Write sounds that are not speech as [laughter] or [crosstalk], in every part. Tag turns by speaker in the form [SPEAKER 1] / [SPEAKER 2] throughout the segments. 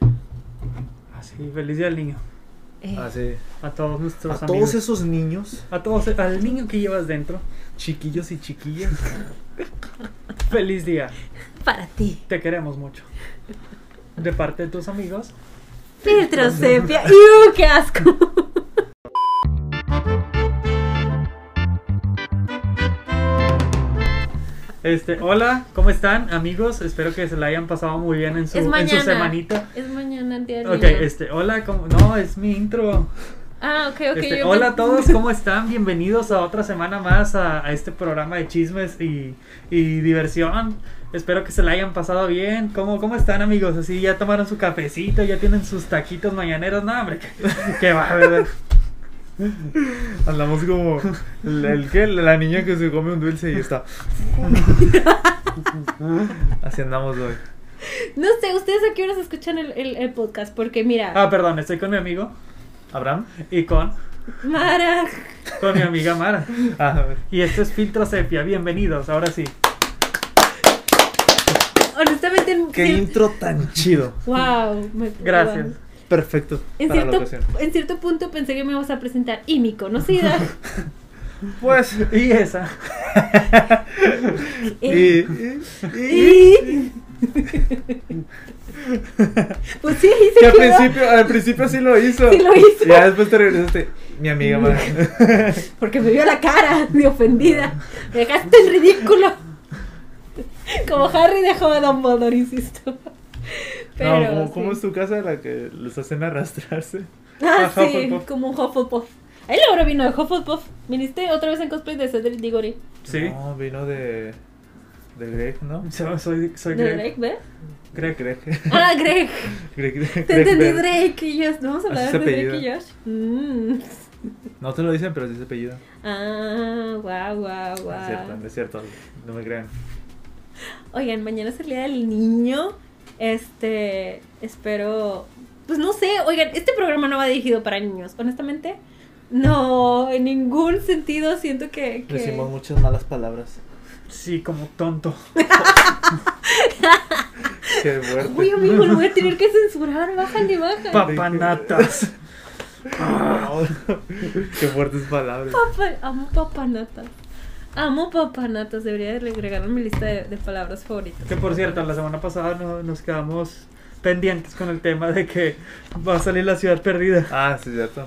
[SPEAKER 1] Ah, Sí, feliz día al niño.
[SPEAKER 2] Eh,
[SPEAKER 1] Ah,
[SPEAKER 3] Hace
[SPEAKER 1] A todos
[SPEAKER 3] a
[SPEAKER 1] nuestros amigos.
[SPEAKER 3] todos esos niños,
[SPEAKER 1] A todos, al niño que llevas dentro.
[SPEAKER 3] chiquillos y [laughs] chiquillas.
[SPEAKER 1] Feliz día.
[SPEAKER 2] para ti.
[SPEAKER 1] Te queremos mucho. De parte de tus amigos.
[SPEAKER 2] Filtro sepia. [laughs] ¡Iu, qué
[SPEAKER 1] [laughs]
[SPEAKER 2] asco!
[SPEAKER 1] Este, hola, ¿cómo están, amigos? Espero que se la hayan pasado muy bien en su,
[SPEAKER 2] Es
[SPEAKER 1] en su
[SPEAKER 2] mañana.
[SPEAKER 1] semanita.
[SPEAKER 2] Es mañana el día del
[SPEAKER 1] Ok,
[SPEAKER 2] niño.
[SPEAKER 1] este, hola, ¿cómo? No, es mi intro.
[SPEAKER 2] Ah, ok, ok.
[SPEAKER 1] Este,
[SPEAKER 2] yo
[SPEAKER 1] hola
[SPEAKER 2] pensé-
[SPEAKER 1] a
[SPEAKER 2] [laughs]
[SPEAKER 1] todos, ¿cómo están? Bienvenidos a otra semana más a, a este programa de chismes y, y diversión. Espero que se la hayan pasado bien. ¿Cómo, ¿Cómo están amigos? Así ya tomaron su cafecito, ya tienen sus taquitos mañaneros. No, hombre, que, que va a ver.
[SPEAKER 3] Hablamos como el, el que la niña que se come un dulce y está. Así andamos hoy.
[SPEAKER 2] No sé, ¿ustedes a qué horas escuchan el, el- el podcast? Porque mira,
[SPEAKER 1] Ah, perdón, estoy con mi amigo
[SPEAKER 3] [laughs] ¿Abraham?
[SPEAKER 1] y con,
[SPEAKER 2] Mara.
[SPEAKER 1] con mi amiga Mara.
[SPEAKER 3] Ah,
[SPEAKER 1] Y esto es Filtro Sepia. Bienvenidos, ahora sí.
[SPEAKER 2] Honestamente, en-
[SPEAKER 3] qué
[SPEAKER 2] sí-
[SPEAKER 3] intro tan chido.
[SPEAKER 2] Wow, me
[SPEAKER 1] Gracias.
[SPEAKER 3] Perfecto.
[SPEAKER 2] En
[SPEAKER 3] para la
[SPEAKER 2] cierto,
[SPEAKER 3] ocasión.
[SPEAKER 2] en cierto punto pensé que me ibas a presentar y
[SPEAKER 1] [laughs]
[SPEAKER 2] mi conocida. [laughs]
[SPEAKER 3] Pues.
[SPEAKER 1] Y esa.
[SPEAKER 2] Eh,
[SPEAKER 3] y-
[SPEAKER 2] y-
[SPEAKER 3] y-
[SPEAKER 2] [laughs] pues sí, ahí se
[SPEAKER 3] que al
[SPEAKER 2] quedó.
[SPEAKER 3] principio, al principio sí lo hizo.
[SPEAKER 2] Sí lo hizo.
[SPEAKER 3] Y ya después te regresaste.
[SPEAKER 2] [laughs]
[SPEAKER 3] Mi amiga, man.
[SPEAKER 2] Porque me vio la cara [laughs] de ofendida. Me dejaste en ridículo. Como Harry dejó a Dumbledore, insisto. Pero.
[SPEAKER 3] No, ¿cómo, cómo
[SPEAKER 2] sí.
[SPEAKER 3] es tu casa la que los hacen arrastrarse?
[SPEAKER 2] Ah,
[SPEAKER 3] Ah,
[SPEAKER 2] sí,
[SPEAKER 3] Hufflepuff.
[SPEAKER 2] como un Hufflepuff. Ahí Laura vino de Hufflepuff. Viniste otra vez en cosplay de Cedric Diggory.
[SPEAKER 1] Sí.
[SPEAKER 3] No, vino de. de Greg, ¿no?
[SPEAKER 1] Yo soy, soy
[SPEAKER 2] ¿De
[SPEAKER 1] Greg.
[SPEAKER 2] Drake, ¿ves?
[SPEAKER 3] Greg, Greg. [laughs]
[SPEAKER 2] Ah, Greg.
[SPEAKER 3] Greg, Greg,
[SPEAKER 2] Te entendí
[SPEAKER 3] Bear.
[SPEAKER 2] Drake y Josh. Vamos a hablar
[SPEAKER 3] Así
[SPEAKER 2] de
[SPEAKER 3] se
[SPEAKER 2] Drake y
[SPEAKER 3] apellida.
[SPEAKER 2] Josh. Mm.
[SPEAKER 3] No te lo dicen, pero sí se apellida.
[SPEAKER 2] Ah, guau, guau,
[SPEAKER 3] No Es cierto,
[SPEAKER 2] guau.
[SPEAKER 3] no es cierto. No me crean.
[SPEAKER 2] Oigan, mañana es el día del niño. Este, espero. Pues no sé, oigan, este programa no va dirigido para niños, honestamente. No, en ningún sentido siento que. que-
[SPEAKER 3] Decimos muchas malas palabras.
[SPEAKER 1] Sí, como
[SPEAKER 2] [laughs]
[SPEAKER 1] tonto.
[SPEAKER 3] Qué fuerte.
[SPEAKER 2] Uy, amigo, lo voy a tener que censurar. Bájale, bájale.
[SPEAKER 1] Papanatas.
[SPEAKER 3] No. Qué fuertes palabras.
[SPEAKER 2] Papa- amo papanatas. Amo papanatas. Debería de agregar a mi lista de, de palabras favoritas.
[SPEAKER 1] Que por cierto, la semana pasada no- nos quedamos pendientes con el tema de que va a salir la ciudad perdida.
[SPEAKER 3] Ah, sí, es cierto.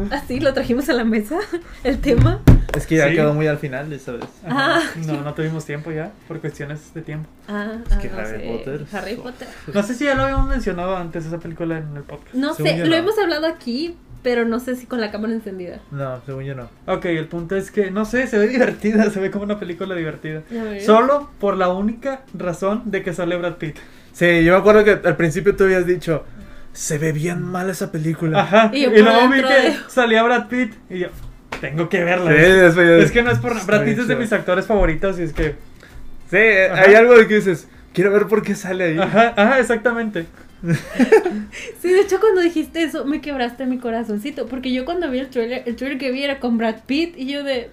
[SPEAKER 3] Ah.
[SPEAKER 2] Así lo trajimos a la mesa, [laughs] el tema.
[SPEAKER 3] Es que ya
[SPEAKER 1] Sí.
[SPEAKER 3] quedó muy al final, esa vez.
[SPEAKER 2] Ah.
[SPEAKER 1] No, no tuvimos tiempo ya, por cuestiones de tiempo.
[SPEAKER 2] Ah,
[SPEAKER 3] Es
[SPEAKER 2] ah,
[SPEAKER 3] que
[SPEAKER 2] no
[SPEAKER 3] Harry
[SPEAKER 2] sé.
[SPEAKER 3] Potter.
[SPEAKER 2] Harry Potter.
[SPEAKER 1] No sé si ya lo habíamos mencionado antes esa película en el podcast.
[SPEAKER 2] No
[SPEAKER 3] Según
[SPEAKER 2] sé,
[SPEAKER 3] yo
[SPEAKER 2] lo
[SPEAKER 3] no.
[SPEAKER 2] hemos hablado aquí, pero no sé si con la cámara encendida.
[SPEAKER 3] No, según yo no.
[SPEAKER 1] Ok, el punto es que, no sé, se ve divertida, [laughs] se ve como una película divertida.
[SPEAKER 2] A ver.
[SPEAKER 1] Solo por la única razón de que sale Brad Pitt.
[SPEAKER 3] Sí, yo me acuerdo que al principio tú habías dicho, se ve bien mal esa película.
[SPEAKER 1] Ajá.
[SPEAKER 2] Y
[SPEAKER 1] Y,
[SPEAKER 2] yo por
[SPEAKER 1] luego vi
[SPEAKER 2] dentro
[SPEAKER 1] que
[SPEAKER 2] de-
[SPEAKER 1] salía Brad Pitt y yo, tengo que verla.
[SPEAKER 3] Sí, eso yo-
[SPEAKER 1] Es que no es por nada.
[SPEAKER 3] Está
[SPEAKER 1] Brad
[SPEAKER 3] bien
[SPEAKER 1] Pitt es de
[SPEAKER 3] chido.
[SPEAKER 1] mis actores favoritos y es que.
[SPEAKER 3] Sí, eh,
[SPEAKER 1] Ajá.
[SPEAKER 3] hay algo de que dices, quiero ver por qué sale ahí.
[SPEAKER 1] Ajá, ajá, exactamente.
[SPEAKER 2] Sí, de hecho cuando dijiste eso me quebraste mi corazoncito, porque yo cuando vi el trailer, el trailer que vi era con Brad Pitt y yo de,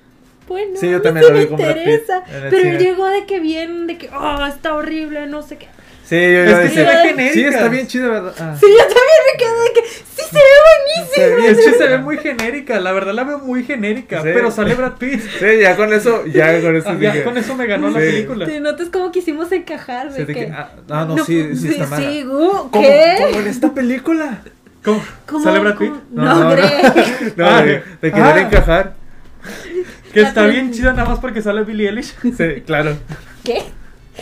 [SPEAKER 2] bueno,
[SPEAKER 3] Sí, yo
[SPEAKER 2] no
[SPEAKER 3] también
[SPEAKER 2] se
[SPEAKER 3] lo
[SPEAKER 2] me
[SPEAKER 3] vi con Brad Pitt
[SPEAKER 2] interesa,
[SPEAKER 3] en el
[SPEAKER 2] pero
[SPEAKER 3] cine.
[SPEAKER 2] llegó de que bien, de que, oh, está horrible, no sé qué.
[SPEAKER 3] Sí, yo
[SPEAKER 1] Es
[SPEAKER 3] iba a
[SPEAKER 1] que
[SPEAKER 2] se
[SPEAKER 3] decir,
[SPEAKER 2] ve
[SPEAKER 3] sí,
[SPEAKER 1] genérica".
[SPEAKER 3] está bien chido, ¿verdad? Ah.
[SPEAKER 2] Sí, yo también me quedé de que, sí, se ve
[SPEAKER 3] Se
[SPEAKER 2] buenísimo.
[SPEAKER 3] ve
[SPEAKER 1] Es que
[SPEAKER 3] chido.
[SPEAKER 1] se ve muy genérica, la verdad la veo muy genérica,
[SPEAKER 3] Sí.
[SPEAKER 1] pero sale Brad Pitt.
[SPEAKER 3] Sí, ya con eso, ya con [laughs] eso
[SPEAKER 1] Ah,
[SPEAKER 3] dije-
[SPEAKER 1] Ya con eso me ganó la
[SPEAKER 3] Sí.
[SPEAKER 1] película.
[SPEAKER 2] Te notas como quisimos encajar,
[SPEAKER 3] Sí,
[SPEAKER 2] de
[SPEAKER 3] de
[SPEAKER 2] que...
[SPEAKER 3] que, ah, no, no, sí, sí está mala.
[SPEAKER 2] sí, uh,
[SPEAKER 3] ¿Cómo?
[SPEAKER 2] ¿qué?
[SPEAKER 3] ¿Cómo en esta película?
[SPEAKER 1] ¿Cómo?
[SPEAKER 2] ¿Cómo-
[SPEAKER 1] ¿Sale Brad Pitt?
[SPEAKER 2] cómo? No, Greg.
[SPEAKER 3] No,
[SPEAKER 1] Ah.
[SPEAKER 3] de, de querer
[SPEAKER 1] Ah.
[SPEAKER 3] encajar.
[SPEAKER 1] Que
[SPEAKER 2] La
[SPEAKER 1] está
[SPEAKER 2] peli-
[SPEAKER 1] bien chida nada más porque sale Billie Eilish.
[SPEAKER 3] [laughs] Sí, claro.
[SPEAKER 2] [laughs] ¿Qué?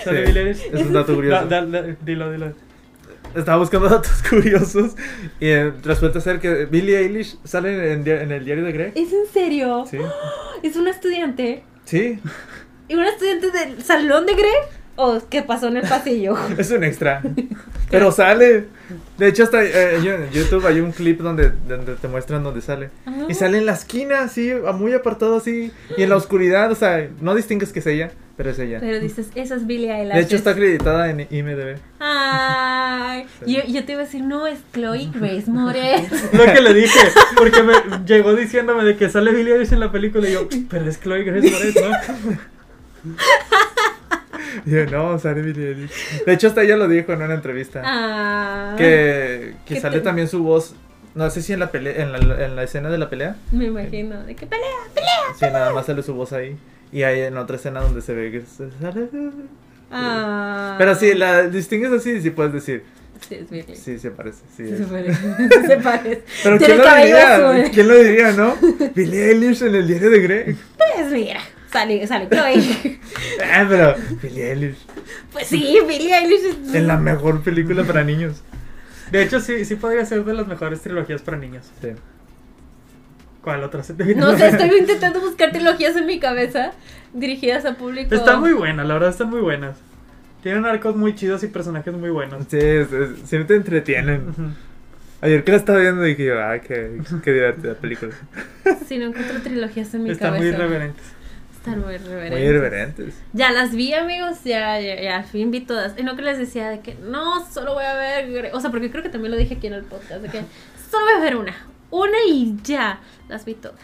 [SPEAKER 1] Sale
[SPEAKER 3] Sí,
[SPEAKER 1] Billie Eilish.
[SPEAKER 3] Es un dato
[SPEAKER 1] Da-
[SPEAKER 3] curioso.
[SPEAKER 1] da- da- dilo, dilo.
[SPEAKER 3] Estaba buscando [laughs] datos curiosos y eh, resulta ser que Billie Eilish sale en, en el diario de Greg.
[SPEAKER 2] ¿Es en serio?
[SPEAKER 3] Sí.
[SPEAKER 2] ¿Es una estudiante?
[SPEAKER 3] Sí,
[SPEAKER 2] ¿Y una estudiante del salón de Greg? ¿O qué pasó en el [laughs] pasillo?
[SPEAKER 3] es un extra. Pero sale. De hecho, hasta eh, yo- en YouTube hay un clip donde, donde te muestran donde sale.
[SPEAKER 2] Ah.
[SPEAKER 3] Y sale en la esquina, así, a muy apartado, así. Y en la oscuridad, o sea, no distingues que es ella, pero es ella.
[SPEAKER 2] Pero dices, esa es Billie Eilish.
[SPEAKER 3] De hecho, está acreditada en IMDb.
[SPEAKER 2] Ay, yo, yo te iba a decir, no, es Chloe Grace
[SPEAKER 3] [laughs]
[SPEAKER 2] Moretz.
[SPEAKER 1] Lo que le dije, porque me llegó diciéndome de que sale Billie Eilish en la película y yo, pero es Chloe Grace Moretz,
[SPEAKER 3] [laughs]
[SPEAKER 1] ¿no?
[SPEAKER 2] Ah,
[SPEAKER 3] Y yo, no, sale Billie Eilish. De hecho, hasta ella lo dijo en una entrevista.
[SPEAKER 2] Ay.
[SPEAKER 3] Que, Que,
[SPEAKER 2] Que
[SPEAKER 3] sale
[SPEAKER 2] te-
[SPEAKER 3] también su voz. No sé si en la, pelea, en, la, en la escena de la pelea.
[SPEAKER 2] Me imagino. ¿De qué pelea?
[SPEAKER 3] Sí, nada más sale su voz ahí. Y hay en otra escena donde se ve que. se-
[SPEAKER 2] Ah.
[SPEAKER 3] Pero si la distingues así, sí puedes decir.
[SPEAKER 2] Sí, es Birley.
[SPEAKER 3] Sí, se parece. Sí,
[SPEAKER 2] Sí,
[SPEAKER 3] es.
[SPEAKER 2] se parece. [laughs] se parece.
[SPEAKER 3] Pero
[SPEAKER 2] Tiene
[SPEAKER 3] ¿quién lo
[SPEAKER 2] cabello
[SPEAKER 3] diría?
[SPEAKER 2] azul.
[SPEAKER 3] ¿Quién lo diría, no? [laughs] Billie Eilish en el diario de
[SPEAKER 2] [laughs]
[SPEAKER 3] Greg.
[SPEAKER 2] Pues mira, sale, sale
[SPEAKER 3] [laughs]
[SPEAKER 2] Chloe.
[SPEAKER 3] Ah, pero Billie Eilish.
[SPEAKER 2] pues sí, Billie Eilish. es-
[SPEAKER 3] En la mejor película para niños.
[SPEAKER 1] De hecho, sí, sí podría ser de las mejores trilogías para niños.
[SPEAKER 3] Sí.
[SPEAKER 1] ¿Cuál otra? [laughs] se te viene?
[SPEAKER 3] [laughs]
[SPEAKER 2] No sé, estoy intentando buscar trilogías en mi cabeza dirigidas a público.
[SPEAKER 1] Están muy buenas, la verdad están muy buenas. Tienen arcos muy chidos y personajes muy buenos.
[SPEAKER 3] Sí, es- es- siempre te entretienen.
[SPEAKER 1] Ujú.
[SPEAKER 3] Ayer que la estaba viendo dije yo, ah, qué, qué divertida película.
[SPEAKER 2] Si no encuentro trilogías en mi
[SPEAKER 1] Están muy
[SPEAKER 2] cabeza.
[SPEAKER 1] irreverentes.
[SPEAKER 2] Están muy irreverentes.
[SPEAKER 3] Muy irreverentes.
[SPEAKER 2] Ya las vi, amigos, ya, ya, ya, al fin vi todas. Y no que les decía de que no, solo voy a ver. Grey". O sea, porque creo que también lo dije aquí en el podcast, de que solo voy a ver una. Una y ya. Las vi todas.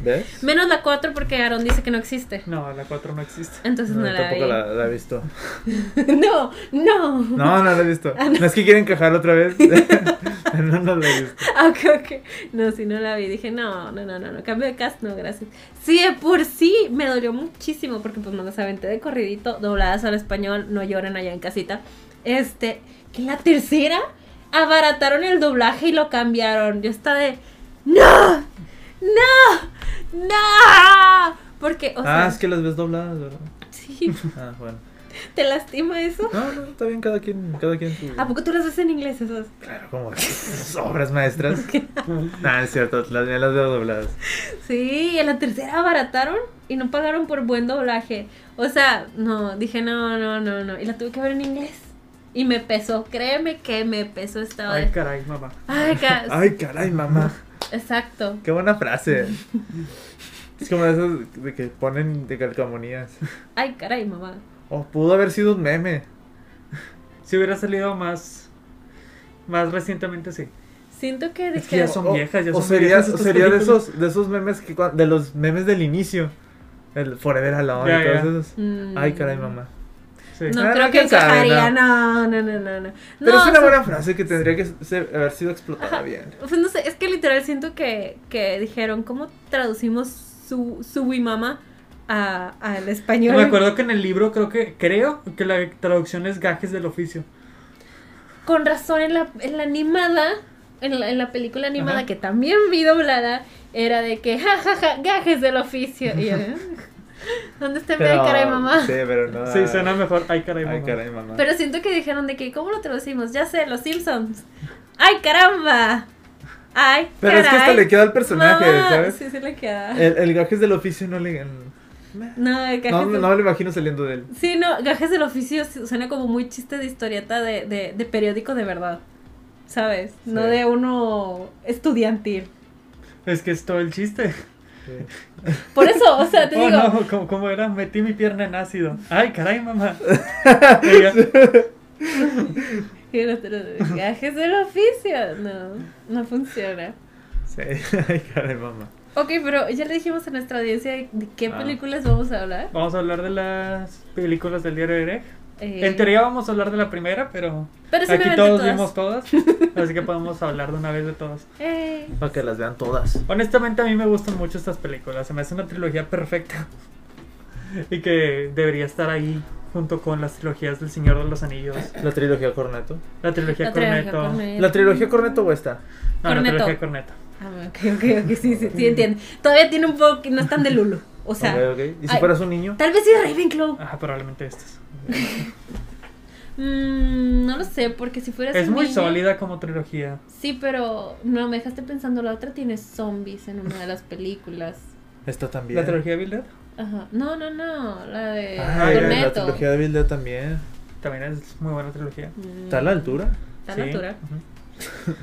[SPEAKER 3] ¿Ves?
[SPEAKER 2] Menos la 4 porque Aaron dice que no existe.
[SPEAKER 1] No, la 4 no
[SPEAKER 2] [laughs]
[SPEAKER 1] existe.
[SPEAKER 2] Entonces no,
[SPEAKER 3] No,
[SPEAKER 2] la vi.
[SPEAKER 3] tampoco la, la he visto.
[SPEAKER 2] [laughs] no, no.
[SPEAKER 3] No, no la he visto. No es que quieren encajar otra vez. [laughs] No, no la he visto.
[SPEAKER 2] [laughs] Ah, Ok, ok. No, si no la vi, dije, no, no, no, no, no, cambio de cast, no, gracias. Sí, de por sí me dolió muchísimo porque pues me las aventé de corridito, dobladas al español, no lloren allá en casita. Este, que la tercera abarataron el doblaje y lo cambiaron. Yo estaba de, no, no, no. Porque, o sea,
[SPEAKER 3] Ah, es que las ves dobladas, ¿verdad?
[SPEAKER 2] [laughs] sí,
[SPEAKER 3] Ah, bueno.
[SPEAKER 2] te lastima eso.
[SPEAKER 3] No, no, está bien cada quien, cada quien su...
[SPEAKER 1] Ah,
[SPEAKER 2] ¿A poco tú las ves en inglés esas?
[SPEAKER 1] pues-
[SPEAKER 3] Claro, como sus obras maestras. Nah, es cierto, las, las veo dobladas.
[SPEAKER 2] Sí, y en la tercera abarataron y no pagaron por buen doblaje. O sea, no, dije no, no, no, no. Y la tuve que ver en inglés. Y me pesó, créeme que me pesó esta
[SPEAKER 1] Ay,
[SPEAKER 2] vez.
[SPEAKER 1] caray, mamá.
[SPEAKER 2] Ay, ca-
[SPEAKER 3] [laughs] Ay, caray, mamá.
[SPEAKER 2] Exacto.
[SPEAKER 3] Qué buena frase. Es como de esos de que ponen de calcamonías.
[SPEAKER 2] Ay, caray, mamá.
[SPEAKER 3] O pudo haber sido un meme.
[SPEAKER 1] Si hubiera salido más más recientemente, sí.
[SPEAKER 2] Siento que dije.
[SPEAKER 1] Es que ya son
[SPEAKER 3] O-
[SPEAKER 1] viejas, ya
[SPEAKER 3] o
[SPEAKER 1] son
[SPEAKER 3] sería,
[SPEAKER 1] viejas
[SPEAKER 3] O
[SPEAKER 1] estas
[SPEAKER 3] sería de
[SPEAKER 1] películas.
[SPEAKER 3] esos, de esos memes que cua- de los memes del inicio. El Forever Alone
[SPEAKER 1] Ya,
[SPEAKER 3] y todos
[SPEAKER 1] ya.
[SPEAKER 3] esos.
[SPEAKER 2] Mm.
[SPEAKER 3] Ay, caray, mamá.
[SPEAKER 1] Sí.
[SPEAKER 2] No
[SPEAKER 3] Ah,
[SPEAKER 2] creo
[SPEAKER 3] no,
[SPEAKER 2] que
[SPEAKER 3] quién sabe,
[SPEAKER 2] encajaría. No, no, no, no, no.
[SPEAKER 3] Pero
[SPEAKER 2] No,
[SPEAKER 3] es
[SPEAKER 2] o
[SPEAKER 3] una
[SPEAKER 2] sea,
[SPEAKER 3] buena frase que tendría que ser- haber sido explotada bien.
[SPEAKER 2] Pues no sé, es que literal siento que, que dijeron, ¿cómo traducimos su, su y mamá a- al
[SPEAKER 1] Yo
[SPEAKER 2] español?
[SPEAKER 1] me acuerdo que en el libro creo que creo que la traducción es gajes del oficio.
[SPEAKER 2] Con razón, en la, en la animada, en la, en la película animada
[SPEAKER 1] Ajá.
[SPEAKER 2] que también vi doblada, era de que, jajaja, gajes del oficio.
[SPEAKER 3] [laughs]
[SPEAKER 2] Y yo, ¿eh? ¿Dónde está mi
[SPEAKER 3] Pero-
[SPEAKER 2] cara de mamá?
[SPEAKER 3] Sí, pero no.
[SPEAKER 1] Sí, suena mejor. Ay, caray, mamá.
[SPEAKER 3] Ah. Ay, caray, mamá.
[SPEAKER 2] Pero siento que dijeron de que, ¿cómo lo traducimos? Ya sé, los Simpsons. ¡Ay, caramba! ¡Ay,
[SPEAKER 3] Pero es que hasta le queda al personaje,
[SPEAKER 2] mamá.
[SPEAKER 3] ¿sabes?
[SPEAKER 2] Sí, sí le queda.
[SPEAKER 3] El, el gajes del oficio no le.
[SPEAKER 2] No, gajes
[SPEAKER 3] No,
[SPEAKER 2] del-
[SPEAKER 3] no me lo imagino saliendo de él.
[SPEAKER 2] Sí, no, gajes del oficio su- suena como muy chiste de historieta de, de, de periódico de verdad, ¿sabes? No
[SPEAKER 3] Sí.
[SPEAKER 2] de uno estudiantil.
[SPEAKER 1] Es que es todo el chiste.
[SPEAKER 2] Por eso, o sea, te
[SPEAKER 1] Oh,
[SPEAKER 2] digo,
[SPEAKER 1] no, ¿cómo, cómo era? Metí mi pierna en ácido. Ay, caray,
[SPEAKER 3] [laughs]
[SPEAKER 1] mamá. Ella,
[SPEAKER 2] Y no te lo- Gajes del oficio. No, no funciona.
[SPEAKER 3] Sí, [laughs] ay, caray, mamá.
[SPEAKER 2] Ok, pero ya le dijimos a nuestra audiencia de, de qué
[SPEAKER 3] Ah.
[SPEAKER 2] películas vamos a hablar.
[SPEAKER 1] Vamos a hablar de las películas del diario de Greg.
[SPEAKER 2] Eh,
[SPEAKER 1] En teoría vamos a hablar de la primera, pero
[SPEAKER 2] Pero Pues sí me
[SPEAKER 1] aquí
[SPEAKER 2] aventé
[SPEAKER 1] todos
[SPEAKER 2] todas.
[SPEAKER 1] vimos todas, así que podemos hablar de una vez de todas.
[SPEAKER 2] Ey.
[SPEAKER 3] Para que las vean todas.
[SPEAKER 1] Honestamente a mí me gustan mucho estas películas, se me hace una trilogía perfecta [laughs] y que debería estar ahí junto con las trilogías del Señor de los Anillos,
[SPEAKER 3] La trilogía Corneto.
[SPEAKER 1] la trilogía
[SPEAKER 2] La trilogía
[SPEAKER 1] Cornetto,
[SPEAKER 2] Cornetto.
[SPEAKER 3] ¿La trilogía Corneto o esta?
[SPEAKER 1] no, la
[SPEAKER 2] Cornetto.
[SPEAKER 1] trilogía Cornetto.
[SPEAKER 2] Ah, ok, ok, ok, sí, sí, sí, entiendo. Todavía tiene un poco, no es tan de Lulu. O sea,
[SPEAKER 3] Ok, ok. ¿Y si
[SPEAKER 2] ay.
[SPEAKER 3] fueras un niño?
[SPEAKER 2] tal vez sí Ravenclaw.
[SPEAKER 1] Ah, probablemente estas.
[SPEAKER 2] Mm, no lo sé, porque si fueras
[SPEAKER 1] Es
[SPEAKER 2] un
[SPEAKER 1] muy
[SPEAKER 2] niño-
[SPEAKER 1] sólida como trilogía.
[SPEAKER 2] Sí, pero no, me dejaste pensando, la otra tiene zombies en una de las películas.
[SPEAKER 3] Esta también.
[SPEAKER 1] ¿La trilogía de Bill Dead?
[SPEAKER 2] Ajá. No, no, no, la de
[SPEAKER 1] Ah,
[SPEAKER 3] Ay, la
[SPEAKER 2] Eh, Cornetto.
[SPEAKER 3] trilogía de Bilda también.
[SPEAKER 1] También es muy buena trilogía.
[SPEAKER 2] Mm,
[SPEAKER 3] ¿Está a la altura?
[SPEAKER 2] está a la
[SPEAKER 1] Sí.
[SPEAKER 2] altura.
[SPEAKER 1] Ujú.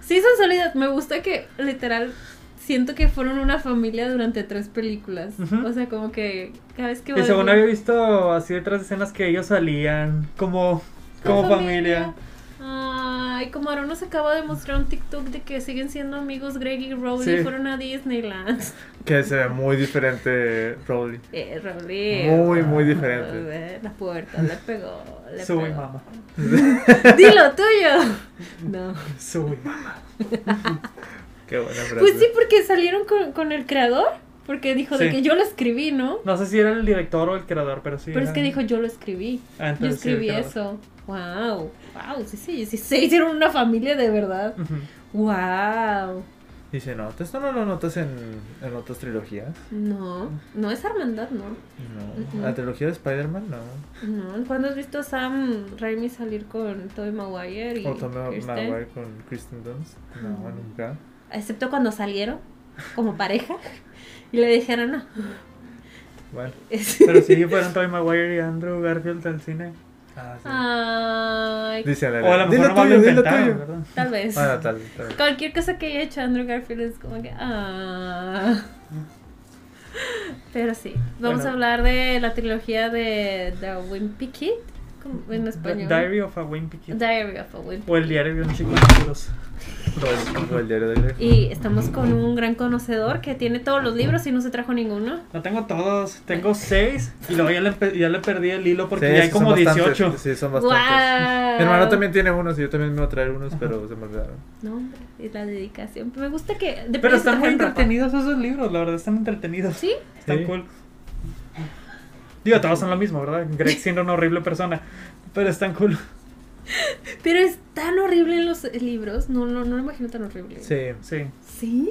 [SPEAKER 2] Sí, son sólidas. Me gusta que literal siento que fueron una familia durante tres películas.
[SPEAKER 1] Ujú.
[SPEAKER 2] O sea, como que cada vez que
[SPEAKER 1] Y
[SPEAKER 2] voy
[SPEAKER 1] según
[SPEAKER 2] a
[SPEAKER 1] había visto así detrás de escenas que ellos salían como, como familia.
[SPEAKER 2] Ay, como Aaron nos acaba de mostrar un TikTok de que siguen siendo amigos Greg y Rowley
[SPEAKER 1] Sí.
[SPEAKER 2] fueron a Disneyland. [laughs]
[SPEAKER 3] Que se ve muy diferente, Rowley.
[SPEAKER 2] Eh, Rowley.
[SPEAKER 3] Muy, muy
[SPEAKER 2] Ah,
[SPEAKER 3] diferente.
[SPEAKER 2] ve, La puerta le pegó. Le
[SPEAKER 1] Sube
[SPEAKER 2] pegó.
[SPEAKER 1] mamá.
[SPEAKER 2] [laughs] Dilo tuyo. No.
[SPEAKER 1] Soy mamá.
[SPEAKER 3] Qué buena frase.
[SPEAKER 2] Pues sí, porque salieron con, con el creador. Porque dijo de
[SPEAKER 1] Sí.
[SPEAKER 2] que yo lo escribí, ¿no?
[SPEAKER 1] No sé si era el director o el creador, pero sí.
[SPEAKER 2] Pero es
[SPEAKER 1] era-
[SPEAKER 2] que dijo yo lo escribí.
[SPEAKER 1] Ah,
[SPEAKER 2] Yo
[SPEAKER 1] entonces sí, el
[SPEAKER 2] escribí
[SPEAKER 1] creador.
[SPEAKER 2] eso. Wow. Wow, sí, sí, sí. Se hicieron una familia de verdad.
[SPEAKER 1] Ujú.
[SPEAKER 2] Wow.
[SPEAKER 3] Dice, no, esto no lo notas en, en otras trilogías.
[SPEAKER 2] No, no es hermandad, no.
[SPEAKER 3] No.
[SPEAKER 2] Ujú.
[SPEAKER 3] La trilogía de Spider-Man, no.
[SPEAKER 2] No, ¿cuándo has visto a Sam Raimi salir con Tobey Maguire y
[SPEAKER 3] O Tommy
[SPEAKER 2] Kirsten?
[SPEAKER 3] Maguire con Kristen Dunst. No,
[SPEAKER 2] No.
[SPEAKER 3] nunca.
[SPEAKER 2] Excepto cuando salieron como pareja [laughs] y le dijeron no.
[SPEAKER 3] Bueno.
[SPEAKER 2] Es-
[SPEAKER 1] [laughs] Pero sí fueron Tobey Maguire y Andrew Garfield al cine.
[SPEAKER 3] Ah, sí.
[SPEAKER 2] Ay,
[SPEAKER 3] Dice "Ah, a la
[SPEAKER 1] O a lo
[SPEAKER 3] Dilo
[SPEAKER 1] mejor nomás lo
[SPEAKER 3] tuyo, dilo
[SPEAKER 1] inventaron,
[SPEAKER 3] tuyo.
[SPEAKER 1] ¿verdad?
[SPEAKER 2] tal vez.
[SPEAKER 3] Bueno, tal, tal.
[SPEAKER 2] Cualquier cosa que haya hecho Andrew Garfield es como que. Ah. Pero sí. Vamos
[SPEAKER 1] Bueno.
[SPEAKER 2] a hablar de la trilogía de The Wimpy Kid. ¿cómo- En español.
[SPEAKER 1] Diary of a Wimpy Kid.
[SPEAKER 2] Diary of a Wimpy
[SPEAKER 1] O el
[SPEAKER 2] Kid.
[SPEAKER 1] diario de un chico oscuro.
[SPEAKER 2] [laughs]
[SPEAKER 3] Como el diario de Leo.
[SPEAKER 2] Y estamos con un gran conocedor que tiene todos los libros y no se trajo ninguno.
[SPEAKER 1] No tengo todos, tengo seis y luego ya le, empe- ya le perdí el hilo porque
[SPEAKER 3] Sí,
[SPEAKER 1] ya
[SPEAKER 3] sí,
[SPEAKER 1] hay
[SPEAKER 3] son
[SPEAKER 1] como
[SPEAKER 3] bastantes,
[SPEAKER 1] 18.
[SPEAKER 3] Sí, son
[SPEAKER 2] ¡Wow!
[SPEAKER 3] bastantes. Mi hermano también tiene unos y yo también me voy a traer unos, pero se me olvidaron.
[SPEAKER 2] No, hombre, es la dedicación. Me gusta que. de
[SPEAKER 1] Pero
[SPEAKER 2] perdido
[SPEAKER 1] están muy
[SPEAKER 2] trajeron ropa.
[SPEAKER 1] entretenidos esos libros, la verdad, están entretenidos.
[SPEAKER 2] ¿Sí?
[SPEAKER 1] Están
[SPEAKER 3] Sí.
[SPEAKER 1] cool. Digo, todos son lo mismo, ¿verdad? Greg siendo una horrible persona. Pero están cool.
[SPEAKER 2] Pero es tan horrible en los libros. No, no, no lo imagino tan horrible.
[SPEAKER 3] Sí.
[SPEAKER 1] Sí.
[SPEAKER 2] ¿Sí?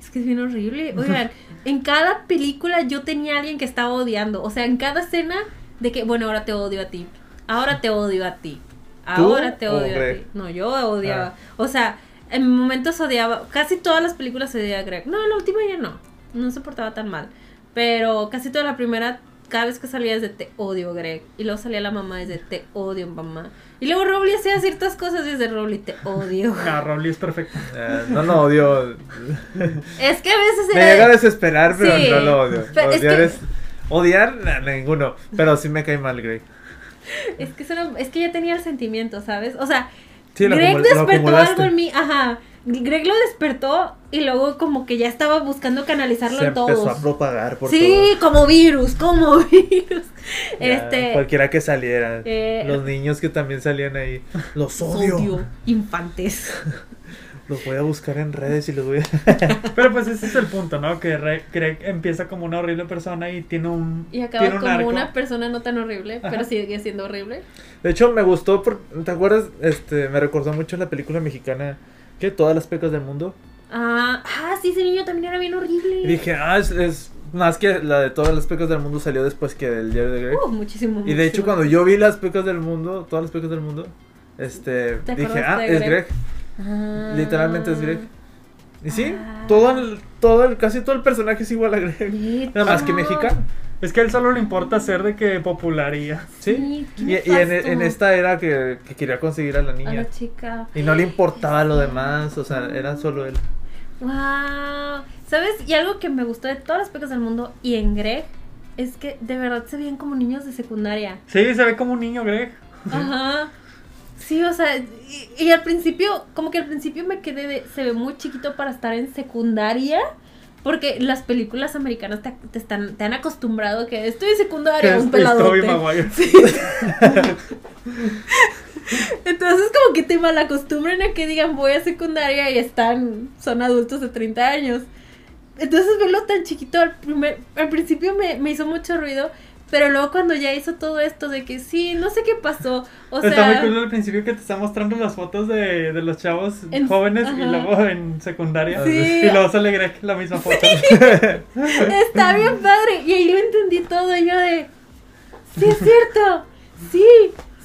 [SPEAKER 2] Es que es bien horrible.
[SPEAKER 3] [laughs]
[SPEAKER 2] Oigan, en cada película yo tenía a alguien que estaba odiando. O sea, en cada escena de que, bueno, ahora te odio a ti. Ahora te odio a ti. Ahora te
[SPEAKER 3] o
[SPEAKER 2] odio a
[SPEAKER 3] Greg? Ah.
[SPEAKER 2] ti. No, yo odiaba. O sea, en momentos odiaba. Casi todas las películas odiaba a Greg. No, en la última ya no. No se portaba tan mal. Pero casi toda la primera, cada vez que salía es de te odio, Greg. Y luego salía la mamá es de te odio, mamá. Y luego Robbie hacía ciertas cosas y es de Robbie te odio.
[SPEAKER 1] Ah, Rowley es perfecto.
[SPEAKER 3] Eh, no
[SPEAKER 2] [laughs]
[SPEAKER 3] lo odio.
[SPEAKER 2] Es que a veces
[SPEAKER 3] Me
[SPEAKER 2] era.
[SPEAKER 3] llega a desesperar, pero
[SPEAKER 2] Sí.
[SPEAKER 3] no lo odio.
[SPEAKER 2] Pero es
[SPEAKER 3] odiar
[SPEAKER 2] que-
[SPEAKER 3] es. Odiar, nah, ninguno. Pero sí me cae mal, Grey.
[SPEAKER 2] Es que, eso era- es que ya tenía el sentimiento, ¿sabes? O sea,
[SPEAKER 3] Sí, lo
[SPEAKER 2] Greg
[SPEAKER 3] acumul- lo
[SPEAKER 2] despertó
[SPEAKER 3] acumulaste.
[SPEAKER 2] algo en mí. Ajá. Greg lo despertó y luego como que ya estaba buscando canalizarlo
[SPEAKER 3] Se
[SPEAKER 2] en
[SPEAKER 3] empezó a
[SPEAKER 2] todos.
[SPEAKER 3] propagar por
[SPEAKER 2] Sí, como virus, como [laughs] virus.
[SPEAKER 3] todo. Ya,
[SPEAKER 2] este.
[SPEAKER 3] Cualquiera que saliera.
[SPEAKER 2] eh,
[SPEAKER 3] Los niños que también salían ahí. Los odio.
[SPEAKER 2] odio. Infantes.
[SPEAKER 3] [laughs] Los voy a buscar en redes y los voy a. [laughs]
[SPEAKER 1] Pero pues ese es el punto, ¿no? Que Re- Greg empieza como una horrible persona y tiene un.
[SPEAKER 2] Y acaba
[SPEAKER 1] tiene un
[SPEAKER 2] como
[SPEAKER 1] arco.
[SPEAKER 2] una persona no tan horrible,
[SPEAKER 1] Ajá.
[SPEAKER 2] pero sigue siendo horrible.
[SPEAKER 3] De hecho, me gustó. Por... ¿Te acuerdas? Este, me recordó mucho la película mexicana. Que todas las pecas del mundo.
[SPEAKER 2] Ah, ah, sí, ese niño también era bien horrible.
[SPEAKER 3] Y dije, ah, es, es más que la de todas las pecas del mundo salió después que el diario de Grey.
[SPEAKER 2] Uh, muchísimo.
[SPEAKER 3] y de hecho,
[SPEAKER 2] muchísimo.
[SPEAKER 3] cuando yo vi las pecas del mundo, todas las pecas del mundo, este,
[SPEAKER 2] ¿Te
[SPEAKER 3] dije,
[SPEAKER 2] acordaste
[SPEAKER 3] ah,
[SPEAKER 2] de
[SPEAKER 3] es
[SPEAKER 2] Greg?
[SPEAKER 3] Greg. Literalmente es Greg. Y sí,
[SPEAKER 2] Ah.
[SPEAKER 3] todo el, todo el, casi todo el personaje es igual a Greg.
[SPEAKER 2] Neta.
[SPEAKER 3] Nada más que mexicano.
[SPEAKER 1] Es que a él solo le importa ser de que popularía.
[SPEAKER 3] Sí.
[SPEAKER 2] qué
[SPEAKER 3] y y en, e, este
[SPEAKER 2] nefasto.
[SPEAKER 3] en esta era que, que quería conseguir a la
[SPEAKER 2] A
[SPEAKER 3] niña.
[SPEAKER 2] la chica.
[SPEAKER 3] Y no le importaba lo demás, o sea, era solo él.
[SPEAKER 2] ¡Wow! ¿Sabes? Y algo que me gustó de todas las pecas del mundo y en Greg es que de verdad se veían como niños de secundaria.
[SPEAKER 1] Sí, se ve como un niño Greg.
[SPEAKER 2] Ajá. Sí, o sea, y, y al principio, como que al principio me quedé de, se ve muy chiquito para estar en secundaria. Porque las películas americanas te, te están, te han acostumbrado que estoy en
[SPEAKER 1] Que
[SPEAKER 2] secundaria,
[SPEAKER 1] es
[SPEAKER 2] un
[SPEAKER 1] Tobey
[SPEAKER 2] peladote.
[SPEAKER 1] Maguire.
[SPEAKER 2] Entonces como que te malacostumbran a que digan voy a secundaria y están, son adultos de 30 años. Entonces verlo tan chiquito al, primer- al principio me, me hizo mucho ruido, pero luego cuando ya hizo todo esto de que sí, no sé qué pasó, o
[SPEAKER 1] está
[SPEAKER 2] sea,
[SPEAKER 1] muy cool al principio que te está mostrando las fotos de, de los chavos
[SPEAKER 2] En-
[SPEAKER 1] jóvenes y
[SPEAKER 2] ajá.
[SPEAKER 1] luego en secundaria.
[SPEAKER 2] Sí.
[SPEAKER 1] Y luego sale Greg la misma foto.
[SPEAKER 2] está bien padre. Y ahí lo entendí todo y yo de, sí es cierto, sí,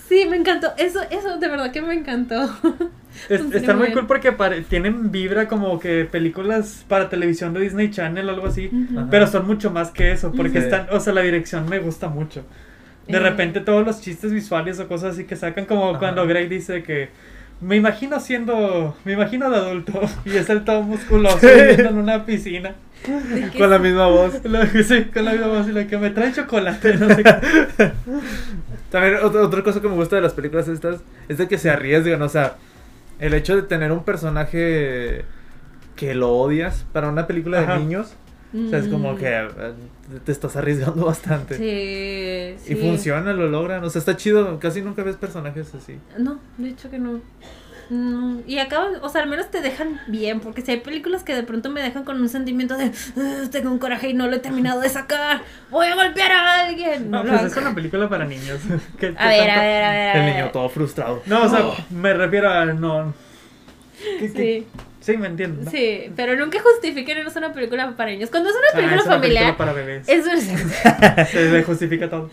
[SPEAKER 2] sí, me encantó. Eso, eso de verdad que me encantó. [laughs]
[SPEAKER 1] Es-
[SPEAKER 2] Funciona
[SPEAKER 1] están
[SPEAKER 2] muy
[SPEAKER 1] muy
[SPEAKER 2] bien.
[SPEAKER 1] cool porque pare- tienen vibra como que películas para televisión de Disney Channel o algo así.
[SPEAKER 2] Ujú.
[SPEAKER 1] Pero son mucho más que eso, porque
[SPEAKER 3] Ujú.
[SPEAKER 1] están, o sea, la dirección me gusta mucho. De
[SPEAKER 2] Eh.
[SPEAKER 1] repente todos los chistes visuales o cosas así que sacan, como
[SPEAKER 3] Ajá.
[SPEAKER 1] cuando Greg dice que me imagino siendo, me imagino de adulto [laughs] y es el todo musculoso viviendo en una piscina.
[SPEAKER 2] De que
[SPEAKER 3] Con la misma voz.
[SPEAKER 1] Lo que sí, con la misma voz y lo que me trae chocolate, no sé qué.
[SPEAKER 3] También ot- otra cosa que me gusta de las películas estas es de que se arriesgan, o sea, el hecho de tener un personaje que lo odias para una película
[SPEAKER 1] Ajá.
[SPEAKER 3] de niños, o sea, es como
[SPEAKER 2] Mm.
[SPEAKER 3] que eh, te estás arriesgando [laughs] bastante.
[SPEAKER 2] Sí, sí.
[SPEAKER 3] Y funciona, lo logran, o sea, está chido, casi nunca ves personajes así.
[SPEAKER 2] No, de hecho que no. Mm, y acaban, o sea, al menos te dejan bien, porque si hay películas que de pronto me dejan con un sentimiento de "Ugh, tengo un coraje y no lo he terminado de sacar, voy a golpear a alguien.
[SPEAKER 1] No,
[SPEAKER 2] No, lo
[SPEAKER 1] pues
[SPEAKER 2] hago.
[SPEAKER 1] es una película para niños. [laughs] ¿Qué- qué
[SPEAKER 2] a, ver, a
[SPEAKER 1] tanto?
[SPEAKER 2] ver, a ver, a
[SPEAKER 3] El
[SPEAKER 2] ver.
[SPEAKER 3] niño todo frustrado.
[SPEAKER 1] No, o sea, me refiero a no. ¿Qué- qué-
[SPEAKER 2] Sí,
[SPEAKER 1] Sí, me entiendes. ¿no?
[SPEAKER 2] sí, pero nunca justifiquen no es una película para niños. Cuando es una
[SPEAKER 1] Ah, es
[SPEAKER 2] película
[SPEAKER 1] una
[SPEAKER 2] familiar,
[SPEAKER 1] película para bebés.
[SPEAKER 2] es un-
[SPEAKER 1] Se le justifica todo.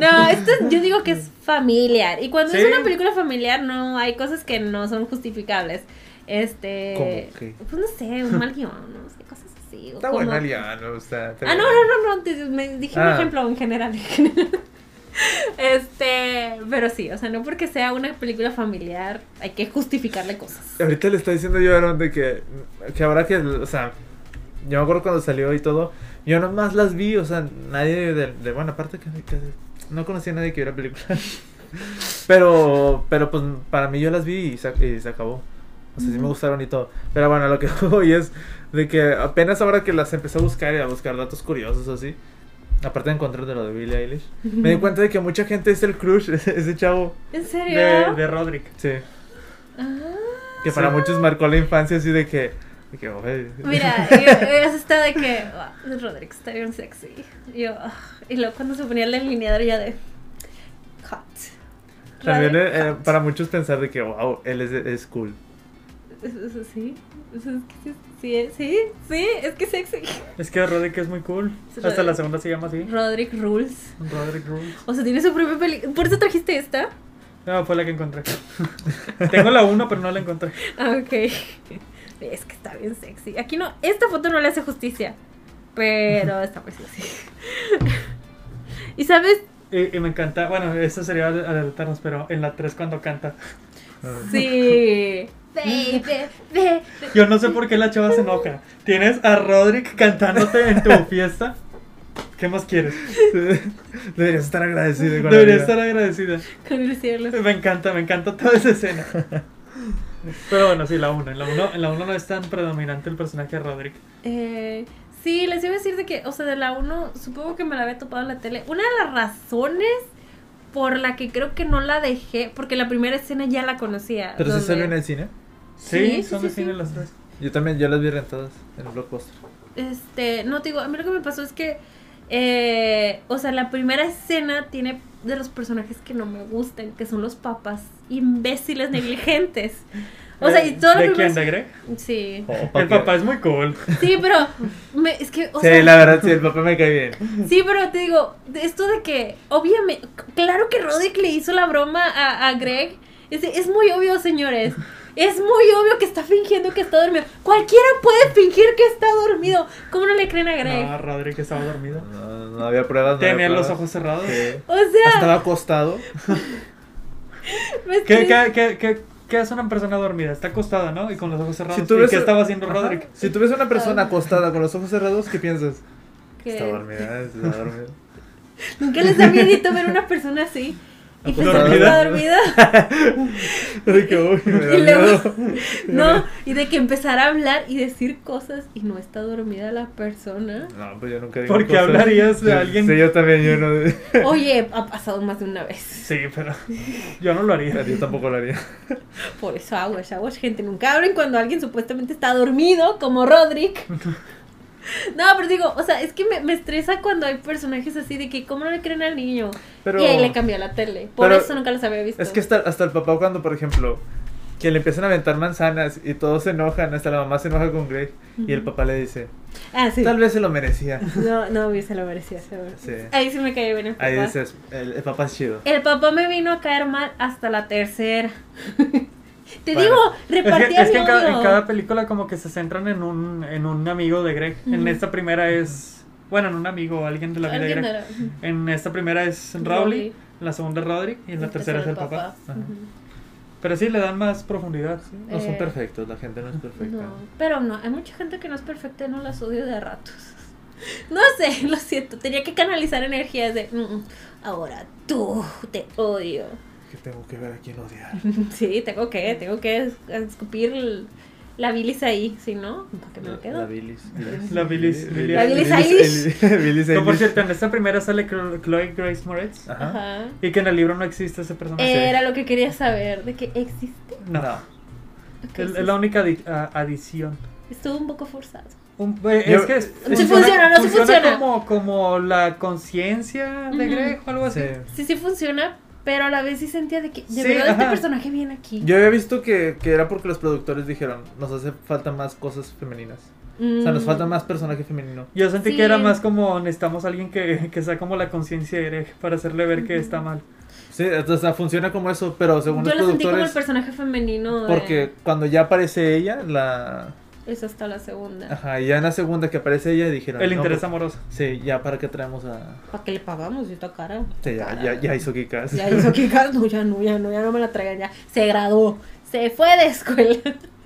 [SPEAKER 2] No, esto es- yo digo que es familiar. Y cuando es
[SPEAKER 1] Sí.
[SPEAKER 2] una película familiar, no hay cosas que no son justificables. Este.
[SPEAKER 3] ¿Cómo qué?
[SPEAKER 2] Pues no sé, un mal guión, no sé, cosas así. o
[SPEAKER 3] Está
[SPEAKER 2] como-
[SPEAKER 3] buena Liana, o sea. te-
[SPEAKER 2] Ah, no, no, no, no, te- me dije un
[SPEAKER 3] Ah.
[SPEAKER 2] ejemplo en general. en general. [laughs] Este, pero sí, o sea, no porque sea una película familiar, hay que justificarle cosas.
[SPEAKER 3] Ahorita le está diciendo yo a Aaron de que, que ahora que, o sea, yo me acuerdo cuando salió y todo, yo nomás las vi, o sea, nadie de, de bueno, aparte que, que no conocía a nadie que viera películas. [laughs] pero, pero pues para mí yo las vi y se, y se acabó. O sea, sí me gustaron y todo. Pero bueno, lo que [laughs] voy es de que apenas ahora que las empecé a buscar y a buscar datos curiosos así, aparte de encontrar de lo de Billie Eilish, me di cuenta de que mucha gente es el crush, [laughs] ese chavo.
[SPEAKER 2] ¿En serio?
[SPEAKER 1] De, de Roderick.
[SPEAKER 3] Sí.
[SPEAKER 2] Ah.
[SPEAKER 3] Que para
[SPEAKER 1] Sí.
[SPEAKER 3] muchos marcó la infancia así de que. de que, "Oye".
[SPEAKER 2] Mira, yo- yo está de que "Wow, Roderick está bien sexy. Y Yo, ah, y luego cuando se ponía el delineador ya de hot.
[SPEAKER 3] También
[SPEAKER 2] Roderick,
[SPEAKER 3] eh,
[SPEAKER 2] hot.
[SPEAKER 3] para muchos pensar de que, wow, él es, es cool.
[SPEAKER 2] Es- es- Sí, es es que sí, sí, es- sí, sí, es que sexy.
[SPEAKER 1] Es que Roderick es muy cool.
[SPEAKER 2] Sí,
[SPEAKER 1] Hasta
[SPEAKER 2] Roderick.
[SPEAKER 1] la segunda se llama así.
[SPEAKER 2] Roderick rules.
[SPEAKER 1] Roderick Rules.
[SPEAKER 2] O sea, tiene su propia película. ¿Por eso trajiste esta?
[SPEAKER 1] No, fue la que encontré. [laughs] Tengo la 1, pero no la encontré.
[SPEAKER 2] Ah, ok. Es que está bien sexy. Aquí no, esta foto no le hace justicia. Pero está preciosa. [laughs] ¿Y sabes?
[SPEAKER 1] Y, y me encanta. Bueno, esto sería ad- adelantarnos, pero en la 3 cuando canta.
[SPEAKER 2] Sí. Baby, baby.
[SPEAKER 1] Yo no sé por qué la chava se enoja. Tienes a Roderick cantándote en tu fiesta. ¿Qué más quieres?
[SPEAKER 3] Deberías estar agradecido. con la
[SPEAKER 1] Debería
[SPEAKER 3] vida.
[SPEAKER 1] estar agradecida.
[SPEAKER 2] Con el cielo.
[SPEAKER 1] [laughs] Me encanta, me encanta toda esa escena. Pero bueno, sí, la 1. En la 1 en la uno no es tan predominante el personaje de Roderick.
[SPEAKER 2] Eh, sí, les iba a decir de que, o sea, de la 1, supongo que me la había topado en la tele. Una de las razones por la que creo que no la dejé, porque la primera escena ya la conocía.
[SPEAKER 3] Pero si
[SPEAKER 2] donde-
[SPEAKER 3] salió en el cine.
[SPEAKER 1] Sí,
[SPEAKER 2] Sí, sí,
[SPEAKER 1] son
[SPEAKER 2] sí,
[SPEAKER 1] de cine
[SPEAKER 2] sí.
[SPEAKER 1] las tres.
[SPEAKER 3] Yo también, yo las vi rentadas en el blockbuster.
[SPEAKER 2] Este, no, te digo, a mí lo que me pasó es que, eh, o sea, la primera escena tiene de los personajes que no me gustan, que son los papas imbéciles, negligentes. O sea,
[SPEAKER 3] Eh,
[SPEAKER 2] y todo lo
[SPEAKER 1] ¿De
[SPEAKER 2] que
[SPEAKER 1] quién? ¿De Greg?
[SPEAKER 2] Sí,
[SPEAKER 3] Oh,
[SPEAKER 1] El
[SPEAKER 3] porque-
[SPEAKER 1] papá es muy cool.
[SPEAKER 2] sí, pero me- es que, o
[SPEAKER 3] Sí,
[SPEAKER 2] sea,
[SPEAKER 3] la verdad, sí, el papá me cae bien.
[SPEAKER 2] Sí, pero te digo, de esto de que, obviamente, claro que Roderick le hizo la broma a, a Greg. Es, es muy obvio, señores. Es muy obvio que está fingiendo que está dormido. Cualquiera puede fingir que está dormido. ¿Cómo no le creen a Greg?
[SPEAKER 1] No, Roderick estaba dormido.
[SPEAKER 3] No, no había pruebas. No había
[SPEAKER 1] Tenía los
[SPEAKER 3] pruebas.
[SPEAKER 1] ojos cerrados.
[SPEAKER 3] Sí.
[SPEAKER 2] O sea,
[SPEAKER 3] Estaba acostado.
[SPEAKER 2] me
[SPEAKER 1] ¿Qué, qué,
[SPEAKER 2] estoy-
[SPEAKER 1] qué, qué, qué hace una persona dormida? Está acostada, ¿no? Y con los ojos cerrados.
[SPEAKER 3] Si tú
[SPEAKER 1] ¿Y
[SPEAKER 3] ves-
[SPEAKER 1] qué estaba haciendo
[SPEAKER 3] Ajá.
[SPEAKER 1] Roderick?
[SPEAKER 3] Si tú ves a una persona acostada con los ojos cerrados, Ah. ¿qué piensas?
[SPEAKER 2] que-
[SPEAKER 3] Está dormida, está [laughs] dormida.
[SPEAKER 2] Nunca les da miedito ver una persona así. Y pensar que
[SPEAKER 1] ¿Dormida?
[SPEAKER 2] está dormida.
[SPEAKER 3] De que, uy, me da
[SPEAKER 2] Y luego-
[SPEAKER 3] [laughs] miedo.
[SPEAKER 2] No, y de que empezar a hablar y decir cosas y no está dormida la
[SPEAKER 3] [laughs]
[SPEAKER 2] persona.
[SPEAKER 3] No, pues yo nunca digo
[SPEAKER 1] ¿Por qué
[SPEAKER 3] cosas.
[SPEAKER 1] hablarías de
[SPEAKER 3] Sí,
[SPEAKER 1] alguien?
[SPEAKER 3] Sí, yo también, yo no.
[SPEAKER 2] Oye, ha pasado más de una vez.
[SPEAKER 1] Sí, pero [laughs] yo no lo haría.
[SPEAKER 3] [laughs] Yo tampoco lo haría.
[SPEAKER 2] Por eso aguas, aguas, gente. Nunca abren cuando alguien supuestamente está dormido, como
[SPEAKER 1] [laughs]
[SPEAKER 2] Roderick. No, pero digo, o sea, es que me, me estresa cuando hay personajes así de que, ¿cómo no le creen al niño?
[SPEAKER 3] Pero-
[SPEAKER 2] y ahí le cambió la tele. Por
[SPEAKER 3] pero-
[SPEAKER 2] eso nunca los había visto.
[SPEAKER 3] Es que hasta, hasta el papá cuando, por ejemplo, que le empiezan a aventar manzanas y todos se enojan, hasta la mamá se enoja con Greg y el papá le dice,
[SPEAKER 2] Ah, sí.
[SPEAKER 3] tal vez se
[SPEAKER 2] [laughs]
[SPEAKER 3] lo merecía.
[SPEAKER 2] No, no, bien, se lo merecía, se lo merecía.
[SPEAKER 3] Sí.
[SPEAKER 2] Ahí sí me cayó bien el papá.
[SPEAKER 3] Ahí dices, el, el papá es chido.
[SPEAKER 2] El papá me vino a caer mal hasta la tercera. [laughs] Te
[SPEAKER 3] Bueno.
[SPEAKER 2] digo,
[SPEAKER 1] Es que, [laughs]
[SPEAKER 2] repartía
[SPEAKER 1] es que en, cada,
[SPEAKER 2] odio.
[SPEAKER 1] en cada película como que se centran en un, en un amigo de Greg. En
[SPEAKER 2] Ujú.
[SPEAKER 1] esta primera es... Bueno, en un amigo o alguien de la vida de
[SPEAKER 2] Alguien
[SPEAKER 1] Greg.
[SPEAKER 2] era-
[SPEAKER 1] En esta primera es
[SPEAKER 2] Rowley.
[SPEAKER 1] Rowley, en la segunda Roderick y en la
[SPEAKER 2] el
[SPEAKER 1] tercera es el
[SPEAKER 2] tercero
[SPEAKER 1] papá.
[SPEAKER 3] Ajá.
[SPEAKER 2] Ujú.
[SPEAKER 1] Pero sí le dan más profundidad. sí.
[SPEAKER 3] No son
[SPEAKER 2] Eh,
[SPEAKER 3] perfectos, la gente no es perfecta.
[SPEAKER 2] No, pero no, hay mucha gente que no es perfecta y no las odio de a ratos. [laughs] No sé, lo siento, tenía que canalizar energías de, "Mm, mm, ahora tú te
[SPEAKER 3] [laughs]
[SPEAKER 2] odio.
[SPEAKER 3] Que tengo que ver a quién odiar.
[SPEAKER 2] [laughs] Sí, tengo que, tengo que es- escupir el- la bilis ahí, si no, ¿para qué me lo
[SPEAKER 3] La
[SPEAKER 2] quedo?
[SPEAKER 3] bilis.
[SPEAKER 1] La bilis, bilis.
[SPEAKER 2] La bilis Eilish.
[SPEAKER 3] el- bilis
[SPEAKER 1] Que, por
[SPEAKER 3] Eilish. [laughs]
[SPEAKER 1] cierto, en esta primera sale Clo- Chloe Grace Moretz.
[SPEAKER 3] Ajá.
[SPEAKER 2] Ajá.
[SPEAKER 3] ah,
[SPEAKER 1] Y que en el libro no existe ese personaje.
[SPEAKER 2] Era lo que quería saber, de que existe.
[SPEAKER 1] No.
[SPEAKER 3] No.
[SPEAKER 1] Es, es la única adi- a- adición.
[SPEAKER 2] Estuvo un poco forzado.
[SPEAKER 1] Un- eh,
[SPEAKER 3] Yo-
[SPEAKER 1] es que es-
[SPEAKER 2] Sí funciona, no, sí funciona.
[SPEAKER 1] Como, como la conciencia de
[SPEAKER 2] Ujú.
[SPEAKER 1] Greg o algo así.
[SPEAKER 2] Sí,
[SPEAKER 3] Sí.
[SPEAKER 2] sí funciona, pero a la vez sí sentía de que de
[SPEAKER 1] Sí,
[SPEAKER 2] verdad este
[SPEAKER 1] ajá.
[SPEAKER 2] personaje viene aquí.
[SPEAKER 3] Yo había visto que, que era porque los productores dijeron, nos hace falta más cosas femeninas. O sea, nos
[SPEAKER 2] Mm.
[SPEAKER 3] falta más personaje femenino.
[SPEAKER 1] Yo sentí
[SPEAKER 2] Sí.
[SPEAKER 1] que era más como necesitamos a alguien que, que sea como la conciencia de Greg para hacerle ver que
[SPEAKER 2] Ujú.
[SPEAKER 1] está mal.
[SPEAKER 3] Sí, o sea, funciona como eso, pero según
[SPEAKER 2] Yo
[SPEAKER 3] los
[SPEAKER 2] lo sentí como el
[SPEAKER 3] productores...
[SPEAKER 2] personaje femenino. de-
[SPEAKER 3] Porque cuando ya aparece ella, la...
[SPEAKER 2] Es hasta la segunda.
[SPEAKER 3] Ajá, y ya en la segunda que aparece ella dijeron...
[SPEAKER 1] El
[SPEAKER 3] "No,
[SPEAKER 1] interés
[SPEAKER 3] pues,
[SPEAKER 1] amoroso.
[SPEAKER 3] Sí, ya para qué traemos a...
[SPEAKER 2] ¿Para qué le pagamos? Yo esta cara.
[SPEAKER 3] Sí, ya, ya, ya hizo Kikas.
[SPEAKER 2] Ya hizo que no, ya no, ya no, ya no me la traigan, ya. Se graduó. Se fue de escuela.
[SPEAKER 3] [laughs]
[SPEAKER 2] [laughs]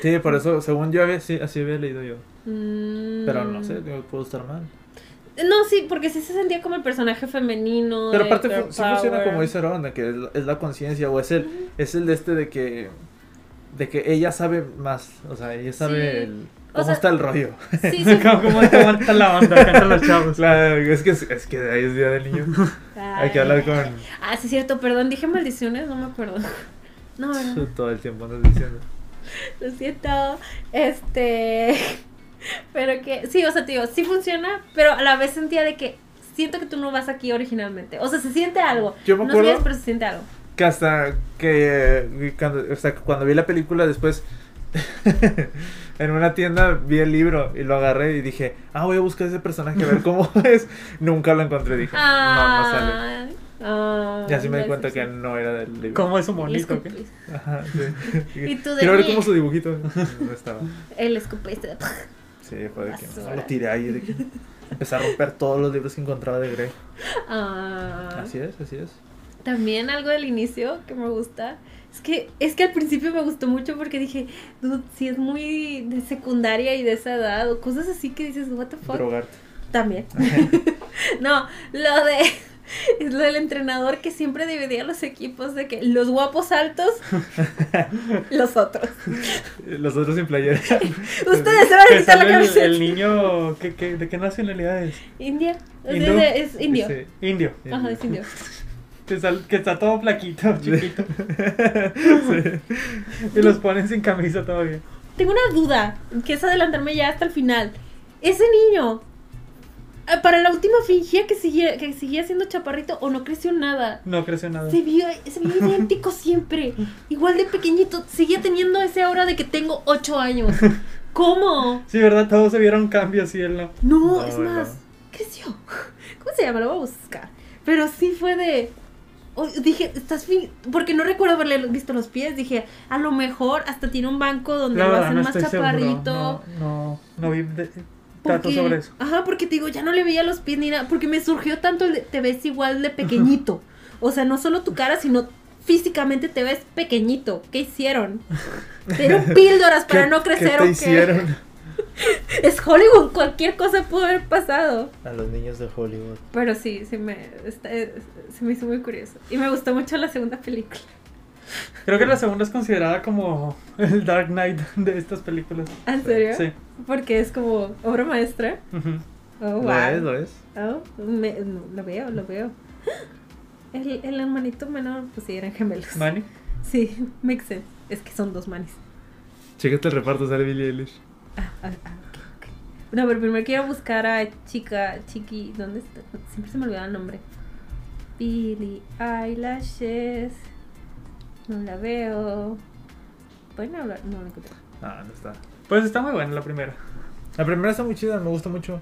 [SPEAKER 3] Sí, por eso, según yo, había, sí, así había leído yo. Pero
[SPEAKER 2] Pero
[SPEAKER 3] no sé, digo, puedo estar mal.
[SPEAKER 2] Mm. No, sí, porque sí se sentía como el personaje femenino.
[SPEAKER 3] Pero
[SPEAKER 2] de
[SPEAKER 3] aparte
[SPEAKER 2] girl
[SPEAKER 3] fu- sí funciona
[SPEAKER 2] power.
[SPEAKER 3] como dice Aaron, de que es la, es la conciencia o es el, es el de este de que, de que ella sabe más, o sea, ella sabe
[SPEAKER 2] Sí.
[SPEAKER 3] el-
[SPEAKER 2] O
[SPEAKER 3] cómo
[SPEAKER 2] sea-
[SPEAKER 3] está el rollo.
[SPEAKER 2] Sí,
[SPEAKER 3] [laughs]
[SPEAKER 2] sí.
[SPEAKER 1] [laughs] como como aguanta la banda acá entre los chavos.
[SPEAKER 3] Claro, es que, es que ahí es Día del Niño, hay que hablar con
[SPEAKER 2] Ah, sí, es cierto, perdón, dije maldiciones, no me acuerdo. [laughs] No, ¿verdad?
[SPEAKER 3] [laughs] todo el tiempo andas diciendo.
[SPEAKER 2] Lo siento. Este. [laughs] Pero que. Sí, o sea, te digo, sí funciona, pero a la vez sentía de que. Siento que tú no vas aquí originalmente. O sea, se siente algo.
[SPEAKER 3] Yo me
[SPEAKER 2] no
[SPEAKER 3] acuerdo-
[SPEAKER 2] sabías, pero se siente algo.
[SPEAKER 3] Que hasta que, eh, cuando, o sea, que cuando vi la película después... [laughs] En una tienda vi el libro y lo agarré y dije, ah, voy a buscar ese personaje a ver cómo [laughs] es. Nunca lo encontré, dije, no, no sale.
[SPEAKER 2] Ah, ah,
[SPEAKER 3] Y así me di
[SPEAKER 2] no
[SPEAKER 3] cuenta
[SPEAKER 2] sé,
[SPEAKER 3] que
[SPEAKER 2] sí.
[SPEAKER 3] no era del libro.
[SPEAKER 1] ¿Cómo es un
[SPEAKER 2] Y
[SPEAKER 1] bonito? qué?
[SPEAKER 2] escupí-
[SPEAKER 3] [laughs] Ajá, sí.
[SPEAKER 2] [laughs] Y tú de
[SPEAKER 3] Quiero
[SPEAKER 2] mí.
[SPEAKER 3] ver cómo su dibujito. [laughs] No estaba.
[SPEAKER 2] El escupiste [laughs] de.
[SPEAKER 3] Sí, fue de que no,
[SPEAKER 2] Basura.
[SPEAKER 3] lo tiré ahí. De que empecé a romper todos los libros que encontraba de Grey.
[SPEAKER 2] Ah.
[SPEAKER 3] Así es, así es.
[SPEAKER 2] También algo del inicio que me gusta. Es que, es que al principio me gustó mucho porque dije, dude, si es muy de secundaria y de esa edad, o cosas así que dices, what the fuck.
[SPEAKER 3] Drogarte. [laughs]
[SPEAKER 2] También. no, lo de. [laughs] Es lo del entrenador que siempre dividía los equipos de que los guapos
[SPEAKER 1] [laughs]
[SPEAKER 2] altos, los otros.
[SPEAKER 3] Los otros sin playera.
[SPEAKER 2] Ustedes se van
[SPEAKER 1] Pues
[SPEAKER 2] a
[SPEAKER 1] Que
[SPEAKER 2] quitar la
[SPEAKER 1] sale el,
[SPEAKER 2] cabeza.
[SPEAKER 1] el niño, ¿qué, qué, de qué nacionalidad es?
[SPEAKER 2] India. Es,
[SPEAKER 1] Hindú.
[SPEAKER 2] es- es indio.
[SPEAKER 3] Sí.
[SPEAKER 1] Indio.
[SPEAKER 2] Ajá, es indio.
[SPEAKER 1] Que, sal- que está todo flaquito, chiquito.
[SPEAKER 3] Sí.
[SPEAKER 1] [laughs] Y los ponen sin camisa todavía.
[SPEAKER 2] Tengo una duda, que es adelantarme ya hasta el final. Ese niño, ah, para la última fingía que seguía, que seguía siendo chaparrito o no creció nada.
[SPEAKER 1] No creció nada.
[SPEAKER 2] Se vio, se vio idéntico siempre. Igual de pequeñito, seguía teniendo ese aura de que tengo 8 años. ¿Cómo?
[SPEAKER 1] Sí, ¿verdad? Todos se vieron cambios y él no.
[SPEAKER 2] No,
[SPEAKER 3] No,
[SPEAKER 2] es
[SPEAKER 3] no.
[SPEAKER 2] más, creció. [laughs] ¿Cómo se llama? Lo voy a buscar. Pero sí fue de. o- dije, estás fin- porque no recuerdo haberle visto los pies. Dije, a lo mejor hasta tiene un banco donde
[SPEAKER 1] La
[SPEAKER 2] lo
[SPEAKER 1] verdad,
[SPEAKER 2] hacen
[SPEAKER 1] no
[SPEAKER 2] más
[SPEAKER 1] estoy
[SPEAKER 2] chaparrito.
[SPEAKER 1] seguro. No, no, no vi de- datos
[SPEAKER 2] Porque-
[SPEAKER 1] sobre eso.
[SPEAKER 2] Ajá, porque te digo, ya no le veía los pies ni nada, porque me surgió tanto el de, te ves igual de pequeñito. O sea, no solo tu cara, sino físicamente te ves pequeñito. ¿Qué hicieron? Te dieron
[SPEAKER 3] [laughs]
[SPEAKER 2] píldoras para
[SPEAKER 3] ¿Qué-
[SPEAKER 2] no crecer
[SPEAKER 3] ¿Qué
[SPEAKER 2] o
[SPEAKER 3] te
[SPEAKER 2] qué?
[SPEAKER 3] hicieron?
[SPEAKER 2] Es Hollywood, cualquier cosa pudo haber pasado.
[SPEAKER 3] A los niños de Hollywood.
[SPEAKER 2] Pero sí, se me, está- se me hizo muy curioso. Y me gustó mucho la segunda película. [laughs]
[SPEAKER 1] Creo que la segunda es considerada como el Dark Knight de estas películas.
[SPEAKER 2] ¿En serio?
[SPEAKER 1] Sí.
[SPEAKER 2] Porque es como obra maestra.
[SPEAKER 1] Ujú.
[SPEAKER 2] Oh,
[SPEAKER 3] ¿Lo
[SPEAKER 2] wow.
[SPEAKER 3] es? ¿Lo es?
[SPEAKER 2] Oh, me- no, lo veo, lo veo. [gasps] El, el hermanito menor, pues sí, eran gemelos.
[SPEAKER 1] Manny.
[SPEAKER 2] Sí, [laughs] makes sense. Es que son dos manis.
[SPEAKER 3] Chécate el reparto, sale Billie Eilish.
[SPEAKER 2] Ah, ah, ah, ok, ok. No, pero primero quiero buscar a chica, chiqui, ¿dónde está? Siempre se me olvidaba el nombre. Billy Eyelashes. No la veo. Pueden hablar, no la encontré.
[SPEAKER 3] Ah, no está.
[SPEAKER 1] Pues está muy buena la primera.
[SPEAKER 3] La primera está muy chida, me gusta mucho.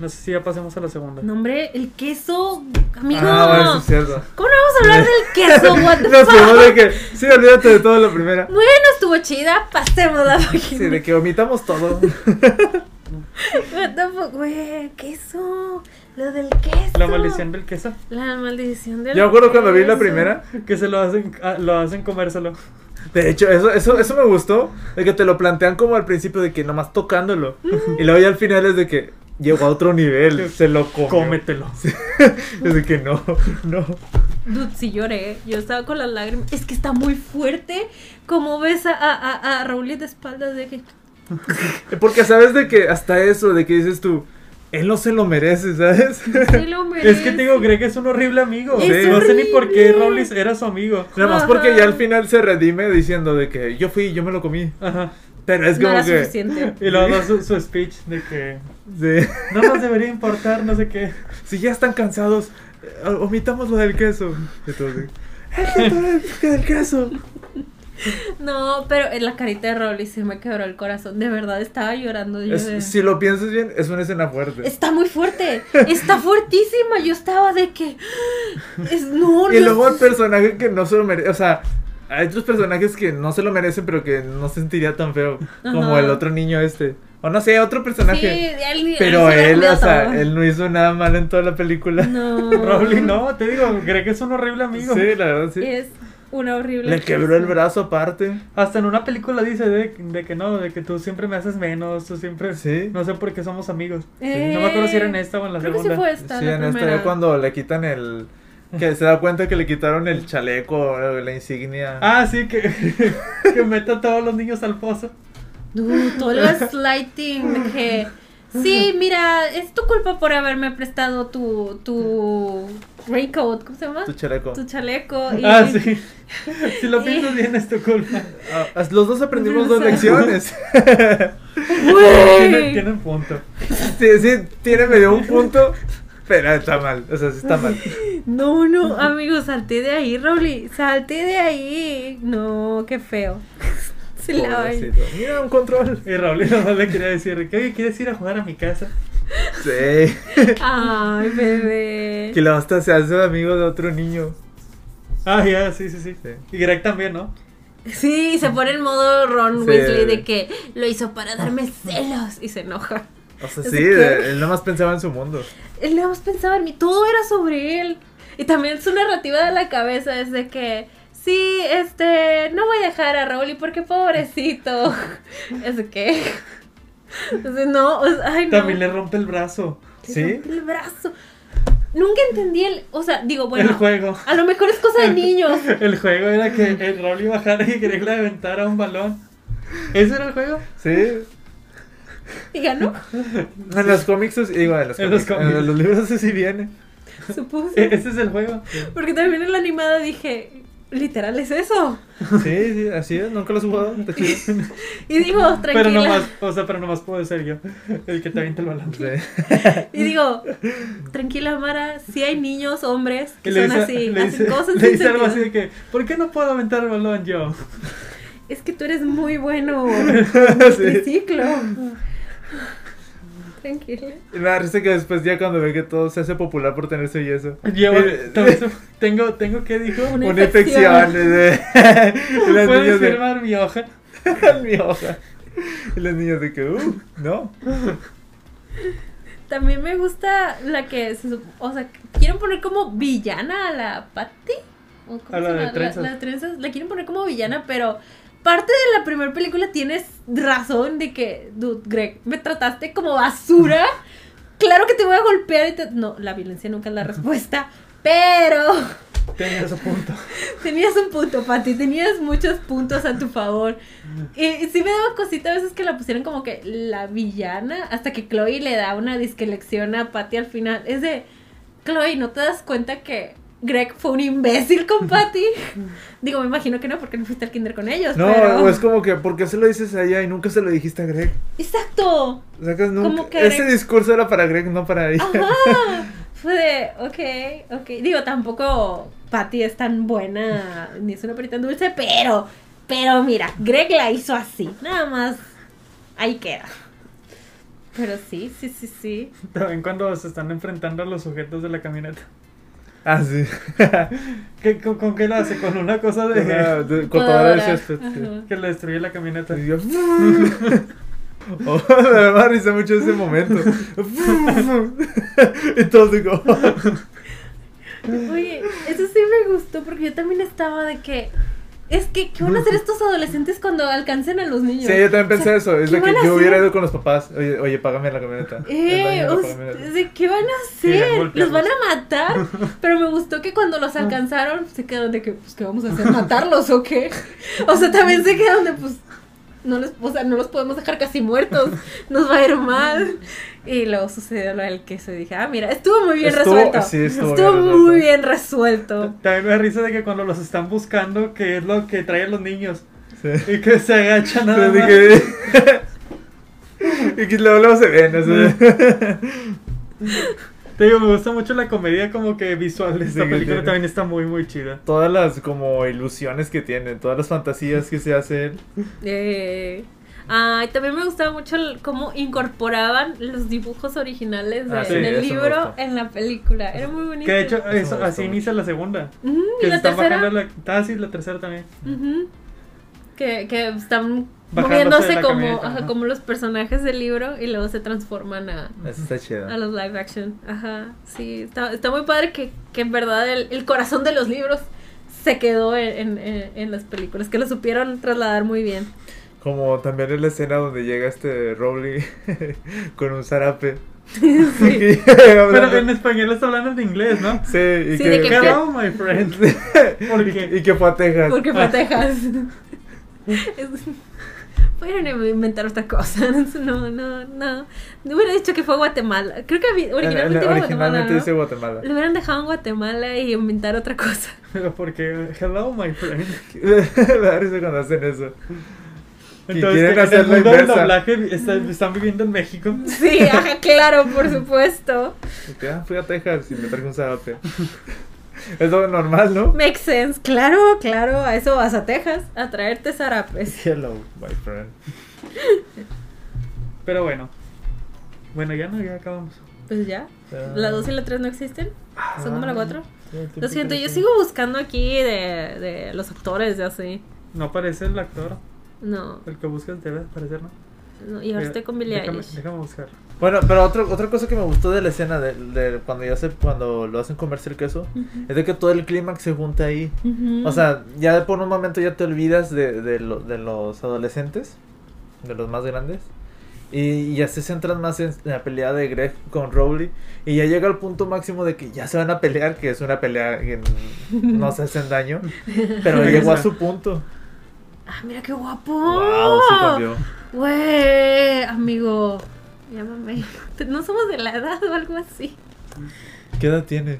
[SPEAKER 1] No sé si ya pasemos a la segunda.
[SPEAKER 2] Nombre, el queso, amigo.
[SPEAKER 3] Ah, bueno, eso es cierto.
[SPEAKER 2] ¿Cómo no vamos a hablar del
[SPEAKER 3] [laughs]
[SPEAKER 2] queso? What the
[SPEAKER 3] Nos quedó de
[SPEAKER 2] fuck?
[SPEAKER 3] que, sí, olvídate de todo la primera.
[SPEAKER 2] Bueno, estuvo chida, pasemos la página.
[SPEAKER 3] Sí, de que
[SPEAKER 2] [laughs]
[SPEAKER 3] omitamos todo.
[SPEAKER 2] What the fuck, güey, queso. Lo del queso.
[SPEAKER 1] La maldición del queso.
[SPEAKER 2] La maldición del
[SPEAKER 3] Yo me acuerdo cuando vi la
[SPEAKER 2] queso.
[SPEAKER 3] primera.
[SPEAKER 1] Que se lo hacen, ah, lo hacen comérselo.
[SPEAKER 3] De hecho, eso, eso, eso me gustó. De que te lo plantean como al principio de que nomás tocándolo.
[SPEAKER 2] Mm.
[SPEAKER 3] Y luego ya al final es de que llegó a otro nivel. Se lo comió.
[SPEAKER 1] Cómetelo.
[SPEAKER 3] Es de que no, no.
[SPEAKER 2] Dude, sí lloré. Yo estaba con las lágrimas. Es que está muy fuerte. Como ves a, a, a, a Raúl de espaldas de que.
[SPEAKER 3] Porque sabes de que hasta eso, de que dices tú. Él no se lo merece, ¿sabes?
[SPEAKER 2] [laughs] Se
[SPEAKER 3] [laughs]
[SPEAKER 2] lo
[SPEAKER 1] Es que
[SPEAKER 2] merece.
[SPEAKER 1] te digo, Greg es un horrible amigo.
[SPEAKER 2] Es
[SPEAKER 1] no sé ni por qué
[SPEAKER 2] horrible.
[SPEAKER 1] Rollins era su amigo.
[SPEAKER 3] Nada más porque ya al final se redime diciendo de que yo fui, yo me lo comí.
[SPEAKER 1] Ajá.
[SPEAKER 3] Pero es
[SPEAKER 2] no
[SPEAKER 3] como
[SPEAKER 2] era
[SPEAKER 3] que.
[SPEAKER 2] suficiente.
[SPEAKER 1] Y luego da su, su speech de que
[SPEAKER 3] Sí. [laughs]
[SPEAKER 1] no nos debería importar, no sé qué.
[SPEAKER 3] Si ya están cansados, eh, omitamos lo del queso. Entonces, "Eso todo el "Eh, que del
[SPEAKER 2] [laughs]
[SPEAKER 3] queso.
[SPEAKER 2] No, pero en la carita de Rollins se me quebró el corazón. De verdad, estaba llorando. yo
[SPEAKER 3] Es-
[SPEAKER 2] de-
[SPEAKER 3] si lo piensas bien, es una escena fuerte.
[SPEAKER 2] Está muy fuerte. Está fuertísima. Yo estaba de que. Es, no,
[SPEAKER 3] [laughs] y
[SPEAKER 2] no-
[SPEAKER 3] luego el personaje que no se lo merece, o sea, hay otros personajes que no se lo merecen, pero que no sentiría tan feo como
[SPEAKER 2] Ajá.
[SPEAKER 3] el otro niño este. O no sé, otro
[SPEAKER 2] Sí,
[SPEAKER 3] personaje.
[SPEAKER 2] él-
[SPEAKER 3] pero
[SPEAKER 2] se
[SPEAKER 3] él,
[SPEAKER 2] comió
[SPEAKER 3] o sea,
[SPEAKER 2] todo.
[SPEAKER 3] él no hizo nada mal en toda la película.
[SPEAKER 2] [laughs]
[SPEAKER 3] [laughs]
[SPEAKER 2] No.
[SPEAKER 1] Rollins, no, te digo, Greg es un horrible amigo.
[SPEAKER 3] Sí, la verdad, sí.
[SPEAKER 2] Es una horrible.
[SPEAKER 3] Le quebró el
[SPEAKER 2] persona.
[SPEAKER 3] brazo aparte.
[SPEAKER 1] Hasta en una película dice de, de que no, de que tú siempre me haces menos, tú siempre...
[SPEAKER 3] Sí.
[SPEAKER 1] No sé por qué somos amigos.
[SPEAKER 2] Eh,
[SPEAKER 1] No me acuerdo si era en esta o en la
[SPEAKER 2] Creo que sí
[SPEAKER 1] segunda.
[SPEAKER 2] fue esta,
[SPEAKER 3] sí,
[SPEAKER 2] la
[SPEAKER 3] en esta
[SPEAKER 2] primera.
[SPEAKER 3] ya cuando le quitan el. Que se da cuenta que le quitaron el chaleco, eh, la insignia.
[SPEAKER 1] Ah, sí, que, [laughs] que meta a todos los niños al pozo.
[SPEAKER 2] Dude, todo el slighting de que. Sí, mira, es tu culpa por haberme prestado tu, tu raincoat, ¿cómo se llama?
[SPEAKER 3] tu chaleco.
[SPEAKER 2] Tu chaleco. Y,
[SPEAKER 1] Ah,
[SPEAKER 2] [laughs]
[SPEAKER 3] [laughs]
[SPEAKER 1] sí. Si lo piensas bien es tu culpa.
[SPEAKER 3] Ah, los dos aprendimos dos
[SPEAKER 2] O sea. [laughs]
[SPEAKER 3] lecciones.
[SPEAKER 1] Tienen,
[SPEAKER 2] Güey.
[SPEAKER 1] tienen punto.
[SPEAKER 3] sí, sí, tiene medio un punto, pero está mal. O sea, sí está mal.
[SPEAKER 2] No, no, amigo, salte de ahí, Rauli. Salte de ahí. No, qué feo. [laughs] Se la bañó.
[SPEAKER 3] Pobrecito. Mira, un control.
[SPEAKER 1] Y Raúl [laughs] nomás le quería decir que, oye, ¿quieres ir a jugar a mi casa?
[SPEAKER 3] Sí.
[SPEAKER 2] Ay, bebé.
[SPEAKER 3] [laughs] Que la hasta se hace amigo de otro niño.
[SPEAKER 1] Ah, ya, sí, sí, sí,
[SPEAKER 3] Sí.
[SPEAKER 1] Y Greg también, ¿no?
[SPEAKER 2] Sí, se pone en modo Ron
[SPEAKER 3] Sí.
[SPEAKER 2] Weasley de que lo hizo para darme celos y se enoja.
[SPEAKER 3] O sea,
[SPEAKER 2] ¿Es
[SPEAKER 3] sí,
[SPEAKER 2] qué?
[SPEAKER 3] de- él nomás pensaba en su mundo.
[SPEAKER 2] Él nada más pensaba en mí, todo era sobre él. Y también su narrativa de la cabeza es de que, sí, este, no voy a dejar a Raúl y porque pobrecito. [laughs] Es de que... [laughs] o sea, no, o sea, ay, no.
[SPEAKER 1] También le rompe el brazo.
[SPEAKER 2] Le
[SPEAKER 3] ¿Sí?
[SPEAKER 2] rompe El brazo. Nunca entendí el, o sea, digo,
[SPEAKER 1] el
[SPEAKER 2] bueno,
[SPEAKER 1] juego. [laughs]
[SPEAKER 2] a lo mejor es cosa de niños.
[SPEAKER 1] El juego era que el Raúl iba a bajar y Greg le aventara un balón. ¿Ese era el juego?
[SPEAKER 3] Sí.
[SPEAKER 1] [laughs]
[SPEAKER 2] Diga, ¿no?
[SPEAKER 3] En los cómics, es- digo, en los,
[SPEAKER 1] En los
[SPEAKER 3] cómics, en
[SPEAKER 1] cómics.
[SPEAKER 3] los libros, sí viene.
[SPEAKER 1] E-
[SPEAKER 2] Supuse.
[SPEAKER 1] Ese es el juego.
[SPEAKER 2] Porque también en la animada dije, literal es eso.
[SPEAKER 3] Sí, sí, así es. Nunca lo
[SPEAKER 2] [laughs]
[SPEAKER 3] has jugado. Está chido.
[SPEAKER 2] Y digo, tranquila.
[SPEAKER 1] Pero nomás, o sea, pero nomás puedo ser yo el que te avienta el balón.
[SPEAKER 3] Sí.
[SPEAKER 2] Y digo, tranquila Mara, si hay niños, hombres, que
[SPEAKER 1] Y le
[SPEAKER 2] son
[SPEAKER 1] dice-
[SPEAKER 2] así,
[SPEAKER 1] le
[SPEAKER 2] hacen
[SPEAKER 1] dice-
[SPEAKER 2] cosas
[SPEAKER 1] le
[SPEAKER 2] sin
[SPEAKER 1] dice algo
[SPEAKER 2] sentido.
[SPEAKER 1] así de que, ¿por qué no puedo aventar el balón yo?
[SPEAKER 2] Es que tú eres muy bueno
[SPEAKER 1] [laughs]
[SPEAKER 2] triciclo. Tranquila.
[SPEAKER 3] Y me da risa que después ya cuando ve que todo se hace popular por tener su yeso.
[SPEAKER 1] Yo
[SPEAKER 3] Eh,
[SPEAKER 1] también- tengo, tengo que dijo.
[SPEAKER 2] Una
[SPEAKER 3] Una infección.
[SPEAKER 2] infección.
[SPEAKER 3] de- eh. [laughs] y las
[SPEAKER 1] Puedes
[SPEAKER 3] niñas de, [laughs]
[SPEAKER 1] firmar mi hoja.
[SPEAKER 3] mi hoja. Y las niñas de que, uh, no.
[SPEAKER 2] También me gusta la que, se sup- o sea, quieren poner como villana a la Patty. ¿O cómo
[SPEAKER 1] A la
[SPEAKER 2] se
[SPEAKER 1] de
[SPEAKER 2] llama?
[SPEAKER 1] trenzas.
[SPEAKER 2] la de trenzas, la quieren poner como villana, pero parte de la primera película tienes razón de que, dude, Greg, me trataste
[SPEAKER 1] [laughs]
[SPEAKER 2] como basura. Claro que te voy a golpear y te... No, la violencia nunca es la respuesta, pero
[SPEAKER 1] Tengo su punto.
[SPEAKER 2] tenías un punto, Patty, tenías muchos puntos a tu favor.
[SPEAKER 3] Mm.
[SPEAKER 2] Y, y sí me daba cosita a veces que la pusieron como que la villana, hasta que Chloe le da una disquelección a Patty al final. Es de, Chloe, ¿no te das cuenta que Greg fue un imbécil con
[SPEAKER 3] [laughs]
[SPEAKER 2] Patty? Digo, me imagino que no, porque no fuiste al kinder con ellos,
[SPEAKER 3] No,
[SPEAKER 2] pero...
[SPEAKER 3] o es como que, ¿por qué se lo dices a ella y nunca se lo dijiste a Greg?
[SPEAKER 2] ¡Exacto!
[SPEAKER 3] O sea, que nunca-
[SPEAKER 2] Como que
[SPEAKER 3] Ese
[SPEAKER 2] Greg- Ah.
[SPEAKER 3] discurso era para Greg, no para ella.
[SPEAKER 2] Ajá. [laughs] Fue de, ok, ok. Digo, tampoco Patty es tan buena, ni es una perita en dulce, pero, pero mira, Greg la hizo así. Nada más, ahí queda. Pero sí, sí, sí, sí.
[SPEAKER 1] También cuando se están enfrentando a los sujetos de la camioneta.
[SPEAKER 3] Ah, sí.
[SPEAKER 1] ¿Qué, con, con qué la hace? Con una cosa
[SPEAKER 3] Una
[SPEAKER 1] [laughs] de
[SPEAKER 3] de- cortadora de
[SPEAKER 2] Cortadora.
[SPEAKER 3] césped, sí.
[SPEAKER 2] Ajá.
[SPEAKER 1] que le destruye la camioneta.
[SPEAKER 3] Y yo, [laughs] Oh, me da risa mucho
[SPEAKER 1] [laughs]
[SPEAKER 3] ese momento. [laughs] y todos digo, "Oh".
[SPEAKER 2] Oye, eso sí me gustó porque yo también estaba de que. Es que, ¿qué van
[SPEAKER 3] [laughs]
[SPEAKER 2] a hacer estos adolescentes cuando alcancen a los niños?
[SPEAKER 3] Sí, yo también pensé eso. Es
[SPEAKER 2] ¿qué
[SPEAKER 3] de que
[SPEAKER 2] van a hacer?
[SPEAKER 3] yo hubiera ido con los papás. Oye, oye págame la camioneta. El
[SPEAKER 2] Eh,
[SPEAKER 3] baño,
[SPEAKER 2] o
[SPEAKER 3] la camioneta.
[SPEAKER 2] sea, ¿de ¿qué van a
[SPEAKER 1] Sí,
[SPEAKER 2] hacer?
[SPEAKER 1] golpearlos.
[SPEAKER 2] los van a
[SPEAKER 3] [laughs]
[SPEAKER 2] matar. Pero me gustó que cuando
[SPEAKER 3] Ah.
[SPEAKER 2] los
[SPEAKER 3] [laughs]
[SPEAKER 2] alcanzaron se quedaron de que, pues, ¿qué vamos a hacer? ¿Matarlos o qué? O sea, también se quedaron de, pues, no los, o sea, no los podemos dejar casi muertos, nos va a ir mal. Y luego sucedió lo del queso y dije, ah, mira, estuvo muy bien
[SPEAKER 3] Estuvo-
[SPEAKER 2] resuelto.
[SPEAKER 3] sí, estuvo bien
[SPEAKER 2] muy
[SPEAKER 3] resuelto.
[SPEAKER 2] bien resuelto. [laughs]
[SPEAKER 1] También me da risa de que cuando los están buscando, que es lo que traen los niños.
[SPEAKER 3] Sí.
[SPEAKER 1] Y que se agachan nada
[SPEAKER 3] Pero
[SPEAKER 1] más.
[SPEAKER 3] dije- [laughs] y que luego, luego se ven, o
[SPEAKER 2] Mm.
[SPEAKER 3] sea,
[SPEAKER 1] Te digo, me gusta mucho la comedia como que visual de esta
[SPEAKER 3] Sí,
[SPEAKER 1] película.
[SPEAKER 3] sí.
[SPEAKER 1] También está muy, muy chida.
[SPEAKER 3] [laughs] todas las como ilusiones que tienen, todas las fantasías que se hacen.
[SPEAKER 2] Eh, ay, también me gustaba mucho el- cómo incorporaban los dibujos originales de-
[SPEAKER 3] Ah, sí,
[SPEAKER 2] del
[SPEAKER 3] eso me
[SPEAKER 2] libro
[SPEAKER 3] gustó.
[SPEAKER 2] en la película. Era muy bonito.
[SPEAKER 1] Que de hecho,
[SPEAKER 3] Eso me
[SPEAKER 1] eso-
[SPEAKER 3] gustó
[SPEAKER 1] así
[SPEAKER 3] mucho.
[SPEAKER 1] inicia la segunda.
[SPEAKER 2] Ujú,
[SPEAKER 1] Que
[SPEAKER 2] y
[SPEAKER 1] se
[SPEAKER 2] la
[SPEAKER 1] están
[SPEAKER 2] tercera.
[SPEAKER 1] bajando la. Ah, sí, la tercera también.
[SPEAKER 2] Ujú. que, que están
[SPEAKER 1] Bajándose de
[SPEAKER 2] moviéndose
[SPEAKER 1] la
[SPEAKER 2] como,
[SPEAKER 1] camioneta,
[SPEAKER 2] ajá,
[SPEAKER 1] ajá.
[SPEAKER 2] como los personajes del libro y luego se transforman a, [laughs]
[SPEAKER 3] Eso está chido.
[SPEAKER 2] a los live action. Ajá, sí, está, está muy padre que, que en verdad el, el corazón de los libros se quedó en, en- en- en las películas, que lo supieron trasladar
[SPEAKER 1] [laughs]
[SPEAKER 2] muy bien.
[SPEAKER 3] Como también es la escena donde llega este Rowling [laughs] con un zarape.
[SPEAKER 2] Sí.
[SPEAKER 3] [laughs] Y-
[SPEAKER 1] Pero
[SPEAKER 3] hablando-
[SPEAKER 1] en español está hablando de inglés, ¿no?
[SPEAKER 3] Sí, y
[SPEAKER 2] Sí,
[SPEAKER 3] que,
[SPEAKER 2] de que-
[SPEAKER 1] Hello, my friend.
[SPEAKER 3] [laughs]
[SPEAKER 1] ¿Por qué?
[SPEAKER 3] y que fue a Texas.
[SPEAKER 2] Porque fue a
[SPEAKER 1] Ah.
[SPEAKER 2] Texas. Es- Pudieron inventar otra cosa. [laughs] No, no, no. No hubiera dicho que fue Guatemala. Creo que había- originalmente
[SPEAKER 3] Eh,
[SPEAKER 2] iba a Guatemala.
[SPEAKER 3] originalmente
[SPEAKER 2] ¿no?
[SPEAKER 3] dice Guatemala.
[SPEAKER 2] Lo hubieran dejado en Guatemala y inventar otra cosa.
[SPEAKER 1] [laughs] Pero porque, hello, my friend.
[SPEAKER 3] [laughs] Me da risa cuando hacen eso. Y quieren
[SPEAKER 1] Entonces, que en
[SPEAKER 3] hacer
[SPEAKER 1] el
[SPEAKER 3] la
[SPEAKER 1] mundo del
[SPEAKER 3] inversa.
[SPEAKER 1] doblaje está- están viviendo en México.
[SPEAKER 2] [laughs] Sí, ajá, claro, por supuesto.
[SPEAKER 3] Y que, ah, fui a Texas y me traje un zarape. es lo normal, ¿no?
[SPEAKER 2] Makes sense. Claro, claro, a eso vas a Texas, a traerte zarapes.
[SPEAKER 3] Hello, my friend.
[SPEAKER 1] Pero bueno. Bueno, ya no, ya acabamos.
[SPEAKER 2] Pues ya.
[SPEAKER 3] Ah.
[SPEAKER 2] La 2 y la 3 no existen. Son
[SPEAKER 1] Ah,
[SPEAKER 2] como la 4.
[SPEAKER 3] Sí,
[SPEAKER 2] Lo siento, yo
[SPEAKER 3] sí.
[SPEAKER 2] sigo buscando aquí de, de los actores de así.
[SPEAKER 1] No aparece el actor,
[SPEAKER 2] No,
[SPEAKER 1] el que buscas debe aparecer, ¿no? Eh,
[SPEAKER 2] no, y ahora estoy con Billie
[SPEAKER 1] déjame,
[SPEAKER 2] Eilish.
[SPEAKER 1] déjame buscar.
[SPEAKER 3] Bueno, pero otro, otra cosa que me gustó de la escena de, de cuando ya se, cuando lo hacen comerse el queso, es de que todo el clímax se junta ahí.
[SPEAKER 2] Ujú.
[SPEAKER 3] O sea, ya por un momento ya te olvidas de, de, lo- de los adolescentes, de los más grandes, y ya se centran más en la pelea de Greg con Rowley, y ya llega al punto máximo de que ya se van a pelear, que es una pelea que no se hacen daño, pero llegó a su punto.
[SPEAKER 2] Ah, mira qué guapo.
[SPEAKER 3] ¡Wow!
[SPEAKER 2] Ah.
[SPEAKER 3] Sí cambió.
[SPEAKER 2] Güey, amigo. Llámame. [laughs] No somos de la edad o algo así.
[SPEAKER 3] ¿Qué edad tiene?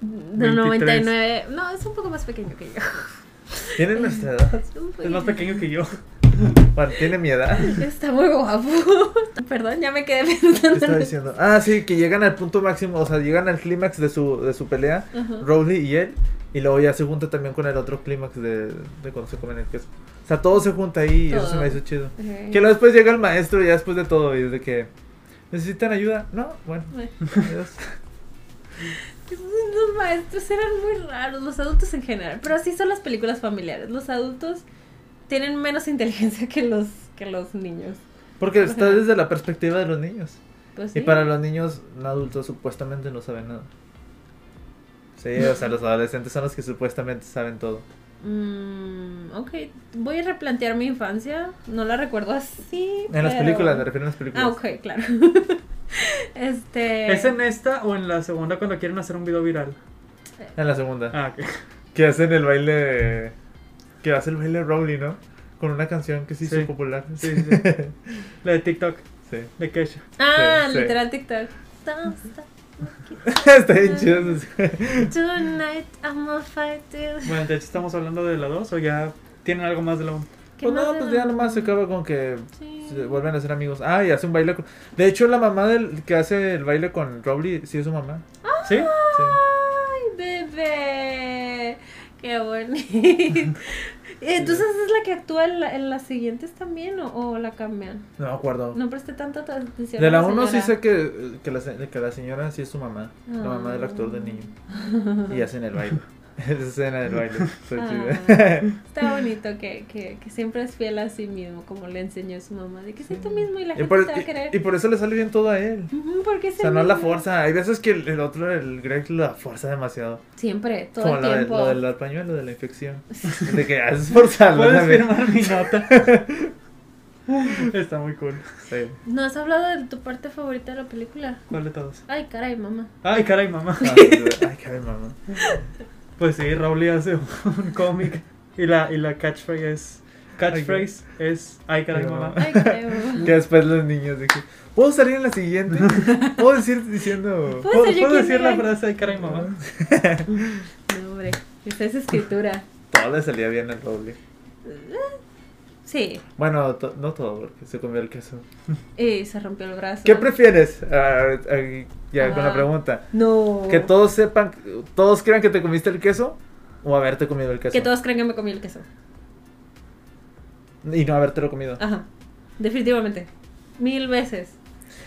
[SPEAKER 2] No,
[SPEAKER 1] 23.
[SPEAKER 2] 99. No, es un poco más pequeño que yo. [laughs]
[SPEAKER 3] ¿Tiene nuestra edad?
[SPEAKER 2] Un
[SPEAKER 1] Es más
[SPEAKER 2] poquito.
[SPEAKER 1] pequeño que yo.
[SPEAKER 3] Bueno, tiene mi edad.
[SPEAKER 2] [laughs] Está muy guapo. Perdón, ya me quedé pensando.
[SPEAKER 3] ¿Qué estaba diciendo? Ah, sí, que llegan al punto máximo, o sea, llegan al clímax de su, de su pelea,
[SPEAKER 2] Ajá.
[SPEAKER 3] Rowley y él, y luego ya se junta también con el otro clímax de, de cuando se comen el queso. O sea, todo se junta ahí y eso se
[SPEAKER 2] Todo.
[SPEAKER 3] me hizo chido.
[SPEAKER 2] Ok.
[SPEAKER 3] Que luego después llega el maestro ya después de todo y es de que, ¿necesitan ayuda? No,
[SPEAKER 2] [laughs]
[SPEAKER 3] bueno,
[SPEAKER 2] Bueno,
[SPEAKER 3] adiós.
[SPEAKER 2] Los maestros eran muy raros, los adultos en general. Pero así son las películas familiares. Los adultos tienen menos [laughs] inteligencia que los, que los niños.
[SPEAKER 3] Porque está desde la perspectiva de los niños.
[SPEAKER 2] Pues, sí.
[SPEAKER 3] Y para los niños, no adultos supuestamente no saben nada. Sí, o sea, los adolescentes son los que supuestamente saben todo.
[SPEAKER 2] Mm, ok, voy a replantear mi infancia. No la recuerdo así.
[SPEAKER 3] En las
[SPEAKER 2] pero-
[SPEAKER 3] películas, me refiero a las películas.
[SPEAKER 2] Ah, ok, claro. [laughs] este.
[SPEAKER 1] ¿Es en esta o en la segunda cuando quieren hacer un video viral?
[SPEAKER 3] En la segunda.
[SPEAKER 1] Ah, ok.
[SPEAKER 3] Que hacen el baile. Que hace el baile Rowley, ¿no? Con una canción que se hizo
[SPEAKER 1] Sí.
[SPEAKER 3] popular.
[SPEAKER 1] Sí, sí, sí. La de TikTok,
[SPEAKER 3] Sí. [laughs]
[SPEAKER 1] de Kesha.
[SPEAKER 2] Ah,
[SPEAKER 3] Sí, sí.
[SPEAKER 2] literal TikTok. Don't stop
[SPEAKER 3] Está
[SPEAKER 2] Ah,
[SPEAKER 3] bien chido. eso.
[SPEAKER 2] Tonight I'm a fighter.
[SPEAKER 1] Bueno, de hecho, estamos hablando de la 2 o ya tienen algo más de la 1.
[SPEAKER 2] ¿Qué
[SPEAKER 3] Pues no,
[SPEAKER 2] más
[SPEAKER 3] pues
[SPEAKER 2] de-
[SPEAKER 3] ya nomás se acaba con que
[SPEAKER 2] Sí.
[SPEAKER 3] se vuelven a ser amigos. Ah, y hace un baile. con- De hecho, la mamá del que hace el baile con Rowley, sí es su mamá.
[SPEAKER 1] ¿Sí?
[SPEAKER 2] Ay, bebé. Qué bonito.
[SPEAKER 3] [laughs]
[SPEAKER 2] Entonces es la que actúa en, la- en las siguientes también o, o la cambian.
[SPEAKER 3] No me acuerdo.
[SPEAKER 2] No presté tanta atención.
[SPEAKER 3] De
[SPEAKER 2] a
[SPEAKER 3] la 1 sí
[SPEAKER 2] señora.
[SPEAKER 3] sé que, que, la, se- que la señora sí es su mamá. La mamá del actor del niño. Y hacen el
[SPEAKER 2] [laughs]
[SPEAKER 3] baile. Esa escena del baile. Está
[SPEAKER 2] Ah.
[SPEAKER 3] [laughs] chida.
[SPEAKER 2] Está bonito que, que, que siempre es fiel a sí mismo, como le enseñó su mamá, de que sé tú mismo y la
[SPEAKER 3] Y
[SPEAKER 2] gente
[SPEAKER 3] por,
[SPEAKER 2] te va a querer.
[SPEAKER 3] y- y por eso le sale bien todo a él.
[SPEAKER 2] Ujú, Porque es
[SPEAKER 3] O sea,
[SPEAKER 2] el
[SPEAKER 3] no la
[SPEAKER 2] mismo.
[SPEAKER 3] fuerza. Hay veces que el, el otro, el Greg, la fuerza demasiado.
[SPEAKER 2] Siempre, todo
[SPEAKER 3] Como
[SPEAKER 2] el
[SPEAKER 3] lo, de-
[SPEAKER 2] tiempo.
[SPEAKER 3] lo del pañuelo de la infección. [laughs] De que haces forzarlo.
[SPEAKER 1] Puedes
[SPEAKER 3] también.
[SPEAKER 1] firmar mi nota. Está muy cool.
[SPEAKER 3] Sí.
[SPEAKER 2] ¿No has hablado de tu parte favorita de la película?
[SPEAKER 1] ¿Cuál de todos?
[SPEAKER 2] Ay, caray, mamá.
[SPEAKER 1] Ay, caray, mamá.
[SPEAKER 3] Ay, qué mamá.
[SPEAKER 1] Pues sí, Rowley hace un cómic y la, y la catchphrase es catchphrase es ay caray
[SPEAKER 3] No.
[SPEAKER 1] mamá. [laughs]
[SPEAKER 2] Ay, creo.
[SPEAKER 3] Que después los niños de que, ¿puedo salir en
[SPEAKER 2] [laughs]
[SPEAKER 3] la siguiente? ¿Puedo decir diciendo...?
[SPEAKER 2] ¿Puedo
[SPEAKER 1] ¿Puedo,
[SPEAKER 2] ser yo
[SPEAKER 1] puedo
[SPEAKER 2] quien
[SPEAKER 1] decir la
[SPEAKER 2] diga?
[SPEAKER 1] frase ay caray mamá?
[SPEAKER 2] No, hombre. Esa es escritura.
[SPEAKER 3] Todo le salía bien al doble.
[SPEAKER 2] Sí.
[SPEAKER 3] Bueno, to- no todo, porque se comió el queso.
[SPEAKER 2] Y se rompió el brazo.
[SPEAKER 3] ¿Qué prefieres? Ah, ah, ya con
[SPEAKER 2] Ah. Uh.
[SPEAKER 3] la pregunta.
[SPEAKER 2] No.
[SPEAKER 3] Que todos sepan, todos crean que te comiste el queso o haberte comido el queso.
[SPEAKER 2] Que todos creen que me comí el queso.
[SPEAKER 3] Y no habértelo
[SPEAKER 1] Ah.
[SPEAKER 3] comido.
[SPEAKER 2] Ajá. Definitivamente. Mil veces.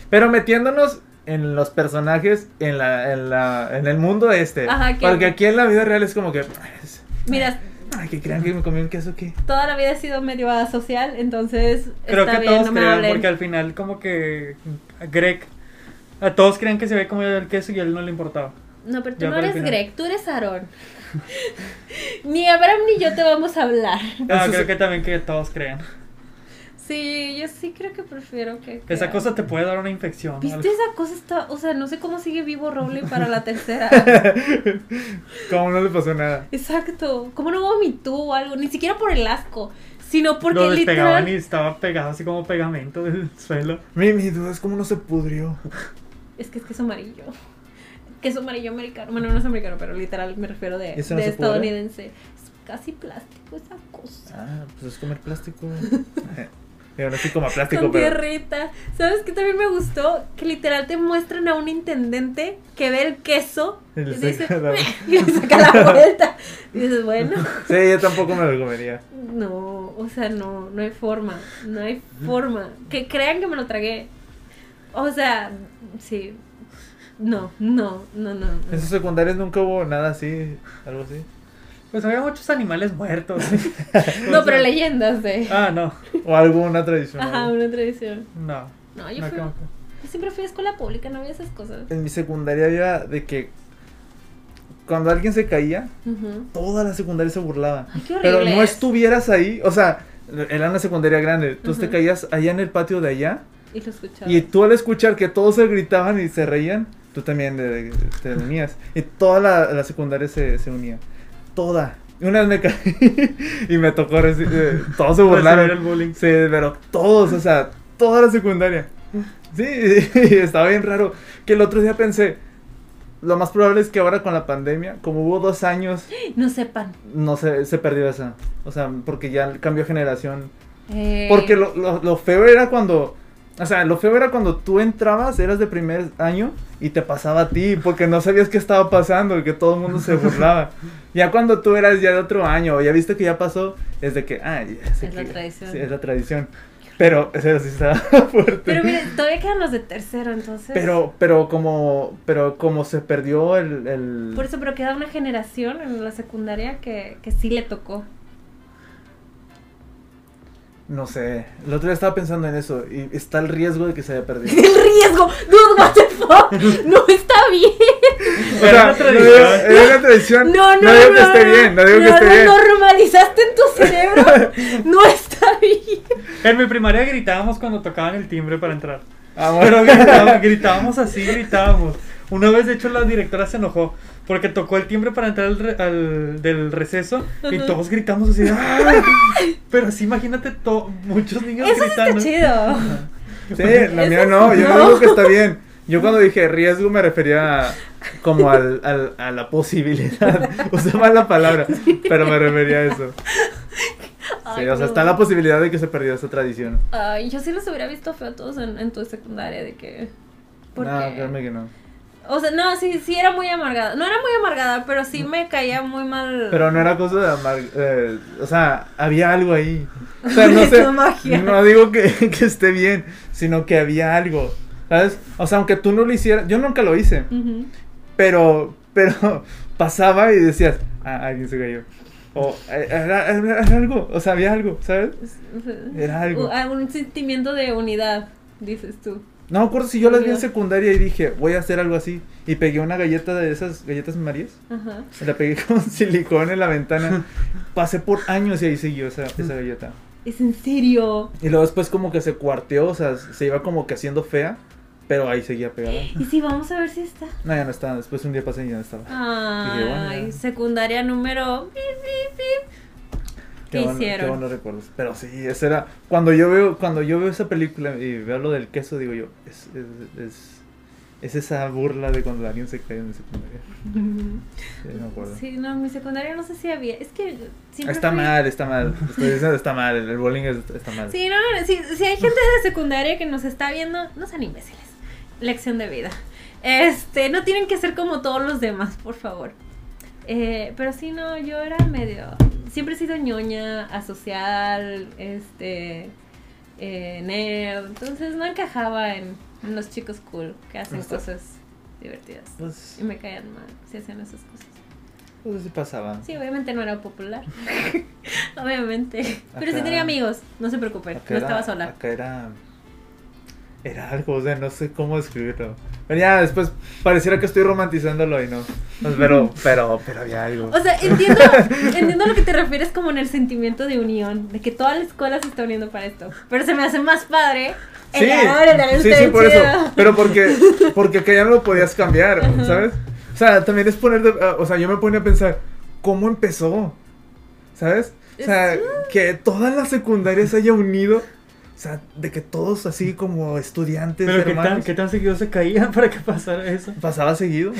[SPEAKER 3] Pero metiéndonos en los personajes, en la, en la, en el mundo este.
[SPEAKER 2] Ajá, que-
[SPEAKER 3] Porque aquí en la vida real es como que, ay, es-
[SPEAKER 2] Mira,
[SPEAKER 3] ay, que crean que me comí un queso que.
[SPEAKER 2] toda la vida he sido medio asocial, entonces
[SPEAKER 1] Creo
[SPEAKER 2] está
[SPEAKER 1] que
[SPEAKER 2] bien,
[SPEAKER 1] todos
[SPEAKER 2] no me
[SPEAKER 1] crean,
[SPEAKER 2] hablen.
[SPEAKER 1] porque al final como que Greg, a todos creen que se ve comido el queso y a él no le importaba.
[SPEAKER 2] No, pero tú
[SPEAKER 1] Ya
[SPEAKER 2] no
[SPEAKER 1] para el
[SPEAKER 2] eres
[SPEAKER 1] final.
[SPEAKER 2] Greg, tú eres Aaron. [laughs] ni Abraham ni yo te vamos a hablar.
[SPEAKER 1] Ah,
[SPEAKER 3] Eso
[SPEAKER 1] creo
[SPEAKER 3] sí.
[SPEAKER 1] que también que todos crean.
[SPEAKER 2] Sí, yo sí creo que prefiero que... que-
[SPEAKER 1] Esa cosa te puede dar una infección. o
[SPEAKER 2] ¿Viste
[SPEAKER 1] algo.
[SPEAKER 2] esa cosa? Está, o sea, no sé cómo sigue vivo Roble para la tercera.
[SPEAKER 3] [laughs] Como no le pasó nada.
[SPEAKER 2] Exacto. ¿Cómo no vomitó o algo? Ni siquiera por el asco, sino porque
[SPEAKER 1] Lo despegaban
[SPEAKER 2] literal...
[SPEAKER 1] y estaba pegado así como pegamento del [laughs] suelo.
[SPEAKER 3] Mi, mi duda es cómo no se pudrió.
[SPEAKER 2] Es que es queso amarillo. Queso amarillo americano. Bueno, no es americano, pero literal me refiero de,
[SPEAKER 3] ¿Eso no
[SPEAKER 2] de
[SPEAKER 3] se pudre?
[SPEAKER 2] estadounidense. Es casi plástico esa cosa.
[SPEAKER 3] Ah, pues es comer
[SPEAKER 2] [laughs]
[SPEAKER 3] plástico. Yo no estoy como a plástico,
[SPEAKER 2] Con
[SPEAKER 3] pero.
[SPEAKER 2] tierrita. ¿Sabes qué también me gustó? Que literal te muestran a un intendente que ve el queso
[SPEAKER 3] Y
[SPEAKER 2] y
[SPEAKER 3] le
[SPEAKER 2] dice,
[SPEAKER 3] saca la-
[SPEAKER 2] y le saca
[SPEAKER 3] [laughs]
[SPEAKER 2] la vuelta. Y dices, bueno,
[SPEAKER 3] Sí, yo tampoco me lo comería.
[SPEAKER 2] no, o sea, no, no hay forma. No hay forma. Que crean que me lo tragué. O sea, sí. No, no, no, no. no.
[SPEAKER 3] En sus secundarios nunca hubo nada así, algo así.
[SPEAKER 1] Pues había muchos animales muertos.
[SPEAKER 2] [laughs] No, pero leyendas de.
[SPEAKER 1] Ah, no,
[SPEAKER 3] O alguna tradición.
[SPEAKER 2] Ajá,
[SPEAKER 3] algo.
[SPEAKER 2] una tradición.
[SPEAKER 1] no.
[SPEAKER 2] No, yo,
[SPEAKER 1] no
[SPEAKER 2] fui-
[SPEAKER 1] como que-
[SPEAKER 2] yo siempre fui a escuela pública, no había esas cosas.
[SPEAKER 3] En mi secundaria había de que cuando alguien se caía,
[SPEAKER 2] Ujú.
[SPEAKER 3] toda la secundaria se burlaba.
[SPEAKER 2] Ay, qué horrible.
[SPEAKER 3] Pero no
[SPEAKER 2] es.
[SPEAKER 3] estuvieras ahí, o sea, era una secundaria grande, entonces te
[SPEAKER 2] Ujú.
[SPEAKER 3] caías allá en el patio de allá
[SPEAKER 2] Y lo escuchaba.
[SPEAKER 3] y tú al escuchar que todos se gritaban y se reían, tú también eh, te unías. Y toda la, la secundaria se, se unía. Toda. Y Una vez me caí [laughs] y me tocó reci- eh, todos
[SPEAKER 1] Recibir
[SPEAKER 3] se
[SPEAKER 1] el
[SPEAKER 3] burlaron.
[SPEAKER 1] bullying.
[SPEAKER 3] Sí, pero todos, o sea, toda la secundaria. Sí, [laughs] y estaba bien raro. Que el otro día pensé, lo más probable es que ahora con la pandemia, como hubo dos años,
[SPEAKER 2] No sepan.
[SPEAKER 3] no se, se perdió esa. O sea, porque ya cambió generación.
[SPEAKER 2] Eh,
[SPEAKER 3] Porque lo, lo, lo feo era cuando... O sea, lo feo era cuando tú entrabas, eras de primer año y te pasaba a ti, porque no sabías qué estaba pasando, y que todo el mundo se burlaba. ya cuando tú eras ya de otro año, o ya viste que ya pasó, es de que, ah, ya sé
[SPEAKER 2] Es la
[SPEAKER 3] que-
[SPEAKER 2] tradición.
[SPEAKER 3] sí, es la tradición. Pero, eso sí estaba [laughs] fuerte.
[SPEAKER 2] Pero pues, mire, todavía quedan los de tercero, entonces.
[SPEAKER 3] Pero, pero como, pero como se perdió el, el-
[SPEAKER 2] Por eso, pero queda una generación en la secundaria que, que sí le tocó.
[SPEAKER 3] no sé, el otro día estaba pensando en eso y está el riesgo de que se haya perdido.
[SPEAKER 2] [laughs] ¡El riesgo! ¡Dude, what the fuck! ¡No está bien!
[SPEAKER 3] O
[SPEAKER 1] Pero
[SPEAKER 3] sea,
[SPEAKER 1] no te lo
[SPEAKER 3] no
[SPEAKER 1] digo.
[SPEAKER 3] digo- era una tradición.
[SPEAKER 2] No, no, no.
[SPEAKER 3] digo que
[SPEAKER 2] no,
[SPEAKER 3] esté
[SPEAKER 2] no,
[SPEAKER 3] bien, no digo que esté
[SPEAKER 2] lo
[SPEAKER 3] bien.
[SPEAKER 2] normalizaste en tu cerebro.
[SPEAKER 3] [laughs]
[SPEAKER 2] No está bien.
[SPEAKER 1] En mi primaria gritábamos cuando tocaban el timbre para entrar.
[SPEAKER 3] Ah, bueno.
[SPEAKER 1] [laughs] Pero gritábamos, gritábamos así, gritábamos. Una vez, de hecho, la directora se enojó porque tocó el timbre para entrar al, re- al- del receso y
[SPEAKER 2] Ajá.
[SPEAKER 1] todos gritamos así.
[SPEAKER 2] [laughs]
[SPEAKER 1] ¡ah! Pero sí, imagínate, to- muchos niños
[SPEAKER 2] Eso sí está
[SPEAKER 1] gritando.
[SPEAKER 2] chido. [laughs]
[SPEAKER 3] Sí, la
[SPEAKER 2] Eso
[SPEAKER 3] mía
[SPEAKER 2] sí,
[SPEAKER 3] no, yo
[SPEAKER 2] no.
[SPEAKER 3] no digo que está bien.
[SPEAKER 2] [laughs]
[SPEAKER 3] Yo cuando dije riesgo me refería a- como al, al- a la posibilidad. [laughs] Usé mal la palabra, pero me refería a eso. Sí,
[SPEAKER 2] Ay,
[SPEAKER 3] o
[SPEAKER 2] no.
[SPEAKER 3] sea, está la posibilidad de que se perdió esa tradición.
[SPEAKER 2] Ay, yo sí los hubiera visto feo a todos en, en tu secundaria, de que...
[SPEAKER 3] No,
[SPEAKER 2] Porque...
[SPEAKER 3] créeme que no.
[SPEAKER 2] O sea, no, sí, sí era muy amargada. No era muy amargada, pero sí me caía muy mal.
[SPEAKER 3] Pero no era cosa de amar. eh, o sea, había algo ahí. O
[SPEAKER 2] [laughs]
[SPEAKER 3] sea, no sé.
[SPEAKER 2] Esa magia.
[SPEAKER 3] No digo que, que esté bien, sino que había algo. ¿Sabes? O sea, aunque tú no lo hicieras, yo nunca lo hice.
[SPEAKER 2] Ujú.
[SPEAKER 3] Pero, pero [laughs] pasaba y decías, ah, alguien se cayó. O eh, era, era- era algo, o sea, había algo, ¿sabes? Era algo.
[SPEAKER 2] U- ah, Un sentimiento de unidad, dices tú.
[SPEAKER 3] No me acuerdo si yo las vi en secundaria y dije, voy a hacer algo así. Y pegué una galleta de esas galletas Marías.
[SPEAKER 2] Ajá.
[SPEAKER 3] Se la pegué [laughs] con silicón en la ventana. Pasé por años y ahí siguió esa, esa galleta.
[SPEAKER 2] Es en serio.
[SPEAKER 3] Y luego después como que se cuarteó, o sea, se iba como que haciendo fea, pero ahí seguía pegada.
[SPEAKER 2] Y sí, vamos a ver si está.
[SPEAKER 3] No, ya no estaba. Después un día pasé y ya no estaba.
[SPEAKER 2] Ay,
[SPEAKER 3] bueno, ya.
[SPEAKER 2] secundaria número.
[SPEAKER 3] Qué
[SPEAKER 2] ¿Qué
[SPEAKER 3] bueno-
[SPEAKER 2] hicieron?
[SPEAKER 3] Qué buenos recuerdos. Pero sí, esa era. Cuando yo veo, cuando yo veo esa película y veo lo del queso, digo yo, es, es, es, es esa burla de cuando alguien se cae en la secundaria. Sí, me acuerdo.
[SPEAKER 2] Sí, no, en mi secundaria no sé si había. Es que siempre.
[SPEAKER 3] está
[SPEAKER 2] fui-
[SPEAKER 3] mal, está mal. Estoy diciendo está mal. El bullying es- está mal.
[SPEAKER 2] Sí, no, no, si, si hay gente de secundaria que nos está viendo, no sean imbéciles. Lección de vida. Este, no tienen que ser como todos los demás, por favor. Eh, pero sí, no, yo era medio. Siempre he sido ñoña, asocial, este. eh, nerd. Entonces no encajaba en, en los chicos cool que hacen
[SPEAKER 3] Está-
[SPEAKER 2] cosas divertidas.
[SPEAKER 3] Pues,
[SPEAKER 2] Y me caían mal si hacían esas cosas.
[SPEAKER 3] pues sí pasaban.
[SPEAKER 2] Sí, obviamente no era popular. [laughs] obviamente. Pero sí
[SPEAKER 3] Acá-
[SPEAKER 2] tenía amigos, no se preocupen,
[SPEAKER 3] Acá
[SPEAKER 2] no
[SPEAKER 3] era-
[SPEAKER 2] estaba sola.
[SPEAKER 3] Acá era. Era algo, o sea, no sé cómo describirlo. Pero ya después pareciera que estoy romantizándolo y no. Pues, Pero, pero, pero había algo.
[SPEAKER 2] O sea, entiendo, entiendo a lo que te refieres como en el sentimiento de unión, de que toda la escuela se está uniendo para esto. Pero se me hace más padre el amor, el amor
[SPEAKER 3] sí,
[SPEAKER 2] está
[SPEAKER 3] sí,
[SPEAKER 2] bien
[SPEAKER 3] por eso.
[SPEAKER 2] chido. [laughs]
[SPEAKER 3] Pero porque, porque acá ya no lo podías cambiar, ¿sabes? O sea, también es poner, de- ah, o sea, yo me ponía a pensar, ¿cómo empezó? ¿Sabes? O sea, que todas las secundarias se haya unido, o sea, de que todos así como estudiantes,
[SPEAKER 1] Pero ¿qué tan,
[SPEAKER 3] hermanos,
[SPEAKER 1] ¿qué tan seguido se caían para que pasara eso?
[SPEAKER 3] pasaba seguido.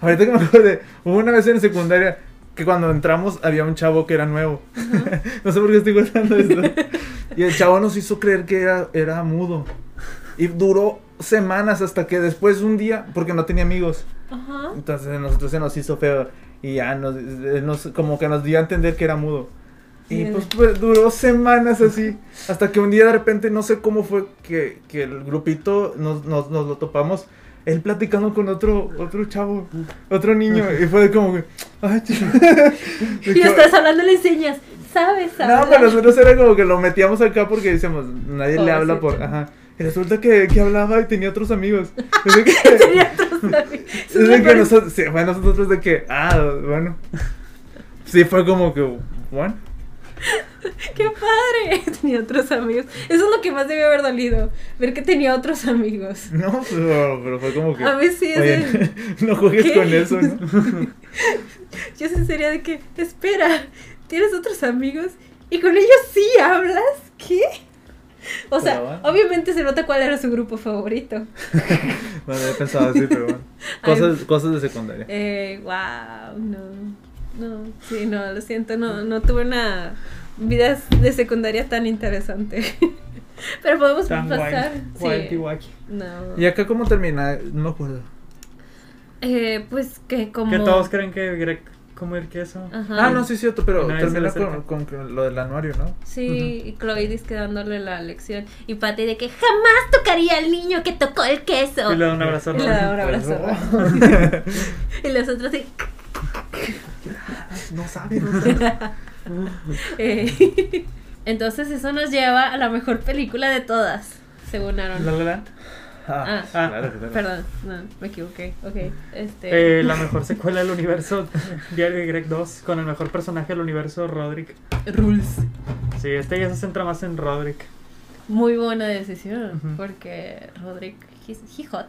[SPEAKER 3] Ahorita que me acuerdo, hubo una vez en la secundaria que cuando entramos había un chavo que era nuevo. [laughs] no sé por qué estoy contando esto. y el chavo nos hizo creer que era, era mudo. Y duró semanas hasta que después un día, porque no tenía amigos,
[SPEAKER 2] Ajá.
[SPEAKER 3] entonces a nosotros se nos hizo feo. Y ya nos, eh, nos- como que nos dio a entender que era mudo. Y
[SPEAKER 2] Sí.
[SPEAKER 3] pues, pues, duró semanas así, hasta que un día de repente, no sé cómo fue que, que el grupito nos, nos, nos lo topamos, él platicando con otro otro chavo, otro niño, y fue de como, que,
[SPEAKER 2] [laughs]
[SPEAKER 3] ay, ch- de
[SPEAKER 2] Y
[SPEAKER 3] que-
[SPEAKER 2] estás hablando le enseñas, ¿sabes?
[SPEAKER 3] No,
[SPEAKER 2] hablar?
[SPEAKER 3] pero nosotros era como que lo metíamos acá porque decíamos, nadie le habla por,
[SPEAKER 2] Pobrecito.
[SPEAKER 3] ajá. Y resulta que, que hablaba y tenía otros
[SPEAKER 2] [laughs]
[SPEAKER 3] amigos. Es de que,
[SPEAKER 2] [laughs] Tenía otros amigos.
[SPEAKER 3] es de que nosotros, sí, bueno, nosotros de que, ah, bueno. Sí, fue como que, bueno.
[SPEAKER 2] ¡Qué padre! [laughs] Tenía otros amigos. Eso es lo que más debió haber dolido, ver que tenía otros amigos.
[SPEAKER 3] No, pero, pero fue como que.
[SPEAKER 2] A mí sí es
[SPEAKER 3] Oye, [laughs]
[SPEAKER 2] el-
[SPEAKER 3] no juegues
[SPEAKER 2] ¿Qué?
[SPEAKER 3] con eso, ¿no?
[SPEAKER 2] Yo sí sería de que, espera, ¿tienes otros amigos? ¿Y con ellos sí hablas? ¿Qué? O sea,
[SPEAKER 3] Pero bueno.
[SPEAKER 2] obviamente se nota cuál era su grupo favorito.
[SPEAKER 3] Bueno, he pensado así,
[SPEAKER 2] [laughs]
[SPEAKER 3] pero bueno. Cosas, cosas de secundaria.
[SPEAKER 2] Eh, wow, no. No, sí, no, lo siento, no, no tuve una vida de secundaria tan interesante. [laughs] Pero podemos
[SPEAKER 1] Tan
[SPEAKER 2] pasar.
[SPEAKER 1] guay. guay,
[SPEAKER 2] sí.
[SPEAKER 1] guay.
[SPEAKER 2] No.
[SPEAKER 3] ¿Y acá cómo termina? No me acuerdo.
[SPEAKER 2] Eh, pues que como.
[SPEAKER 1] Que todos creen que Greg comer queso.
[SPEAKER 2] Ajá.
[SPEAKER 3] Ah, no, sí, cierto, pero
[SPEAKER 1] Nadie se
[SPEAKER 3] termina
[SPEAKER 1] le acerca.
[SPEAKER 3] con, con- con lo del anuario, ¿no?
[SPEAKER 2] Sí, y Chloe dice dándole la lección. Y Patty de que jamás tocaría al niño que tocó el queso.
[SPEAKER 1] Y le da un abrazo. a
[SPEAKER 2] Y le da
[SPEAKER 1] Robin.
[SPEAKER 2] un abrazo.
[SPEAKER 1] [laughs]
[SPEAKER 2] Y los otros de.
[SPEAKER 3] no sabe, no sabe.
[SPEAKER 2] [laughs] eh. Entonces, eso nos lleva a la mejor película de todas, según Aaron.
[SPEAKER 1] La La Land.
[SPEAKER 3] [laughs] Ah,
[SPEAKER 2] Ah.
[SPEAKER 3] claro, claro.
[SPEAKER 2] Perdón, no, me equivoqué. Ok, este.
[SPEAKER 1] Eh, la mejor secuela del universo, Diario de Greg 2, con el mejor personaje del universo, Roderick.
[SPEAKER 2] Rules.
[SPEAKER 1] Sí, este ya se centra más en Roderick.
[SPEAKER 2] Muy buena decisión,
[SPEAKER 1] Ujú.
[SPEAKER 2] porque Roderick, he's- he hot.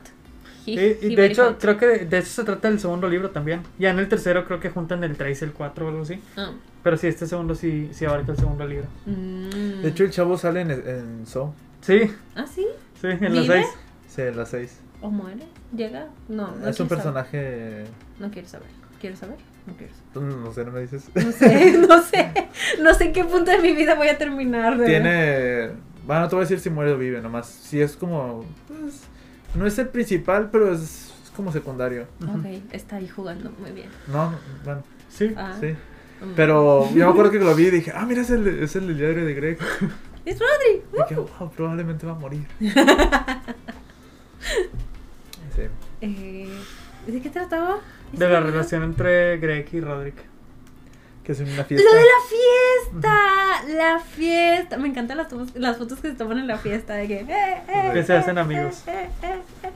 [SPEAKER 2] He-
[SPEAKER 1] Y,
[SPEAKER 2] he
[SPEAKER 1] Eh, y de
[SPEAKER 2] very
[SPEAKER 1] hecho,
[SPEAKER 2] hot.
[SPEAKER 1] creo que de, de eso se trata el segundo libro también. Ya en el tercero creo que juntan el 3 y el 4 o algo así.
[SPEAKER 2] Ah,
[SPEAKER 1] Pero sí, este segundo sí, sí abarca el segundo libro.
[SPEAKER 2] mm.
[SPEAKER 3] De hecho, el chavo sale en, en So,
[SPEAKER 1] Sí,
[SPEAKER 2] ¿Ah, sí?
[SPEAKER 1] sí, en las
[SPEAKER 2] ¿Vive?
[SPEAKER 1] 6.
[SPEAKER 3] sí, en las 6.
[SPEAKER 2] ¿O muere? ¿Llega? No, no
[SPEAKER 3] es un
[SPEAKER 2] quiero saber.
[SPEAKER 3] personaje.
[SPEAKER 2] No quiero saber. ¿Quiero saber? No quiero saber.
[SPEAKER 3] No sé, no me dices.
[SPEAKER 2] No sé, [laughs] no sé. No sé en qué punto de mi vida voy a terminar. de verdad.
[SPEAKER 3] Tiene. Bueno, no te voy a decir si muere o vive, nomás. Si es como. pues, no es el principal, pero es, es como secundario.
[SPEAKER 2] Ok, está ahí jugando muy bien.
[SPEAKER 3] No, bueno,
[SPEAKER 1] Sí.
[SPEAKER 2] Ah,
[SPEAKER 3] sí.
[SPEAKER 2] mm.
[SPEAKER 3] Pero yo me acuerdo que lo vi
[SPEAKER 2] [laughs]
[SPEAKER 3] y dije, ah, mira, es el, es el del diario de Greg.
[SPEAKER 2] Es Rodri.
[SPEAKER 3] Y dije, wow, probablemente va a
[SPEAKER 2] [laughs]
[SPEAKER 3] morir. Sí.
[SPEAKER 2] Eh, ¿De qué trataba?
[SPEAKER 1] De la relación entre Greg y Roderick.
[SPEAKER 3] Que es una fiesta.
[SPEAKER 2] Lo de la fiesta, la fiesta. Me encantan las, tomas- las fotos que se toman en la fiesta de que, eh, eh,
[SPEAKER 3] Que
[SPEAKER 1] se hacen
[SPEAKER 2] eh,
[SPEAKER 1] amigos.
[SPEAKER 2] eh, eh, eh.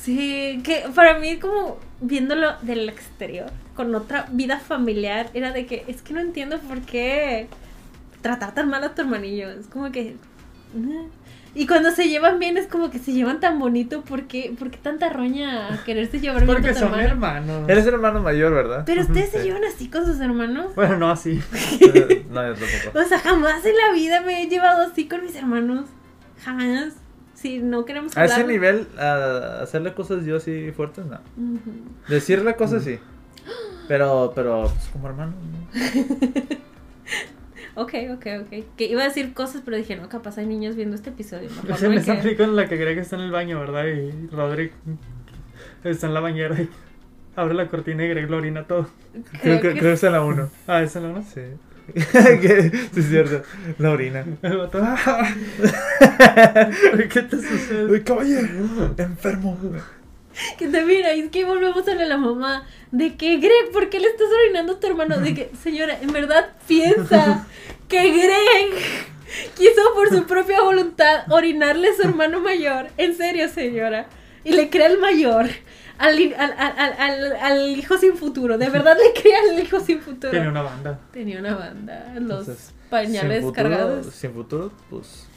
[SPEAKER 2] Sí, que para mí como viéndolo del exterior, con otra vida familiar, era de que es que no entiendo por qué tratar tan mal a tu hermanillo. Es como que Ajá. Y cuando se llevan bien es como que se llevan tan bonito. ¿Por qué, por qué tanta roña a quererse llevar bien
[SPEAKER 1] Porque
[SPEAKER 2] con tu
[SPEAKER 1] son
[SPEAKER 2] hermano?
[SPEAKER 1] hermanos.
[SPEAKER 3] Eres el hermano mayor, ¿verdad?
[SPEAKER 2] Pero ustedes se
[SPEAKER 3] Sí.
[SPEAKER 2] llevan así con sus hermanos.
[SPEAKER 1] Bueno, no [laughs] así.
[SPEAKER 3] [laughs] Eh, no, yo
[SPEAKER 2] [laughs]
[SPEAKER 3] tampoco.
[SPEAKER 2] O sea, jamás en la vida me he llevado así con mis hermanos. Jamás. Si no queremos
[SPEAKER 3] A ese
[SPEAKER 2] hablarlo.
[SPEAKER 3] nivel, a hacerle cosas yo así fuertes, no.
[SPEAKER 2] Ujú.
[SPEAKER 3] Decirle cosas sí. Pero, pero, pues como hermano, ¿no?
[SPEAKER 2] Ok, ok, ok. Que iba a decir cosas, pero dije, no, capaz hay niños viendo este episodio.
[SPEAKER 1] [laughs]
[SPEAKER 2] mejor
[SPEAKER 1] Se
[SPEAKER 2] no
[SPEAKER 1] me
[SPEAKER 2] me
[SPEAKER 1] está
[SPEAKER 2] quedo.
[SPEAKER 1] aplicando la que cree que está en el baño, ¿verdad? Y Rodri está en la bañera y abre la cortina y Greg lo orina todo.
[SPEAKER 3] Creo que, creo que
[SPEAKER 2] que-
[SPEAKER 3] es en la
[SPEAKER 2] [laughs]
[SPEAKER 3] uno. [laughs]
[SPEAKER 1] Ah, esa no, ¿no?
[SPEAKER 3] Sí. Que- sí, es cierto.
[SPEAKER 2] [laughs]
[SPEAKER 3] La orina.
[SPEAKER 1] [laughs] El vato, "Ah". ¿Qué te sucede?
[SPEAKER 3] Uy, caballero, enfermo.
[SPEAKER 2] Que también, ahí es que volvemos a lo de la mamá. De que, Greg, ¿por qué le estás orinando a tu hermano? De que, señora, en verdad
[SPEAKER 3] [laughs]
[SPEAKER 2] piensa que Greg quiso por su propia voluntad orinarle a su hermano mayor. En serio, señora. Y le crea al mayor. Al, al, al- al- al- al hijo sin futuro. De verdad le crea al hijo sin futuro.
[SPEAKER 1] Tiene una banda.
[SPEAKER 2] Tenía una banda. Los
[SPEAKER 3] Entonces,
[SPEAKER 2] pañales
[SPEAKER 3] sin futuro,
[SPEAKER 2] cargados.
[SPEAKER 3] Sin futuro, pues.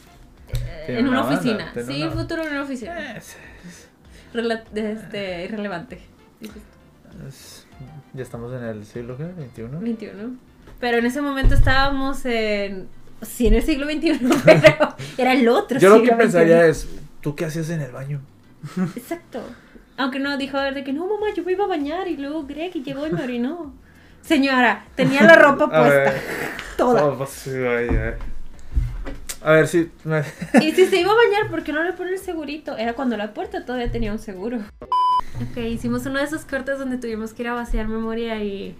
[SPEAKER 3] Tiene
[SPEAKER 2] en una,
[SPEAKER 3] una banda,
[SPEAKER 2] oficina.
[SPEAKER 3] tiene
[SPEAKER 2] Sí,
[SPEAKER 3] una- Eh.
[SPEAKER 2] futuro en una oficina.
[SPEAKER 3] es-
[SPEAKER 2] Rela- este, irrelevante. Dices,
[SPEAKER 3] es- ya estamos en el siglo ¿qué? 21.
[SPEAKER 2] 21. Pero en ese momento estábamos en. Sí, en el siglo XXI, [laughs] pero era el otro
[SPEAKER 3] Yo lo que
[SPEAKER 2] siglo
[SPEAKER 3] pensaría
[SPEAKER 2] XXI.
[SPEAKER 3] es, ¿tú qué hacías en el baño?
[SPEAKER 2] Exacto. Aunque no, dijo de que no, mamá, yo me iba a bañar. Y luego Greg y llegó y me orinó. Señora, tenía la ropa
[SPEAKER 3] [laughs] A
[SPEAKER 2] puesta.
[SPEAKER 3] ver.
[SPEAKER 2] Toda.
[SPEAKER 3] Oh, pues, sí, ay, ay. A ver si.
[SPEAKER 2] Y si se iba a bañar, ¿por qué no le ponen el segurito? Era cuando la puerta todavía tenía un seguro. Ok, hicimos uno de esos cortes donde tuvimos que ir a vaciar memoria y.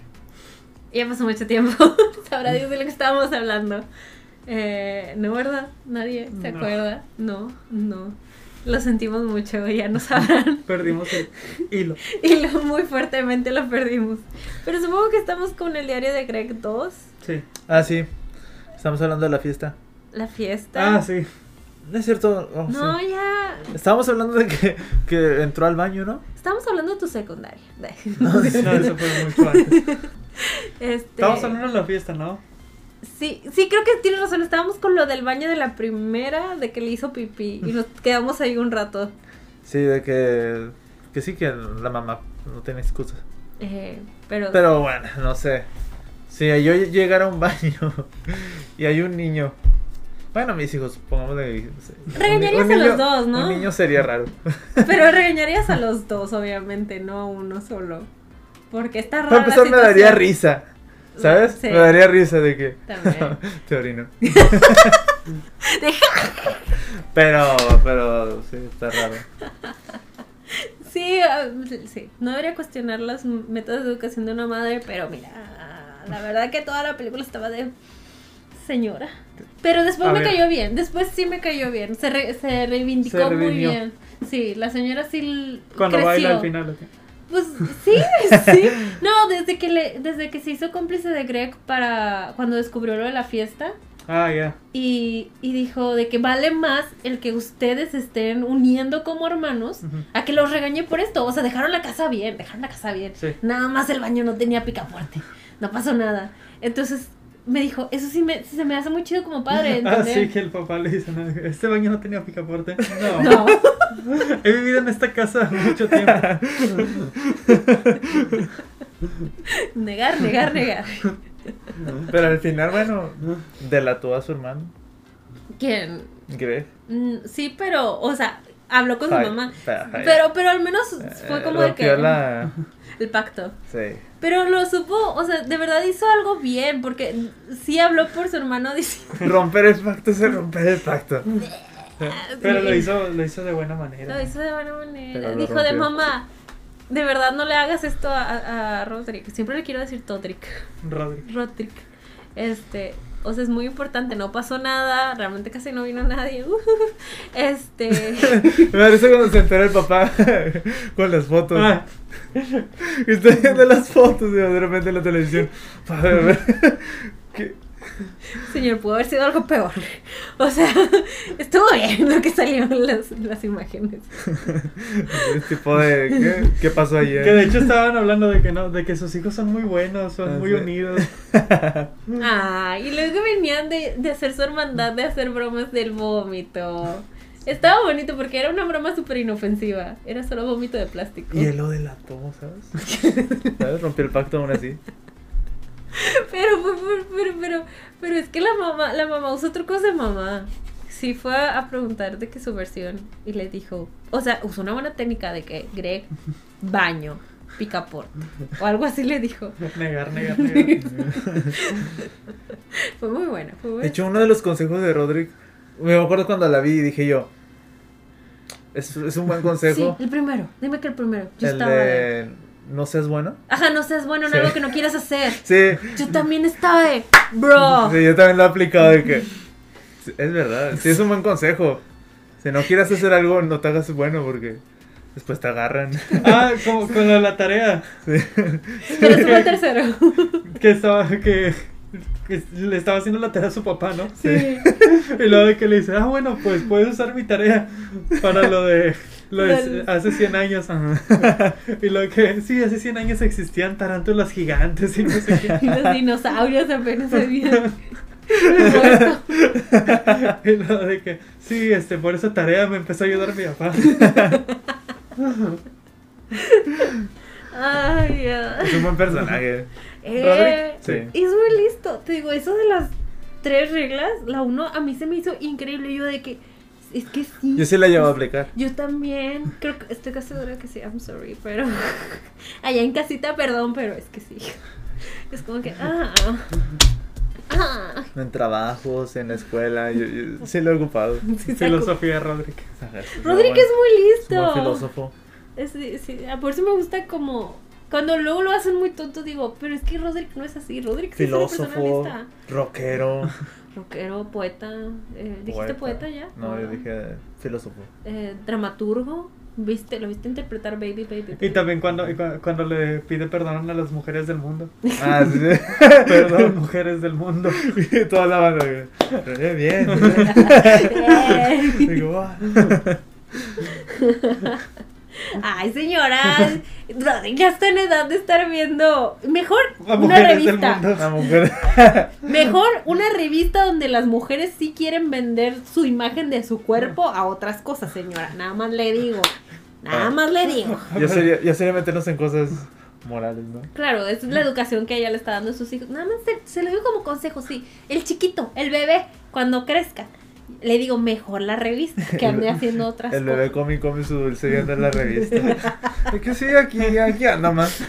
[SPEAKER 2] Ya pasó mucho tiempo. [laughs] Sabrá Dios de lo que estábamos hablando. Eh, no, ¿verdad? Nadie se
[SPEAKER 1] No.
[SPEAKER 2] acuerda. No, no. Lo sentimos mucho, ya no sabrán. [laughs]
[SPEAKER 1] Perdimos el hilo.
[SPEAKER 2] Y lo, muy fuertemente lo perdimos. Pero supongo que estamos con el diario de Greg 2,
[SPEAKER 1] Sí.
[SPEAKER 3] [laughs] Ah, sí. Estamos hablando de la fiesta.
[SPEAKER 2] la fiesta.
[SPEAKER 1] Ah,
[SPEAKER 2] [laughs]
[SPEAKER 1] sí.
[SPEAKER 3] No es cierto. oh,
[SPEAKER 2] No,
[SPEAKER 3] sí.
[SPEAKER 2] ya.
[SPEAKER 3] Estábamos hablando de que, que entró al baño, ¿no?
[SPEAKER 2] Estamos hablando de tu secundaria. [laughs]
[SPEAKER 1] No, eso fue mucho antes.
[SPEAKER 2] Este,
[SPEAKER 1] Estamos hablando de la fiesta, ¿no?
[SPEAKER 2] Sí, sí, creo que tienes razón. Estábamos con lo del baño de la primera, de que le hizo pipí. Y nos quedamos ahí un rato.
[SPEAKER 3] Sí, de que. Que sí, que la mamá no tiene excusas.
[SPEAKER 2] Eh, pero,
[SPEAKER 3] Pero bueno, no sé. Si yo llegara a un [laughs] baño y hay un niño. Bueno, mis hijos, pongamos de.
[SPEAKER 2] Regañarías a los dos, ¿no?
[SPEAKER 3] Un niño
[SPEAKER 2] [laughs]
[SPEAKER 3] sería raro.
[SPEAKER 2] [laughs] pero regañarías a los dos, obviamente, no a uno solo. Porque está raro.
[SPEAKER 3] Para empezar, me daría risa. ¿Sabes?
[SPEAKER 2] Sí.
[SPEAKER 3] Me daría risa de que.
[SPEAKER 2] También.
[SPEAKER 3] [laughs] Te
[SPEAKER 2] [laughs]
[SPEAKER 3] orino. pero, pero, sí, está raro.
[SPEAKER 2] Sí, ah, sí. No debería cuestionar los métodos de educación de una madre, pero mira, la verdad que toda la película estaba de señora. Pero después
[SPEAKER 1] A
[SPEAKER 2] me
[SPEAKER 1] ver.
[SPEAKER 2] cayó bien, después sí me cayó bien, se, re- se reivindicó
[SPEAKER 3] Se
[SPEAKER 2] muy
[SPEAKER 3] redimió.
[SPEAKER 2] bien. Sí, la señora sí l-
[SPEAKER 1] Cuando
[SPEAKER 2] creció.
[SPEAKER 1] baila al final. ¿ok?
[SPEAKER 2] Pues sí, [laughs] sí. No, desde que le, desde que se hizo cómplice de Greg para cuando descubrió lo de la fiesta
[SPEAKER 1] Ah, ya.
[SPEAKER 2] y, y dijo de que vale más el que ustedes estén uniendo como hermanos
[SPEAKER 1] Ujú.
[SPEAKER 2] a que los regañe por esto. O sea, dejaron la casa bien, dejaron la casa bien.
[SPEAKER 1] Sí.
[SPEAKER 2] Nada más el baño no tenía picaporte. No pasó nada. Entonces me dijo, eso sí, me, sí se me hace muy chido como padre.
[SPEAKER 1] [laughs] Ah,
[SPEAKER 2] ¿entendés?
[SPEAKER 1] sí, que el papá le dice, "No, este baño no tenía
[SPEAKER 2] [laughs]
[SPEAKER 1] picaporte. No.
[SPEAKER 2] No,
[SPEAKER 1] He vivido en esta casa mucho
[SPEAKER 2] [laughs]
[SPEAKER 1] tiempo.
[SPEAKER 2] negar,
[SPEAKER 1] [laughs]
[SPEAKER 2] negar, negar.
[SPEAKER 3] Pero al final, bueno, delató a su hermano.
[SPEAKER 2] ¿Quién?
[SPEAKER 3] Greg.
[SPEAKER 2] Mm, sí, pero, o sea, habló con su
[SPEAKER 3] Ay,
[SPEAKER 2] mamá.
[SPEAKER 3] pero-
[SPEAKER 2] Pero, pero al menos fue
[SPEAKER 3] Eh,
[SPEAKER 2] como de que
[SPEAKER 3] rompió la-
[SPEAKER 2] el pacto.
[SPEAKER 3] Sí.
[SPEAKER 2] Pero lo supo, o sea, de verdad hizo algo bien, porque sí habló por su hermano [laughs] diciendo.
[SPEAKER 3] Romper el pacto es el romper el pacto.
[SPEAKER 1] Pero lo hizo, lo hizo de buena manera.
[SPEAKER 2] Ah, Lo hizo de buena
[SPEAKER 3] Pero
[SPEAKER 2] manera.
[SPEAKER 3] lo
[SPEAKER 2] Dijo de
[SPEAKER 3] rompió.
[SPEAKER 2] mamá, de verdad no le hagas esto a, a, a Rodrick. Siempre le quiero decir Todrick. [laughs]
[SPEAKER 1] Rodri.
[SPEAKER 2] Rodrick. Este, o sea, es muy importante, no pasó nada, realmente casi no vino nadie. [laughs] ujú. este,
[SPEAKER 3] [laughs] Me parece cuando se enteró el papá [laughs] con las fotos.
[SPEAKER 1] Ah,
[SPEAKER 3] Y estoy viendo las fotos y de repente en la televisión. A ver, a ver. ¿Qué?
[SPEAKER 2] señor, pudo haber sido algo peor. [laughs] O sea, estuvo bien lo que salieron las, las imágenes.
[SPEAKER 3] Es tipo de. Este ¿Qué, ¿Qué pasó eh? ayer?
[SPEAKER 1] que de hecho estaban hablando de que no, de que sus hijos son muy buenos, son
[SPEAKER 3] Ah,
[SPEAKER 1] muy
[SPEAKER 3] sí.
[SPEAKER 1] unidos.
[SPEAKER 2] Ah, y luego venía deberían de, de hacer su hermandad de hacer bromas del vómito. Estaba bonito porque era una broma súper inofensiva. Era solo vómito de plástico.
[SPEAKER 3] Y él lo delató,
[SPEAKER 1] [laughs]
[SPEAKER 3] ¿sabes? ¿Sabes? Rompió el pacto aún así.
[SPEAKER 2] [laughs] Pero, fue por- pero, pero, pero, es que la mamá, la mamá usó trucos de mamá. Sí fue a a preguntar de que su versión y le dijo, o sea, usó una buena técnica de que
[SPEAKER 3] [laughs]
[SPEAKER 2] Greg baño, picaporte o algo así le dijo.
[SPEAKER 1] Negar, negar, negar.
[SPEAKER 2] [laughs] Fue muy buena, fue
[SPEAKER 3] De
[SPEAKER 2] buena.
[SPEAKER 3] hecho, uno de los consejos de Roderick, me acuerdo cuando la vi y dije yo, es, es un buen
[SPEAKER 2] Sí,
[SPEAKER 3] consejo.
[SPEAKER 2] el primero. Dime que el primero. Yo
[SPEAKER 3] el
[SPEAKER 2] estaba. de-
[SPEAKER 3] de no seas bueno.
[SPEAKER 2] Ajá, no seas bueno en
[SPEAKER 3] Sí.
[SPEAKER 2] algo que no quieras hacer.
[SPEAKER 3] Sí,
[SPEAKER 2] Yo también estaba de, bro.
[SPEAKER 3] sí, yo también lo he aplicado de que sí, es verdad, sí es un buen consejo. Si no quieres hacer algo, no te hagas bueno porque después te agarran. [laughs]
[SPEAKER 1] Ah, como con lo de la tarea.
[SPEAKER 2] Pero estuvo el
[SPEAKER 3] [laughs]
[SPEAKER 2] tercero.
[SPEAKER 1] Que estaba, que, que le estaba haciendo la tarea a su papá, ¿no?
[SPEAKER 2] Sí.
[SPEAKER 1] Y luego de que le dice, ah, bueno, pues puedes usar mi tarea para lo de, lo de
[SPEAKER 2] Del-
[SPEAKER 1] hace 100 años. Y lo que, sí, hace 100 años existían tarántulas gigantes y no sé qué.
[SPEAKER 2] [laughs] Y los dinosaurios apenas se
[SPEAKER 3] [laughs]
[SPEAKER 2] vieron. Supuesto.
[SPEAKER 1] Y lo de que, sí, este, por esa tarea me empezó a ayudar mi papá.
[SPEAKER 2] Ay, ya.
[SPEAKER 3] Es un buen personaje.
[SPEAKER 2] Eh,
[SPEAKER 3] Roderick,
[SPEAKER 2] Es muy listo. Te digo, eso de las tres reglas, la uno a mí se me hizo increíble. Yo de que, es que sí.
[SPEAKER 3] Yo sí la llevo a aplicar.
[SPEAKER 2] Yo también, creo que estoy casi segura que sí, I'm sorry, pero [laughs] allá en casita, perdón, pero es que sí. [laughs] Es como que, ah, ah,
[SPEAKER 3] En trabajos, en la escuela, yo, yo sí lo he ocupado.
[SPEAKER 2] sí, saco.
[SPEAKER 1] Filosofía, Roderick.
[SPEAKER 2] Rodrigo es muy listo.
[SPEAKER 3] buen filósofo.
[SPEAKER 2] Es- sí, sí, ah, por eso me gusta como, cuando luego lo hacen muy tonto, digo, pero es que Roderick no es así, Roderick sí es una persona
[SPEAKER 3] filósofo,
[SPEAKER 2] lista.
[SPEAKER 3] rockero.
[SPEAKER 2] Rockero, poeta, eh, ¿dijiste poeta, ya?
[SPEAKER 3] No, yo
[SPEAKER 2] Ah.
[SPEAKER 3] dije
[SPEAKER 2] [laughs]
[SPEAKER 3] filósofo.
[SPEAKER 2] Eh, dramaturgo, ¿viste? ¿Lo viste interpretar Baby Baby?
[SPEAKER 1] Y
[SPEAKER 2] Baby?
[SPEAKER 1] también cuando, y cua- cuando le pide perdón a las mujeres del mundo.
[SPEAKER 3] Ah, sí.
[SPEAKER 1] Perdón, mujeres del mundo.
[SPEAKER 3] sí. [laughs] Toda la banda. güey. Pero eh, bien. bien.
[SPEAKER 2] [laughs] Eh. [laughs]
[SPEAKER 3] Digo, "Ah, "Buah".
[SPEAKER 2] Ay, señora, ya está en edad de estar viendo. Mejor
[SPEAKER 1] Las
[SPEAKER 2] una
[SPEAKER 1] mujeres del
[SPEAKER 2] revista.
[SPEAKER 1] mundo.
[SPEAKER 3] La mujer.
[SPEAKER 2] Mejor una revista donde las mujeres sí quieren vender su imagen de su cuerpo a otras cosas, señora. Nada más le digo. Nada más le digo.
[SPEAKER 3] Ya sería, ya sería meternos en cosas morales, ¿no?
[SPEAKER 2] Claro, esa es la educación que ella le está dando a sus hijos. Nada más se, se lo digo como consejo, sí. El chiquito, el bebé, cuando crezca. Le digo, mejor la revista, que ande haciendo otras
[SPEAKER 3] El
[SPEAKER 2] cosas.
[SPEAKER 3] bebé come y come su dulce y anda en la revista. [laughs] Es que sí, aquí, aquí anda más.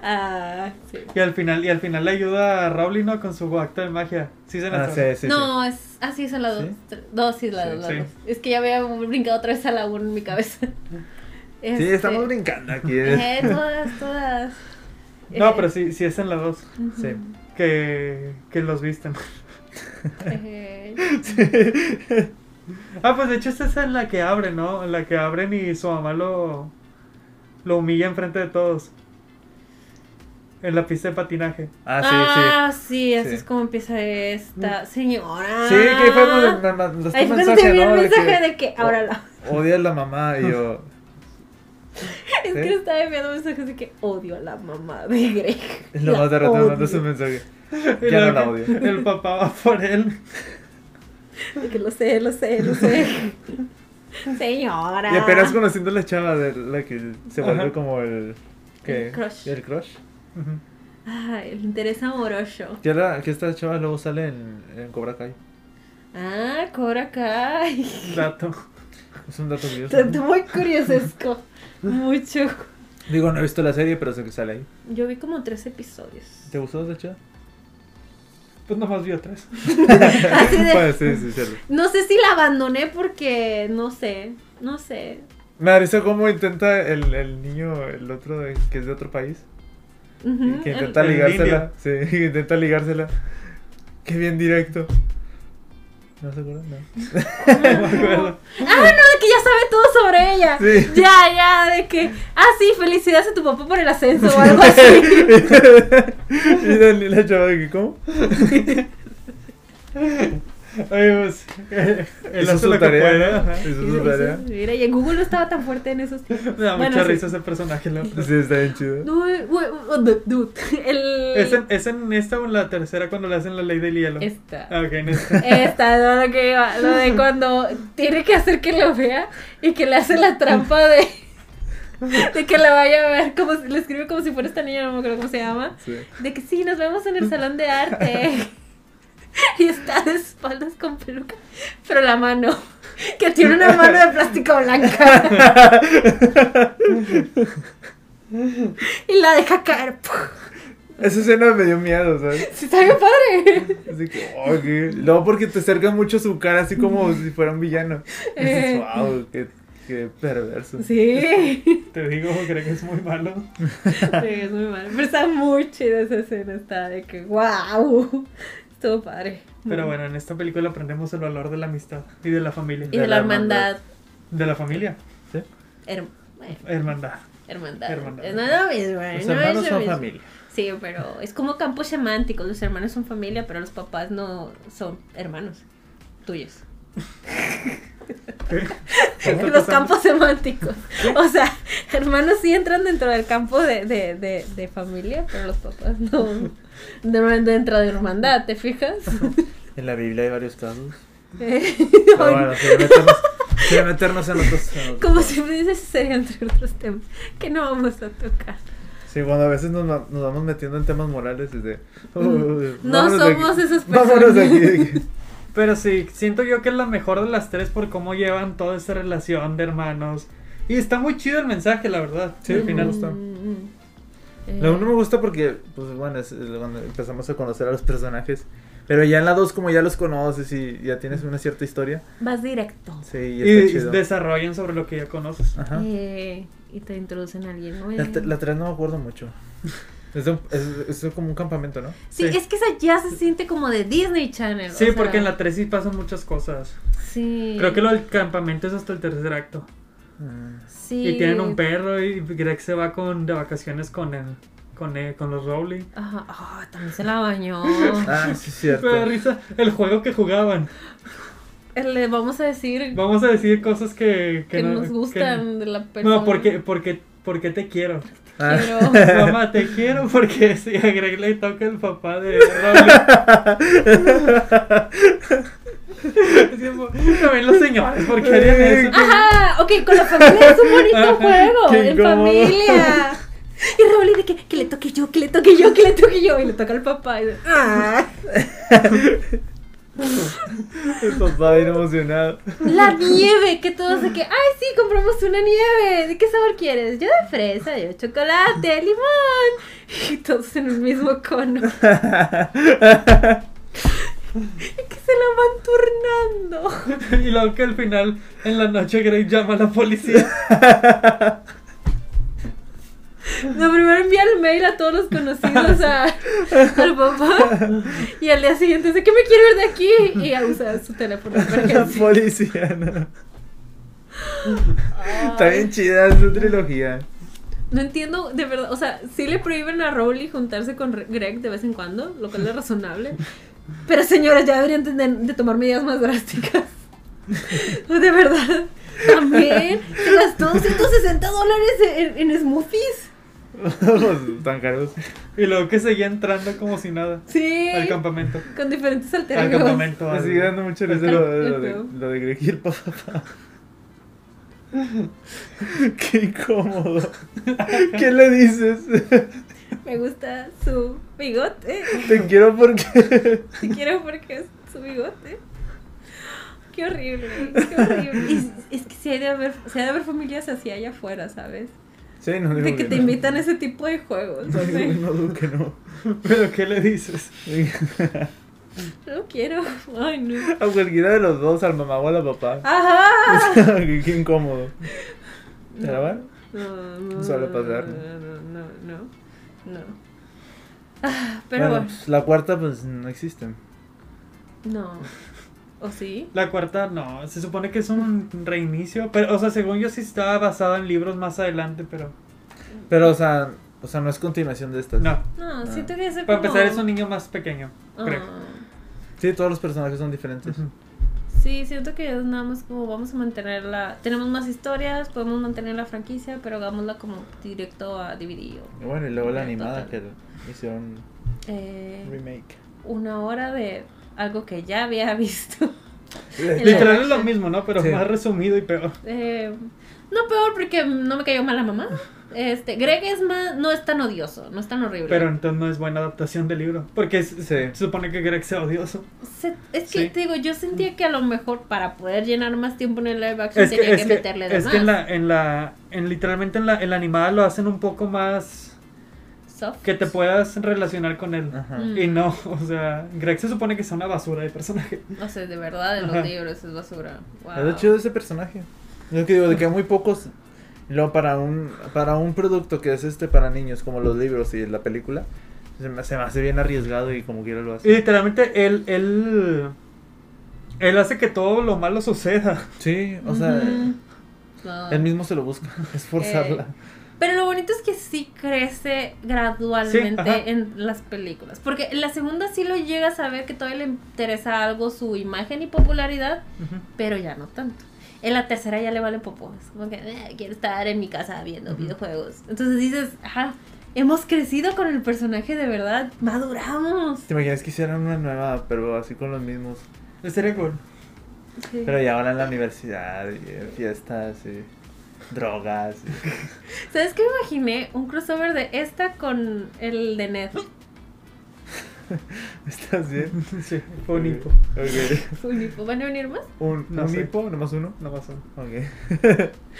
[SPEAKER 2] Ah, sí.
[SPEAKER 1] Y al final, y al final le ayuda a Rowling, ¿no? Con su acto de magia. Sí se
[SPEAKER 3] Ah,
[SPEAKER 1] nació.
[SPEAKER 3] sí, sí, sí.
[SPEAKER 2] No, es así es a la 2.
[SPEAKER 3] ¿Sí?
[SPEAKER 2] Dos, sí, es la 2.
[SPEAKER 1] Sí, sí.
[SPEAKER 2] Es que ya había brincado otra vez a la 1 en mi cabeza. [laughs]
[SPEAKER 3] Sí,
[SPEAKER 2] Este,
[SPEAKER 3] estamos brincando aquí.
[SPEAKER 2] eh, todas, todas.
[SPEAKER 1] No,
[SPEAKER 2] Eh,
[SPEAKER 1] pero sí, sí es en la 2
[SPEAKER 2] ujú,
[SPEAKER 3] Sí.
[SPEAKER 1] que, que los visten. [laughs]
[SPEAKER 2] eh,
[SPEAKER 1] Ah, pues de hecho es esa en la que abren, ¿no? En la que abren y su mamá lo, lo humilla enfrente de todos. En la pista de patinaje.
[SPEAKER 3] Ah, sí, sí.
[SPEAKER 2] Ah, sí, así
[SPEAKER 3] Sí. Mm.
[SPEAKER 2] es como empieza esta señora.
[SPEAKER 3] Sí, que fue donde me mandaste
[SPEAKER 2] Ahí
[SPEAKER 3] un
[SPEAKER 2] Ah. fue donde
[SPEAKER 3] este mensaje,
[SPEAKER 2] vi
[SPEAKER 3] ¿no?
[SPEAKER 2] el
[SPEAKER 3] De que
[SPEAKER 2] mensaje de que ahora
[SPEAKER 3] [laughs]
[SPEAKER 2] la.
[SPEAKER 3] Odia a la mamá y
[SPEAKER 2] [laughs]
[SPEAKER 3] yo.
[SPEAKER 2] Es
[SPEAKER 3] ¿Sí?
[SPEAKER 2] que le estaba enviando mensajes de que odio a la mamá de Greg.
[SPEAKER 3] Es lo más de rato me mandó su
[SPEAKER 2] odio.
[SPEAKER 3] [laughs] mensaje.
[SPEAKER 1] Y
[SPEAKER 3] Ya no
[SPEAKER 1] luego
[SPEAKER 3] la
[SPEAKER 1] que
[SPEAKER 3] odio.
[SPEAKER 1] El papá va por él.
[SPEAKER 2] De que lo sé, lo sé, lo sé.
[SPEAKER 3] [laughs]
[SPEAKER 2] señora.
[SPEAKER 3] Y apenas conociendo a la chava de la que se
[SPEAKER 1] Ajá.
[SPEAKER 3] volvió como el. ¿qué?
[SPEAKER 2] El crush.
[SPEAKER 3] El crush.
[SPEAKER 1] Ujú.
[SPEAKER 2] Ay, el interés amoroso.
[SPEAKER 3] Que, era- que esta chava luego sale en, en Cobra Kai.
[SPEAKER 2] Ah, Cobra Kai.
[SPEAKER 1] Dato.
[SPEAKER 3] Es un dato curioso.
[SPEAKER 2] Tanto
[SPEAKER 1] [laughs]
[SPEAKER 2] muy curiosesco. Mucho.
[SPEAKER 3] Digo, no he visto la serie, pero sé que sale ahí.
[SPEAKER 2] Yo vi como tres episodios.
[SPEAKER 3] ¿Te gustó esa
[SPEAKER 2] [laughs]
[SPEAKER 3] chava?
[SPEAKER 1] Pues nomás vio [laughs] tres.
[SPEAKER 2] Así Ah,
[SPEAKER 3] [laughs]
[SPEAKER 2] de-
[SPEAKER 3] Pues, sí, sí, cierto.
[SPEAKER 2] No sé si la abandoné porque no sé, no sé.
[SPEAKER 3] Me da risa cómo intenta el, el niño, el otro de- que es de otro país.
[SPEAKER 2] Ujú, Eh,
[SPEAKER 3] Que
[SPEAKER 2] el-
[SPEAKER 3] intenta
[SPEAKER 1] el
[SPEAKER 3] ligársela. Sí, [laughs] que intenta ligársela. Qué bien directo. ¿No se acuerdan? No.
[SPEAKER 1] No [laughs] me acuerdo.
[SPEAKER 2] Ah, no, de que ya sabe todo sobre ella.
[SPEAKER 3] Sí.
[SPEAKER 2] Ya, ya, de que. Ah, sí, felicidades a tu papá por el ascenso o
[SPEAKER 1] [laughs]
[SPEAKER 2] algo
[SPEAKER 3] [laughs]
[SPEAKER 2] así.
[SPEAKER 3] y la, la chava de que, ¿cómo?
[SPEAKER 1] Oye, pues. eh, El
[SPEAKER 3] Hizo
[SPEAKER 1] hace
[SPEAKER 3] su
[SPEAKER 1] lo que puede.
[SPEAKER 3] tarea.
[SPEAKER 1] ajá.
[SPEAKER 3] Hizo
[SPEAKER 2] Eso-
[SPEAKER 3] su
[SPEAKER 2] eso-
[SPEAKER 3] tarea.
[SPEAKER 2] Mira, y en Google no estaba tan fuerte en esos tiempos.
[SPEAKER 1] [laughs] Me da
[SPEAKER 2] Bueno,
[SPEAKER 1] mucha
[SPEAKER 2] sí.
[SPEAKER 1] risa ese personaje, la verdad.
[SPEAKER 3] Sí, está bien chido.
[SPEAKER 2] Dude, we- we- oh, dude, [laughs] el...
[SPEAKER 1] ¿Es en, ¿Es en esta o en la tercera cuando le hacen la ley del hielo?
[SPEAKER 2] Esta.
[SPEAKER 1] Ah, ok, en esta.
[SPEAKER 2] Esta, no, lo que iba, lo de cuando tiene que hacer que lo vea y que le hace la trampa de, de que la vaya a ver, como si- le escribe como si fuera esta niña, no me acuerdo cómo se llama,
[SPEAKER 3] Sí.
[SPEAKER 2] de que sí, nos vemos en el salón de arte. [laughs] Y está de espaldas con peluca, pero la mano, que tiene una mano de plástico blanca. Y la deja caer.
[SPEAKER 3] Esa escena me dio miedo, ¿sabes?
[SPEAKER 2] Si está bien padre.
[SPEAKER 3] Así que, oh, qué- No, porque te acerca mucho su cara, así como si fuera un villano. Y dices,
[SPEAKER 2] Eh.
[SPEAKER 3] wow, qué, qué perverso.
[SPEAKER 2] Sí.
[SPEAKER 1] Te digo, creo que es muy malo.
[SPEAKER 2] Sí, es muy malo. Pero está muy chida esa escena, está de que wow. Estuvo padre.
[SPEAKER 1] Pero bueno, en esta película aprendemos el valor de la amistad y de la familia.
[SPEAKER 2] Y de la hermandad.
[SPEAKER 1] De la familia.
[SPEAKER 2] Her- bueno,
[SPEAKER 1] Hermandad.
[SPEAKER 2] hermandad.
[SPEAKER 1] Hermandad.
[SPEAKER 2] No es lo mismo.
[SPEAKER 3] Los
[SPEAKER 2] no
[SPEAKER 3] hermanos
[SPEAKER 2] es lo
[SPEAKER 3] son
[SPEAKER 2] mismo.
[SPEAKER 3] familia.
[SPEAKER 2] Sí, pero es como campo semántico. Los hermanos son familia, pero los papás no son hermanos tuyos.
[SPEAKER 1] ¿Qué? ¿Qué está
[SPEAKER 2] Los
[SPEAKER 1] pasando?
[SPEAKER 2] campos semánticos. O sea, hermanos sí entran dentro del campo de, de, de, de familia, pero los papás no. no Dentro de hermandad, ¿te fijas?
[SPEAKER 3] En la Biblia hay
[SPEAKER 2] [laughs]
[SPEAKER 3] varios casos.
[SPEAKER 2] Eh, [laughs]
[SPEAKER 3] Pero bueno, sin meternos, sin meternos en otros. en otros
[SPEAKER 2] Como
[SPEAKER 3] temas.
[SPEAKER 2] siempre dices, sería entre otros temas que no vamos a tocar.
[SPEAKER 3] Sí, cuando a veces nos, va- nos vamos metiendo en temas morales, es de. "Oh,
[SPEAKER 2] No
[SPEAKER 3] vámonos de
[SPEAKER 2] somos
[SPEAKER 3] aquí".
[SPEAKER 2] esas
[SPEAKER 3] Vámonos de aquí.
[SPEAKER 2] personas. [laughs]
[SPEAKER 3] de aquí.
[SPEAKER 1] Pero sí, siento yo que es la mejor de las tres por cómo llevan toda esa relación de hermanos. Y está muy chido el mensaje, la verdad. Sí, al final está.
[SPEAKER 2] Mm, mm.
[SPEAKER 3] La
[SPEAKER 2] Eh,
[SPEAKER 3] 1 me gusta porque, pues bueno, es el- cuando empezamos a conocer a los personajes. Pero ya en la 2, como ya los conoces y ya tienes una cierta historia,
[SPEAKER 2] Vas directo.
[SPEAKER 3] sí, y
[SPEAKER 1] Y,
[SPEAKER 3] está
[SPEAKER 1] y
[SPEAKER 3] chido.
[SPEAKER 1] desarrollan sobre lo que ya conoces.
[SPEAKER 3] Ajá.
[SPEAKER 2] Eh, y te introducen a alguien nuevo.
[SPEAKER 3] La, 3 no me
[SPEAKER 2] [laughs]
[SPEAKER 3] acuerdo mucho. Es, de un- es- es como un campamento, ¿no?
[SPEAKER 2] Sí,
[SPEAKER 1] sí.
[SPEAKER 2] es que esa ya se siente como de Disney Channel. o
[SPEAKER 1] Sí,
[SPEAKER 2] sea,
[SPEAKER 1] porque en la 3 sí pasan muchas cosas.
[SPEAKER 2] Sí.
[SPEAKER 1] Creo que lo del campamento es hasta el tercer acto.
[SPEAKER 2] Sí.
[SPEAKER 1] Y tienen un perro y Greg se va con, de vacaciones con él, con, él- con los Rowley.
[SPEAKER 2] Ajá, ah, también se
[SPEAKER 1] [laughs]
[SPEAKER 2] la bañó.
[SPEAKER 3] Ah, sí, es
[SPEAKER 1] Me
[SPEAKER 3] cierto.
[SPEAKER 1] da risa el juego que jugaban.
[SPEAKER 2] Le vamos a decir
[SPEAKER 1] Vamos a decir cosas que,
[SPEAKER 2] que,
[SPEAKER 1] que no-
[SPEAKER 2] nos
[SPEAKER 1] que-
[SPEAKER 2] gustan de la persona.
[SPEAKER 1] no, porque, porque, porque te
[SPEAKER 2] [laughs]
[SPEAKER 1] quiero.
[SPEAKER 3] Ah.
[SPEAKER 1] [laughs]
[SPEAKER 2] Pero-
[SPEAKER 1] Mamá, te quiero porque [laughs] si a Greg le toca el papá de Robbie. También los señores, ¿por qué harían eso?
[SPEAKER 2] Ajá, ok, con la familia es un bonito juego.
[SPEAKER 3] qué
[SPEAKER 2] En
[SPEAKER 3] incómodo. [laughs]
[SPEAKER 2] familia. Y Raúl de que, que le toque yo, que le toque yo, que le toque yo. Y le toca al papá. Y de, "Ah".
[SPEAKER 3] El papá bien
[SPEAKER 2] [laughs]
[SPEAKER 3] emocionado.
[SPEAKER 2] La nieve, que todos de que, ay sí, compramos una nieve. ¿De qué sabor quieres? Yo de fresa, yo de chocolate, limón. [laughs] Y todos en el mismo
[SPEAKER 3] [laughs]
[SPEAKER 2] cono. Y que se la van turnando.
[SPEAKER 1] Y luego que al final, en la noche, Greg llama a la policía.
[SPEAKER 2] [laughs] No, primero envía el mail a todos los conocidos a, al papá y al día siguiente dice que me quiero ir de aquí y a usar su teléfono de
[SPEAKER 1] [laughs]
[SPEAKER 3] La
[SPEAKER 2] emergencia.
[SPEAKER 3] policía, ¿no?
[SPEAKER 2] Ay,
[SPEAKER 3] Está bien chida esa trilogía. [laughs]
[SPEAKER 2] No entiendo, de verdad, o sea, sí le prohíben a Rowley juntarse con Re- Greg de vez en cuando, lo cual es razonable. Pero señores, ya deberían tener- de tomar medidas más drásticas. [laughs] De verdad. También se gastó 160 dólares en, en smoothies.
[SPEAKER 3] Tan caros.
[SPEAKER 1] Y luego que seguía entrando como si nada
[SPEAKER 2] Sí.
[SPEAKER 1] al campamento.
[SPEAKER 2] Con diferentes
[SPEAKER 1] Al
[SPEAKER 2] alternativas.
[SPEAKER 1] campamento.
[SPEAKER 3] Me
[SPEAKER 1] al-
[SPEAKER 3] sigue dando mucha risa lo, de- lo de, lo de Greg y el
[SPEAKER 2] [laughs]
[SPEAKER 3] papá. Qué incómodo. ¿Qué le dices?
[SPEAKER 2] Me gusta su bigote.
[SPEAKER 3] Te quiero porque.
[SPEAKER 2] Te quiero porque es su bigote. Qué horrible, qué horrible. Y [laughs] es que si hay de haber, si hay de haber familias así allá afuera, ¿sabes?
[SPEAKER 3] Sí, no digo
[SPEAKER 2] De que te
[SPEAKER 3] no.
[SPEAKER 2] invitan a ese tipo de juegos.
[SPEAKER 3] [laughs] No,
[SPEAKER 2] o sea,
[SPEAKER 3] digo- no digo que no.
[SPEAKER 1] Pero ¿qué le
[SPEAKER 2] [laughs]
[SPEAKER 1] dices?
[SPEAKER 2] No quiero. Ay, no.
[SPEAKER 3] A cualquiera de los dos, al mamá o al papá.
[SPEAKER 2] ¡Ajá!
[SPEAKER 3] [laughs] Qué qué incómodo. Pero bueno.
[SPEAKER 2] No, no.
[SPEAKER 3] Suele pasar.
[SPEAKER 2] No, no, no, no. no. Ah, pero
[SPEAKER 3] Bueno,
[SPEAKER 2] bueno.
[SPEAKER 3] pues, la cuarta, pues no existe.
[SPEAKER 2] No. ¿O sí?
[SPEAKER 1] La cuarta, no. Se supone que es un reinicio. Pero, o sea, según yo sí estaba basada en libros más adelante, pero.
[SPEAKER 3] Pero, o sea, o sea, no es continuación de estas.
[SPEAKER 1] No.
[SPEAKER 2] No, siento que Ah. es
[SPEAKER 1] Para empezar, es un niño más pequeño, creo.
[SPEAKER 3] Sí, todos los personajes son diferentes.
[SPEAKER 1] Ujú.
[SPEAKER 2] Sí, siento que es nada más como vamos a mantenerla. Tenemos más historias, podemos mantener la franquicia, pero hagámosla como directo a DVD o
[SPEAKER 3] Y Bueno, y luego la animada
[SPEAKER 2] Total.
[SPEAKER 3] que hicieron
[SPEAKER 2] eh,
[SPEAKER 3] remake.
[SPEAKER 2] una hora de algo que ya había [laughs] visto.
[SPEAKER 1] Literal es lo mismo, ¿no? Pero
[SPEAKER 3] Sí.
[SPEAKER 1] más resumido y peor.
[SPEAKER 2] Eh, no peor porque no me cayó mal la mamá. Este, Greg es más, no es tan odioso, no es tan horrible.
[SPEAKER 1] Pero entonces no es buena adaptación del libro. Porque es- se supone que Greg sea odioso.
[SPEAKER 2] Se- es que
[SPEAKER 1] Sí.
[SPEAKER 2] te digo, yo sentía que a lo mejor para poder llenar más tiempo en el live action
[SPEAKER 1] Es que,
[SPEAKER 2] tenía que,
[SPEAKER 1] es que,
[SPEAKER 2] meterle de
[SPEAKER 1] es
[SPEAKER 2] más.
[SPEAKER 1] que en la, en la, en literalmente en la, en la animada lo hacen un poco más
[SPEAKER 2] Soft.
[SPEAKER 1] que te puedas relacionar con él.
[SPEAKER 3] Ajá.
[SPEAKER 2] Mm.
[SPEAKER 1] Y no, [laughs] o sea, Greg se supone que es una basura de personaje.
[SPEAKER 2] No sé, de verdad, en los
[SPEAKER 1] Ajá.
[SPEAKER 2] libros es basura. Wow.
[SPEAKER 3] Es lo chido de ese personaje. Yo que digo, de que muy pocos. Lo para un, para un producto que es este para niños, como los libros y la película, se me, se me hace bien arriesgado y como quiera lo
[SPEAKER 1] Y
[SPEAKER 3] hace.
[SPEAKER 1] literalmente él, él, él hace que todo lo malo suceda.
[SPEAKER 3] Sí, o sea,
[SPEAKER 2] Ujú. No.
[SPEAKER 3] él mismo se lo busca, [laughs] es forzarla.
[SPEAKER 2] Pero lo bonito es que sí crece gradualmente
[SPEAKER 1] Sí, ajá.
[SPEAKER 2] en las películas. Porque en la segunda sí lo llegas a ver que todavía le interesa algo su imagen y popularidad, pero ya no tanto. En la tercera ya le vale popó. Es como que "Eh, quiero estar en mi casa viendo
[SPEAKER 1] Ujú.
[SPEAKER 2] videojuegos. Entonces dices, ajá, hemos crecido con el personaje de verdad, maduramos.
[SPEAKER 3] ¿Te imaginas que hicieran una nueva, pero así con los mismos?
[SPEAKER 1] Estaría cool.
[SPEAKER 2] Sí.
[SPEAKER 3] Pero ya ahora en la universidad, y en fiestas, y drogas. y- [laughs]
[SPEAKER 2] ¿Sabes qué me imaginé? Un crossover de esta con el de Ned.
[SPEAKER 3] ¿Estás bien?
[SPEAKER 1] [laughs] Sí, fue un hipo.
[SPEAKER 2] [laughs]
[SPEAKER 3] Ok.
[SPEAKER 2] Un hipo. ¿Van a venir más?
[SPEAKER 3] ¿Un,
[SPEAKER 1] No
[SPEAKER 3] un
[SPEAKER 1] sé.
[SPEAKER 3] hipo? ¿Nomás uno?
[SPEAKER 1] No pasó.
[SPEAKER 3] Ok.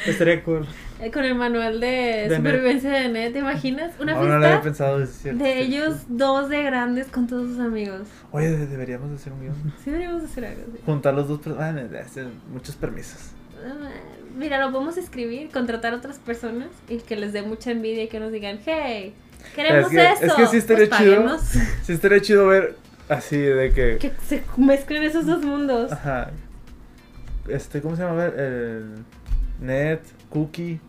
[SPEAKER 1] Estaría cool.
[SPEAKER 2] Eh, Con el manual de,
[SPEAKER 1] De Ned.
[SPEAKER 2] supervivencia de Ned, ¿te imaginas? Una
[SPEAKER 3] Aún no lo había
[SPEAKER 2] fiesta
[SPEAKER 3] pensado, es cierto.
[SPEAKER 2] de
[SPEAKER 3] sí.
[SPEAKER 2] ellos dos de grandes con todos sus amigos.
[SPEAKER 3] Oye, de- deberíamos hacer un guión.
[SPEAKER 2] Sí deberíamos hacer algo así.
[SPEAKER 3] Juntar los dos personajes, hacen muchos permisos.
[SPEAKER 2] Ah, Mira, lo podemos escribir, contratar a otras personas y que les dé mucha envidia y que nos digan, hey, queremos
[SPEAKER 3] Es
[SPEAKER 2] eso.
[SPEAKER 3] que- es que sí estaría
[SPEAKER 2] Pues
[SPEAKER 3] chido.
[SPEAKER 2] páguenos. [laughs]
[SPEAKER 3] Sí, estaría chido ver así de que.
[SPEAKER 2] Que se mezclen esos dos mundos.
[SPEAKER 3] Ajá. Este, ¿cómo se llama? El, el Ned, Cookie,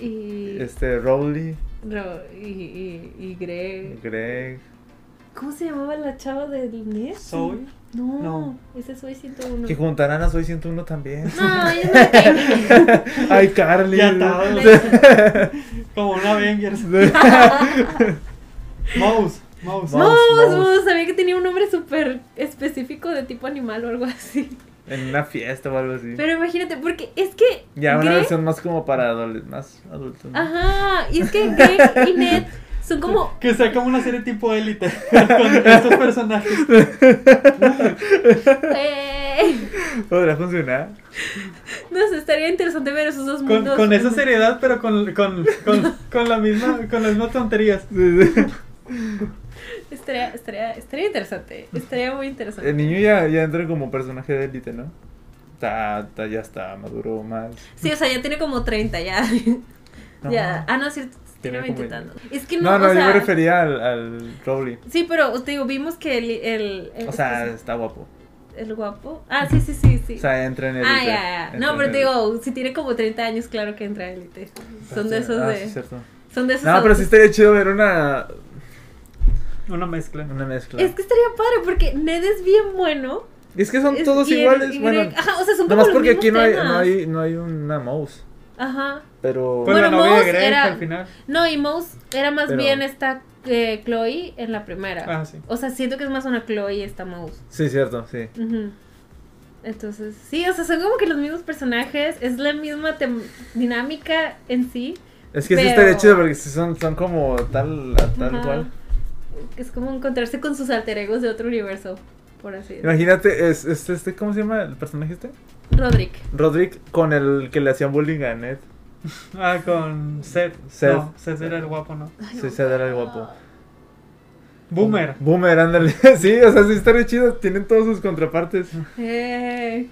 [SPEAKER 2] Y,
[SPEAKER 3] este, Rowley,
[SPEAKER 2] Ro- y, y, y Greg.
[SPEAKER 3] Greg.
[SPEAKER 2] ¿Cómo se llamaba la chava del NES?
[SPEAKER 1] Soy.
[SPEAKER 2] No,
[SPEAKER 1] No.
[SPEAKER 2] ese es Soy 101.
[SPEAKER 3] Que juntarán a Soy 101 también. [laughs]
[SPEAKER 2] No, yo no creo.
[SPEAKER 3] Ay, Carly.
[SPEAKER 1] Ya atados. Como una Avengers.
[SPEAKER 3] [laughs]
[SPEAKER 1] Mouse. Mouse.
[SPEAKER 3] Mouse,
[SPEAKER 2] No,
[SPEAKER 3] mouse.
[SPEAKER 2] vos, sabía que tenía un nombre súper específico de tipo animal o algo así.
[SPEAKER 3] En una fiesta o algo así.
[SPEAKER 2] Pero imagínate, porque es que.
[SPEAKER 3] ya una
[SPEAKER 2] Greg- Ah.
[SPEAKER 3] versión más como para adole- más adultos. ¿no?
[SPEAKER 2] Ajá, y es que Greg y Ned son como.
[SPEAKER 1] Que sea como una serie tipo élite. [laughs] Con estos personajes.
[SPEAKER 2] eh, [laughs]
[SPEAKER 3] Podrá funcionar.
[SPEAKER 2] no sé, estaría interesante ver esos dos
[SPEAKER 1] Con,
[SPEAKER 2] mundos.
[SPEAKER 1] con esa seriedad, pero con, con, con, con la misma, con las mismas tonterías.
[SPEAKER 2] Estaría, estaría, estaría
[SPEAKER 3] [laughs]
[SPEAKER 2] interesante. Estaría muy interesante.
[SPEAKER 3] El niño ya, ya entra como personaje de élite, ¿no? Está, está- ya está, maduro más.
[SPEAKER 2] Sí, o sea, ya tiene como 30 ya.
[SPEAKER 3] No.
[SPEAKER 2] ya. Ah, no, es cierto. Tiene 20
[SPEAKER 3] Tiene
[SPEAKER 2] y
[SPEAKER 3] como
[SPEAKER 2] tantos. Es que no,
[SPEAKER 3] No, no,
[SPEAKER 2] o
[SPEAKER 3] yo
[SPEAKER 2] sea,
[SPEAKER 3] me refería al, al Rowley.
[SPEAKER 2] Sí, pero te digo, vimos que el. el, el-
[SPEAKER 3] O sea, está guapo.
[SPEAKER 2] el guapo. Ah, sí, sí, sí. sí.
[SPEAKER 3] O sea, entra en élite.
[SPEAKER 2] Ah, ya, ya. No,
[SPEAKER 3] entra
[SPEAKER 2] pero
[SPEAKER 3] en
[SPEAKER 2] te
[SPEAKER 3] élite.
[SPEAKER 2] digo, si tiene como 30 años, claro que entra a élite. Son de esos
[SPEAKER 3] Ah, sí,
[SPEAKER 2] de.
[SPEAKER 3] es cierto.
[SPEAKER 2] son de esos.
[SPEAKER 3] No, pero sí
[SPEAKER 2] adultos.
[SPEAKER 3] estaría chido ver una,
[SPEAKER 1] Una mezcla.
[SPEAKER 3] una mezcla.
[SPEAKER 2] Es que estaría padre porque Ned es bien bueno.
[SPEAKER 3] Es que son
[SPEAKER 2] es-
[SPEAKER 3] todos
[SPEAKER 2] y el-
[SPEAKER 3] iguales.
[SPEAKER 2] y
[SPEAKER 3] bueno,
[SPEAKER 2] Greg- Ajá, o sea, son como
[SPEAKER 3] nomás
[SPEAKER 2] los
[SPEAKER 3] porque
[SPEAKER 2] mismos
[SPEAKER 3] aquí no hay,
[SPEAKER 2] temas.
[SPEAKER 3] no, hay, no hay una mouse.
[SPEAKER 2] Ajá.
[SPEAKER 3] Pero.
[SPEAKER 1] Con
[SPEAKER 2] Bueno,
[SPEAKER 1] la novia de
[SPEAKER 2] Mouse
[SPEAKER 1] Greg
[SPEAKER 2] era-
[SPEAKER 1] al final.
[SPEAKER 2] No, y Mouse era más
[SPEAKER 3] Pero-
[SPEAKER 2] bien esta eh, Chloe en la primera.
[SPEAKER 1] Ah, sí.
[SPEAKER 2] O sea, siento que es más una Chloe esta Mouse.
[SPEAKER 3] Sí, cierto, sí.
[SPEAKER 2] Ujú. Entonces, sí, o sea, son como que los mismos personajes, es la misma tem- dinámica en sí.
[SPEAKER 3] Es que sí
[SPEAKER 2] Pero-
[SPEAKER 3] estaría chido porque sí son, son como tal, a tal
[SPEAKER 2] Ajá.
[SPEAKER 3] cual.
[SPEAKER 2] Es como encontrarse con sus alter egos de otro universo, por así decirlo.
[SPEAKER 3] Imagínate, es, es este, ¿cómo se llama el personaje este?
[SPEAKER 2] Roderick.
[SPEAKER 3] Rodrick con el que le hacían bullying a Ned.
[SPEAKER 1] Ah, con Seth.
[SPEAKER 3] Seth.
[SPEAKER 1] No, Seth era el guapo, ¿no?
[SPEAKER 3] Sí, se dará el guapo.
[SPEAKER 1] Boomer.
[SPEAKER 3] Boomer, ándale. [laughs] Sí, o sea, sí estaría chido. Tienen todos sus contrapartes.
[SPEAKER 2] Eh,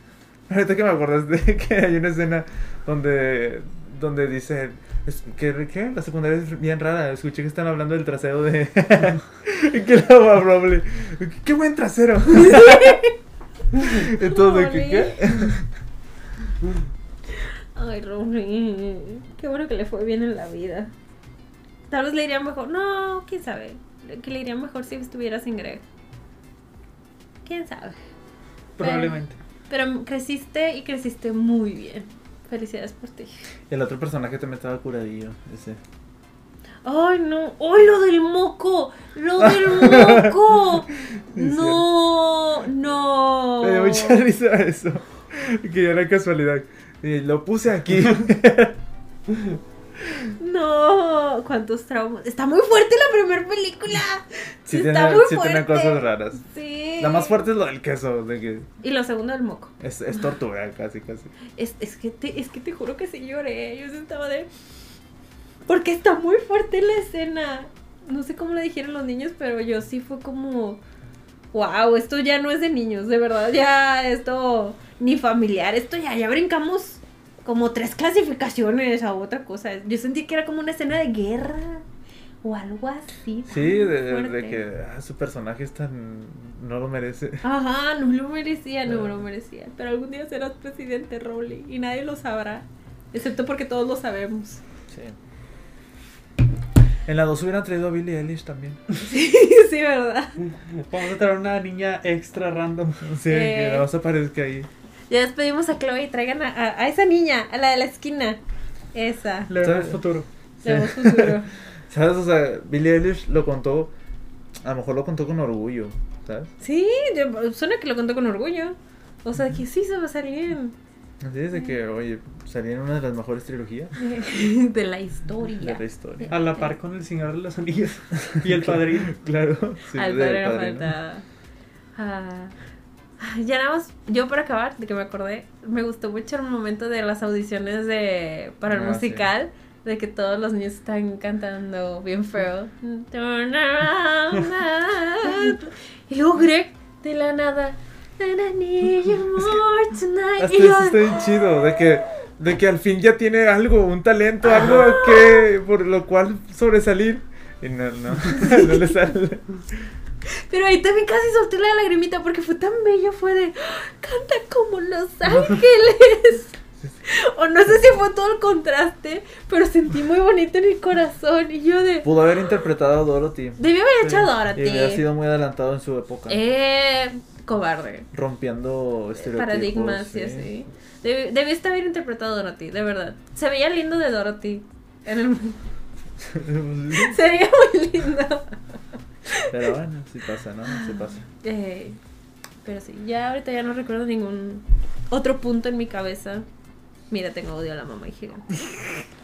[SPEAKER 3] Ahorita que me acordaste que hay una escena donde, donde dicen es- que, que la secundaria es bien rara. Escuché que están hablando del trasero de. [laughs] que la va Roble. ¡Qué buen trasero! [laughs] Entonces, ¿qué? qué?
[SPEAKER 2] Ay, Rory. Qué bueno que le fue bien en la vida. Tal vez le iría mejor. No, quién sabe. Que le iría mejor si estuviera sin Greg. quién sabe.
[SPEAKER 1] Probablemente.
[SPEAKER 2] Pero creciste y creciste muy bien. Felicidades por ti.
[SPEAKER 3] El otro personaje también estaba curadillo. Ese.
[SPEAKER 2] Ay, no. ¡Ay, lo del moco! ¡Lo
[SPEAKER 3] [laughs]
[SPEAKER 2] del moco! No, no.
[SPEAKER 3] Me dio mucha risa eso. Que ya era casualidad. Y lo puse aquí.
[SPEAKER 2] No, cuántos traumas. Está muy fuerte la primera película.
[SPEAKER 3] Sí,
[SPEAKER 2] Está
[SPEAKER 3] tiene,
[SPEAKER 2] muy
[SPEAKER 3] sí tiene
[SPEAKER 2] fuerte.
[SPEAKER 3] cosas raras.
[SPEAKER 2] Sí.
[SPEAKER 3] La más fuerte es lo del queso, de que
[SPEAKER 2] Y lo segundo, el moco.
[SPEAKER 3] es, es tortuga casi, casi.
[SPEAKER 2] Es, es, que te, es que te juro que sí lloré. Yo sí estaba de. Porque está muy fuerte la escena. No sé cómo le dijeron los niños, pero yo sí fue como. Wow, esto ya no es de niños, de verdad. Ya esto. Ni familiar, esto ya, ya brincamos como tres clasificaciones a otra cosa. Yo sentí que era como una escena de guerra. O algo así.
[SPEAKER 3] Sí, de, de- de
[SPEAKER 2] fuerte.
[SPEAKER 3] que ah, su personaje es tan... no lo merece.
[SPEAKER 2] Ajá, no lo merecía, no
[SPEAKER 3] Ah.
[SPEAKER 2] lo merecía. Pero algún día serás presidente, Rowley, y nadie lo sabrá. Excepto porque todos lo sabemos. [laughs]
[SPEAKER 3] Sí. En la 2 hubieran traído a Billie Eilish también.
[SPEAKER 2] Sí, sí, ¿verdad?
[SPEAKER 1] Vamos a traer una niña extra random.
[SPEAKER 3] Sí,
[SPEAKER 2] Eh.
[SPEAKER 3] que no se aparezca ahí.
[SPEAKER 2] Ya despedimos a Chloe y traigan a, a- a esa niña, a la de la esquina. Esa.
[SPEAKER 1] Le vemos futuro.
[SPEAKER 3] Sí.
[SPEAKER 2] Le vemos
[SPEAKER 3] [laughs]
[SPEAKER 2] futuro.
[SPEAKER 3] ¿Sabes? O sea, Billie Eilish lo contó, a lo mejor lo contó con orgullo, ¿sabes?
[SPEAKER 2] Sí, yo- suena que lo contó con orgullo. O sea, que sí se va a salir
[SPEAKER 3] Así es de
[SPEAKER 2] Mm.
[SPEAKER 3] que, oye, salí en una de las mejores trilogías
[SPEAKER 2] de, de la
[SPEAKER 3] de
[SPEAKER 2] historia.
[SPEAKER 3] la historia.
[SPEAKER 1] A la par con el Señor de los Anillos y el Padrino.
[SPEAKER 3] Claro, sí,
[SPEAKER 2] Al
[SPEAKER 3] del
[SPEAKER 2] padre no
[SPEAKER 3] padrino.
[SPEAKER 2] faltaba. Ah, ya nada más, yo para acabar, de que me acordé, me gustó mucho el momento de las audiciones de para el
[SPEAKER 3] Ah,
[SPEAKER 2] musical, de que todos los niños están cantando bien
[SPEAKER 3] [laughs]
[SPEAKER 2] feo. Turn around. y luego Greg, de la nada. "And I need you more tonight",
[SPEAKER 3] Hasta
[SPEAKER 2] y yo-
[SPEAKER 3] eso está bien chido, de que, de que al fin ya tiene algo, un talento, algo que por lo cual sobresalir. Y no, no, [laughs] no le sale.
[SPEAKER 2] Pero ahí también casi solté la lagrimita porque fue tan bello, fue de "Ah, canta como Los Ángeles. o no sé si fue todo el contraste, pero sentí muy bonito en el corazón y yo de
[SPEAKER 3] Pudo haber interpretado a Dorothy.
[SPEAKER 2] debí haber echado ahora a
[SPEAKER 3] Y hubiera
[SPEAKER 2] ti.
[SPEAKER 3] sido muy adelantado en su época.
[SPEAKER 2] Eh, cobarde.
[SPEAKER 3] Rompiendo estereotipos. ¿eh?
[SPEAKER 2] Paradigmas y así. Deb- Debiste haber interpretado a Dorothy, de verdad. Se veía lindo de Dorothy. En el- [laughs] Se veía muy lindo.
[SPEAKER 3] [laughs] Pero bueno, sí pasa, ¿no? Sí pasa.
[SPEAKER 2] Eh, pero sí, ya ahorita ya no recuerdo ningún otro punto en mi cabeza. Mira, tengo odio a la mamá y gigante.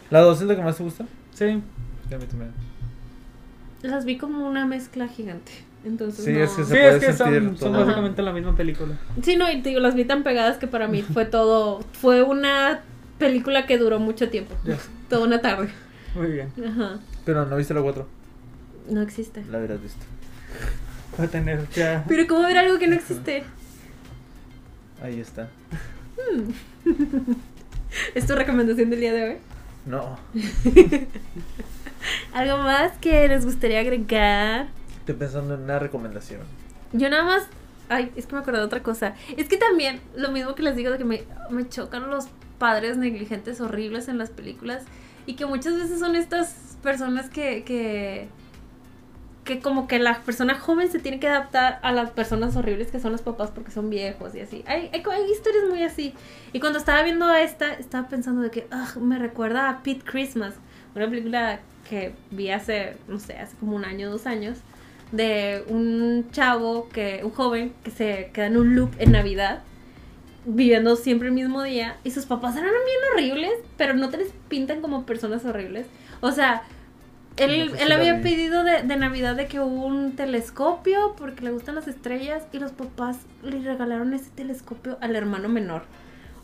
[SPEAKER 3] ¿La 2 es la que más te gusta?
[SPEAKER 1] Sí.
[SPEAKER 3] Sí, a mí también.
[SPEAKER 2] Las vi como una mezcla gigante. Entonces,
[SPEAKER 3] Sí,
[SPEAKER 2] no.
[SPEAKER 3] es que
[SPEAKER 1] Sí,
[SPEAKER 3] se-
[SPEAKER 1] es
[SPEAKER 3] puede
[SPEAKER 1] que son,
[SPEAKER 3] sentir
[SPEAKER 1] son
[SPEAKER 3] todo.
[SPEAKER 1] básicamente la misma película.
[SPEAKER 2] Sí, no, y te digo, las vi tan pegadas que para mí fue todo. Fue una película que duró mucho tiempo.
[SPEAKER 1] Ya.
[SPEAKER 2] Toda una tarde.
[SPEAKER 1] Muy bien.
[SPEAKER 2] Ajá.
[SPEAKER 3] Pero no viste la 4.
[SPEAKER 2] No existe.
[SPEAKER 3] La hubieras visto.
[SPEAKER 1] Va a tener ya.
[SPEAKER 2] Pero, ¿cómo ver algo que no existe?
[SPEAKER 3] Ahí está.
[SPEAKER 2] ¿Es tu recomendación del día de hoy?
[SPEAKER 3] No.
[SPEAKER 2] ¿Algo más que les gustaría agregar?
[SPEAKER 3] Estoy pensando en una recomendación.
[SPEAKER 2] Yo nada más. Ay, es que me acordé de otra cosa. Es que también, lo mismo que les digo de que me, me chocan los padres negligentes horribles en las películas. Y que muchas veces son estas personas que. que que como que la persona joven se tiene que adaptar a las personas horribles que son los papás porque son viejos y así. Hay, hay, hay historias muy así. Y cuando estaba viendo a esta, estaba pensando de que "Ugh, me recuerda a Pete Christmas, una película que vi hace, no sé, hace como un año, dos años, de un chavo, que un joven, que se queda en un loop en Navidad, viviendo siempre el mismo día, y sus papás eran bien horribles, pero no te les pintan como personas horribles. O sea, él,
[SPEAKER 3] No sé si
[SPEAKER 2] él
[SPEAKER 3] la
[SPEAKER 2] había
[SPEAKER 3] vi.
[SPEAKER 2] pedido de, de Navidad de que hubo un telescopio porque le gustan las estrellas y los papás le regalaron ese telescopio al hermano menor.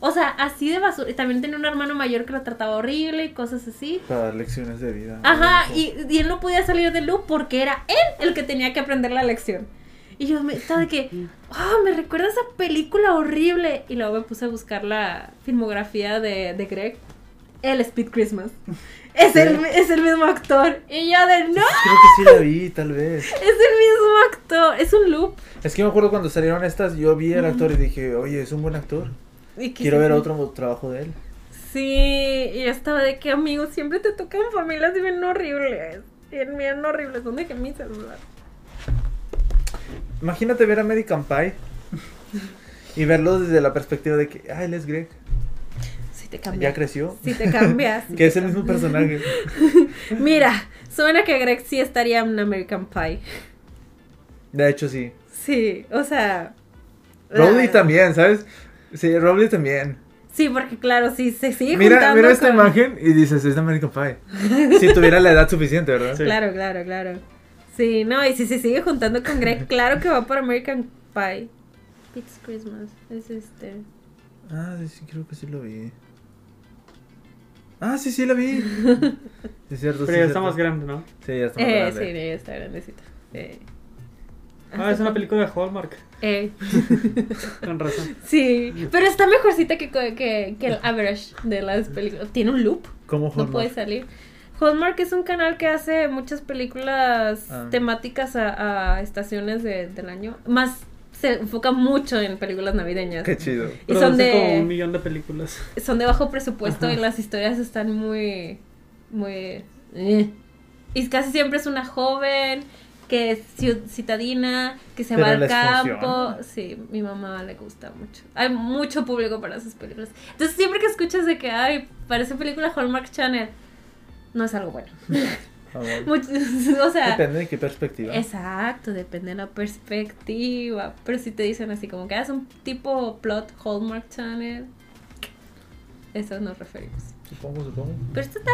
[SPEAKER 2] O sea, así de basura. Y también tenía un hermano mayor que lo trataba horrible y cosas así.
[SPEAKER 3] Para dar lecciones de vida.
[SPEAKER 2] Ajá, y, y él no podía salir del loop porque era él el que tenía que aprender la lección. Y yo me estaba de que, ah, me recuerda a esa película horrible. Y luego me puse a buscar la filmografía de, de Greg. El Speed Christmas. Es el, es el mismo actor. Y yo de, no,
[SPEAKER 3] Creo que sí la vi, tal vez.
[SPEAKER 2] es el mismo actor. Es un loop.
[SPEAKER 3] Es que me acuerdo cuando salieron estas, yo vi al actor y dije, oye, es un buen actor.
[SPEAKER 2] Y que
[SPEAKER 3] Quiero
[SPEAKER 2] sí,
[SPEAKER 3] ver
[SPEAKER 2] sí.
[SPEAKER 3] otro trabajo de él.
[SPEAKER 2] Sí, y yo estaba de que, amigos, siempre te tocan familias bien horribles. Bien, bien horribles. ¿Dónde dejé mi celular?
[SPEAKER 3] Imagínate ver American Pie Y verlo desde la perspectiva de que, ah, él es Greg,
[SPEAKER 2] Si te cambias.
[SPEAKER 3] ya creció.
[SPEAKER 2] Si te
[SPEAKER 3] [laughs]
[SPEAKER 2] cambias.
[SPEAKER 3] Que es el mismo personaje.
[SPEAKER 2] Mira, suena que Greg sí estaría en American Pie.
[SPEAKER 3] De hecho, sí.
[SPEAKER 2] Sí, o sea. la
[SPEAKER 3] Rowley
[SPEAKER 2] verdad.
[SPEAKER 3] también, ¿sabes? Sí, Rowley también.
[SPEAKER 2] Sí, porque claro, sí, se sigue
[SPEAKER 3] Mira,
[SPEAKER 2] juntando
[SPEAKER 3] mira esta
[SPEAKER 2] con-
[SPEAKER 3] imagen y dices, es de American Pie. Si tuviera la edad suficiente, ¿verdad?
[SPEAKER 1] Sí.
[SPEAKER 2] Claro, claro, claro. Sí, no, y si se sigue juntando con Greg, claro que va por American Pie. It's Christmas, es este.
[SPEAKER 3] Ah, sí, sí, creo que sí lo vi. Ah, sí, sí
[SPEAKER 2] [laughs]
[SPEAKER 3] lo vi. Sí, es cierto.
[SPEAKER 1] Pero
[SPEAKER 3] sí,
[SPEAKER 1] ya
[SPEAKER 3] es
[SPEAKER 1] estamos
[SPEAKER 3] cierto.
[SPEAKER 1] grandes, ¿no?
[SPEAKER 3] Sí, ya estamos
[SPEAKER 2] Eh,
[SPEAKER 3] grandes.
[SPEAKER 2] sí, ella está grandecita. Eh.
[SPEAKER 1] Ah, es una película de Hallmark.
[SPEAKER 2] Eh, [laughs]
[SPEAKER 1] Con razón.
[SPEAKER 2] sí, pero está mejorcita que, co- que, que el average de las películas. Tiene un loop,
[SPEAKER 3] ¿Cómo
[SPEAKER 2] no
[SPEAKER 3] Hallmark?
[SPEAKER 2] puede salir. Hallmark es un canal que hace muchas películas
[SPEAKER 3] Ah.
[SPEAKER 2] temáticas a, a estaciones de- del año. Más se enfoca mucho en películas navideñas.
[SPEAKER 3] Qué chido.
[SPEAKER 2] Y son
[SPEAKER 1] Producen como un
[SPEAKER 2] de,
[SPEAKER 1] millón de películas.
[SPEAKER 2] son de bajo presupuesto
[SPEAKER 1] Ajá.
[SPEAKER 2] y las historias están muy. muy. eh. Y casi siempre es una joven que es ciu- citadina, que se va
[SPEAKER 3] Pero
[SPEAKER 2] al
[SPEAKER 3] les
[SPEAKER 2] campo.
[SPEAKER 3] funciona.
[SPEAKER 2] Sí, mi mamá le gusta mucho. Hay mucho público para esas películas. Entonces, siempre que escuchas de que, ay, parece película Hallmark Channel, no es algo
[SPEAKER 3] [laughs]
[SPEAKER 2] bueno.
[SPEAKER 3] Amor.
[SPEAKER 2] Mucho- [laughs] o sea.
[SPEAKER 3] Depende de qué perspectiva.
[SPEAKER 2] Exacto, depende de la perspectiva. Pero si te dicen así como que es un tipo plot Hallmark Channel, eso nos referimos.
[SPEAKER 3] Supongo,
[SPEAKER 2] [laughs]
[SPEAKER 3] supongo.
[SPEAKER 2] Pero esta está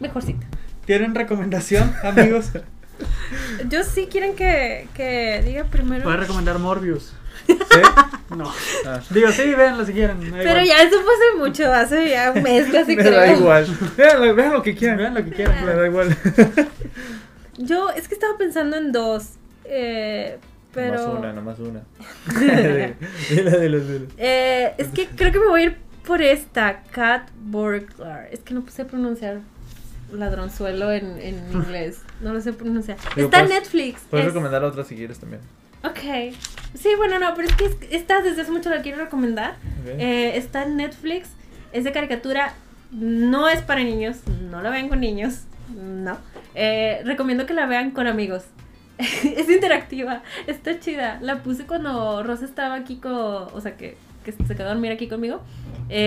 [SPEAKER 2] mejorcita.
[SPEAKER 1] ¿Tienen recomendación, amigos?
[SPEAKER 2] Yo sí quieren que, que diga primero.
[SPEAKER 1] Voy a recomendar Morbius.
[SPEAKER 3] ¿Sí?
[SPEAKER 1] No.
[SPEAKER 3] Ah.
[SPEAKER 1] Digo, sí, véanla si quieren. me da
[SPEAKER 2] Pero
[SPEAKER 1] igual.
[SPEAKER 2] ya eso fue hace mucho, hace ya un
[SPEAKER 3] [laughs]
[SPEAKER 2] mes casi
[SPEAKER 3] Me
[SPEAKER 2] creo.
[SPEAKER 3] da igual. Vean, vean lo que quieran.
[SPEAKER 1] Vean lo que quieran.
[SPEAKER 3] Me
[SPEAKER 1] [laughs]
[SPEAKER 3] da igual.
[SPEAKER 2] Yo es que estaba pensando en dos. eh, pero. [laughs]
[SPEAKER 3] Nomás una, nomás una. Dile de los de los.
[SPEAKER 2] Eh, es que creo que me voy a ir por esta, Cat Burglar. Es que no sé pronunciar ladronzuelo en,
[SPEAKER 3] [laughs]
[SPEAKER 2] en inglés. No lo sé pronunciar.
[SPEAKER 3] Digo,
[SPEAKER 2] está en
[SPEAKER 3] puedes-
[SPEAKER 2] Netflix.
[SPEAKER 3] Puedes
[SPEAKER 2] es-
[SPEAKER 3] recomendar otra si quieres también.
[SPEAKER 2] Ok. Sí, bueno, no, pero es que es- esta desde hace mucho la quiero recomendar.
[SPEAKER 3] Ok.
[SPEAKER 2] Eh, está en Netflix. Es de caricatura. No es para niños. No la vean con niños. No. Eh, recomiendo que la vean con amigos. [laughs] es interactiva. Está chida. La puse cuando Rosa estaba aquí con. O sea, que, que se quedó a dormir aquí conmigo.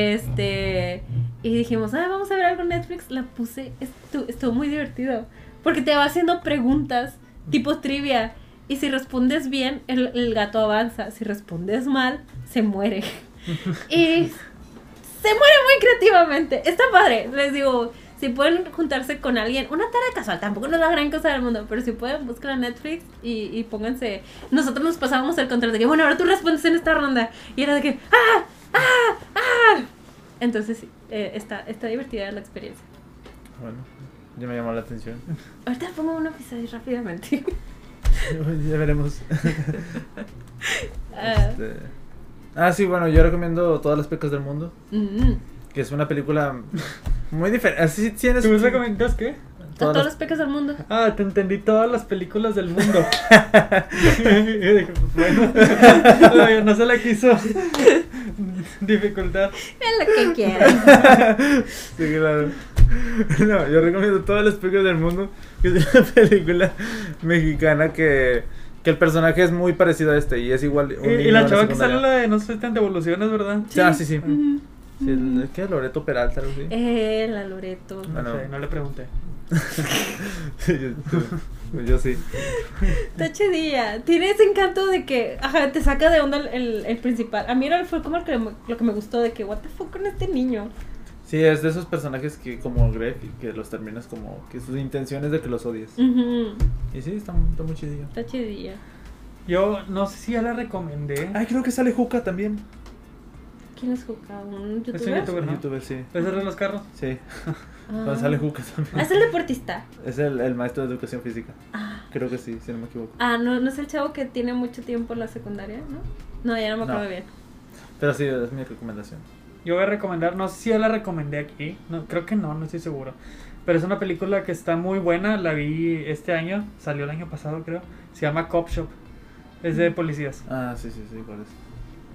[SPEAKER 2] Este. Y dijimos, ah, vamos a ver algo en Netflix. La puse. Estu- estuvo muy divertido. Porque te va haciendo preguntas. Tipo trivia. Y si respondes bien, el, el gato avanza. Si respondes mal, se muere. y se muere muy creativamente. Está padre. Les digo, si pueden juntarse con alguien, una tarde casual, tampoco no es la gran cosa del mundo, pero si pueden, busquen a Netflix y, y pónganse. Nosotros nos pasábamos el contrato de que, bueno, ahora tú respondes en esta ronda. Y era de que, ¡ah! ¡ah! ¡ah! Entonces, sí, eh, está, está divertida la experiencia.
[SPEAKER 3] Bueno, ya me llamó
[SPEAKER 2] [laughs]
[SPEAKER 3] la atención.
[SPEAKER 2] Ahorita pongo una pizza ahí rápidamente.
[SPEAKER 3] ya veremos.
[SPEAKER 2] [laughs] Ah,
[SPEAKER 3] Este, Ah, sí, bueno, yo recomiendo Todas las pecas del mundo,
[SPEAKER 2] mm.
[SPEAKER 3] que es una película muy ah, diferente. Así tienes
[SPEAKER 1] ¿Tú recomiendas qué?
[SPEAKER 2] A
[SPEAKER 3] todas
[SPEAKER 2] todos
[SPEAKER 3] las-
[SPEAKER 2] los pecas del [laughs] mundo.
[SPEAKER 1] Ah, te entendí todas las películas del
[SPEAKER 3] [laughs]
[SPEAKER 1] mundo. Yo dije, bueno, todavía [laughs] no se la quiso dificultad.
[SPEAKER 2] Es lo que [laughs] quieran.
[SPEAKER 3] Sí, claro. [laughs] No, yo recomiendo todas las películas del mundo, que es una [laughs] película mexicana que, que el personaje es muy parecido a este y es igual.
[SPEAKER 1] Y, y la chava que sale en la de No sé tan de evoluciones, ¿verdad? Mm.
[SPEAKER 3] Sí, ah, sí, sí.
[SPEAKER 2] Ujú.
[SPEAKER 3] Sí, el- ¿Qué? Loreto Peralta, algo así.
[SPEAKER 2] Mm. Eh, la Loreto.
[SPEAKER 1] No
[SPEAKER 3] Bueno.
[SPEAKER 1] sé, no le pregunté.
[SPEAKER 3] [laughs] Sí, yo, yo sí.
[SPEAKER 2] Está chidilla. Tiene ese encanto de que, ajá, te saca de onda el, el- el principal. A mí era, fue como el que me- lo que me gustó de que, what the fuck con este niño.
[SPEAKER 3] Sí, es de esos personajes que como Greg, que los terminas como que sus intenciones de que los odies.
[SPEAKER 2] Mm. Ujú,
[SPEAKER 3] Y sí, está, está muy chidillo.
[SPEAKER 2] Está chidilla.
[SPEAKER 1] Yo no sé si ya la recomendé.
[SPEAKER 3] Ay, creo que sale Juca también.
[SPEAKER 2] ¿Quién es Juca? ¿Un youtuber?
[SPEAKER 1] youtuber. ¿no?
[SPEAKER 3] youtuber, sí.
[SPEAKER 1] ¿Puedes cerrar los carros?
[SPEAKER 3] Sí,
[SPEAKER 2] Ah.
[SPEAKER 3] pero sale Juca también.
[SPEAKER 2] ¿Es el deportista?
[SPEAKER 3] Es el, el maestro de educación física.
[SPEAKER 2] Ah,
[SPEAKER 3] Creo que sí, si no me equivoco.
[SPEAKER 2] Ah, no, no es el chavo que tiene mucho tiempo en la secundaria, ¿no? No, ya no me acuerdo
[SPEAKER 3] No.
[SPEAKER 2] bien.
[SPEAKER 3] Pero sí, es mi recomendación.
[SPEAKER 1] Yo voy a recomendar, no sé si ya la recomendé aquí, no, creo que no, no estoy seguro. Pero es una película que está muy buena, la vi este año, salió el año pasado creo. Se llama Cop Shop, es de policías.
[SPEAKER 3] Ah, sí, sí, sí, cuál es.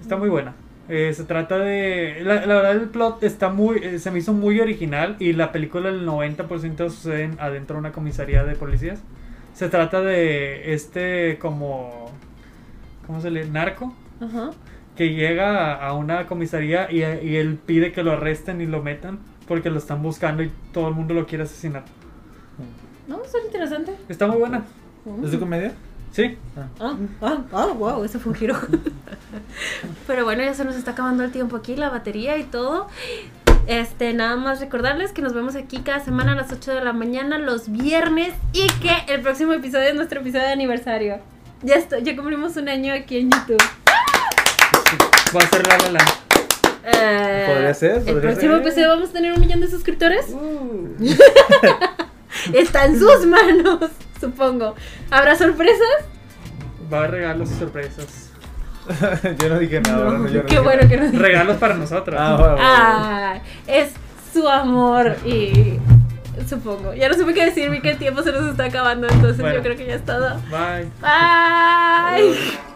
[SPEAKER 1] Está muy buena. Eh, se trata de... La, la verdad el plot está muy, eh, se me hizo muy original y la película el 90% sucede en- adentro de una comisaría de policías. Se trata de este como... ¿Cómo se le? Narco.
[SPEAKER 2] Ajá.
[SPEAKER 1] que llega a, a una comisaría y, y él pide que lo arresten y lo metan porque lo están buscando y todo el mundo lo quiere asesinar.
[SPEAKER 2] No, eso es interesante.
[SPEAKER 1] Está muy buena.
[SPEAKER 2] Oh.
[SPEAKER 3] ¿Es de comedia? [laughs]
[SPEAKER 1] Sí.
[SPEAKER 2] Ah, ah, ah, wow, eso fue un giro. [laughs] Pero bueno, ya se nos está acabando el tiempo aquí, la batería y todo. Este, nada más recordarles que nos vemos aquí cada semana a las 8 de la mañana, los viernes, y que el próximo episodio es nuestro episodio de aniversario. Ya, esto, ya cumplimos un año aquí en YouTube.
[SPEAKER 1] Va a ser la la la.
[SPEAKER 2] Eh,
[SPEAKER 3] Podría ser,
[SPEAKER 2] El
[SPEAKER 3] podría
[SPEAKER 2] próximo
[SPEAKER 3] ser.
[SPEAKER 2] episodio vamos a tener un millón de suscriptores. Está en sus manos, [laughs] supongo. ¿Habrá sorpresas?
[SPEAKER 1] Va a haber regalos y sorpresas.
[SPEAKER 3] yo no dije nada, ahora no, yo no
[SPEAKER 2] Qué
[SPEAKER 3] dije
[SPEAKER 2] bueno
[SPEAKER 3] nada. [laughs]
[SPEAKER 2] que nos
[SPEAKER 1] Regalos para nosotros.
[SPEAKER 3] Ah, bueno, bueno.
[SPEAKER 2] Ah, es su amor y supongo. Ya no supe qué decir, vi que el tiempo se nos está acabando, entonces
[SPEAKER 1] Bueno.
[SPEAKER 2] yo creo que ya es todo.
[SPEAKER 1] Bye.
[SPEAKER 2] Bye.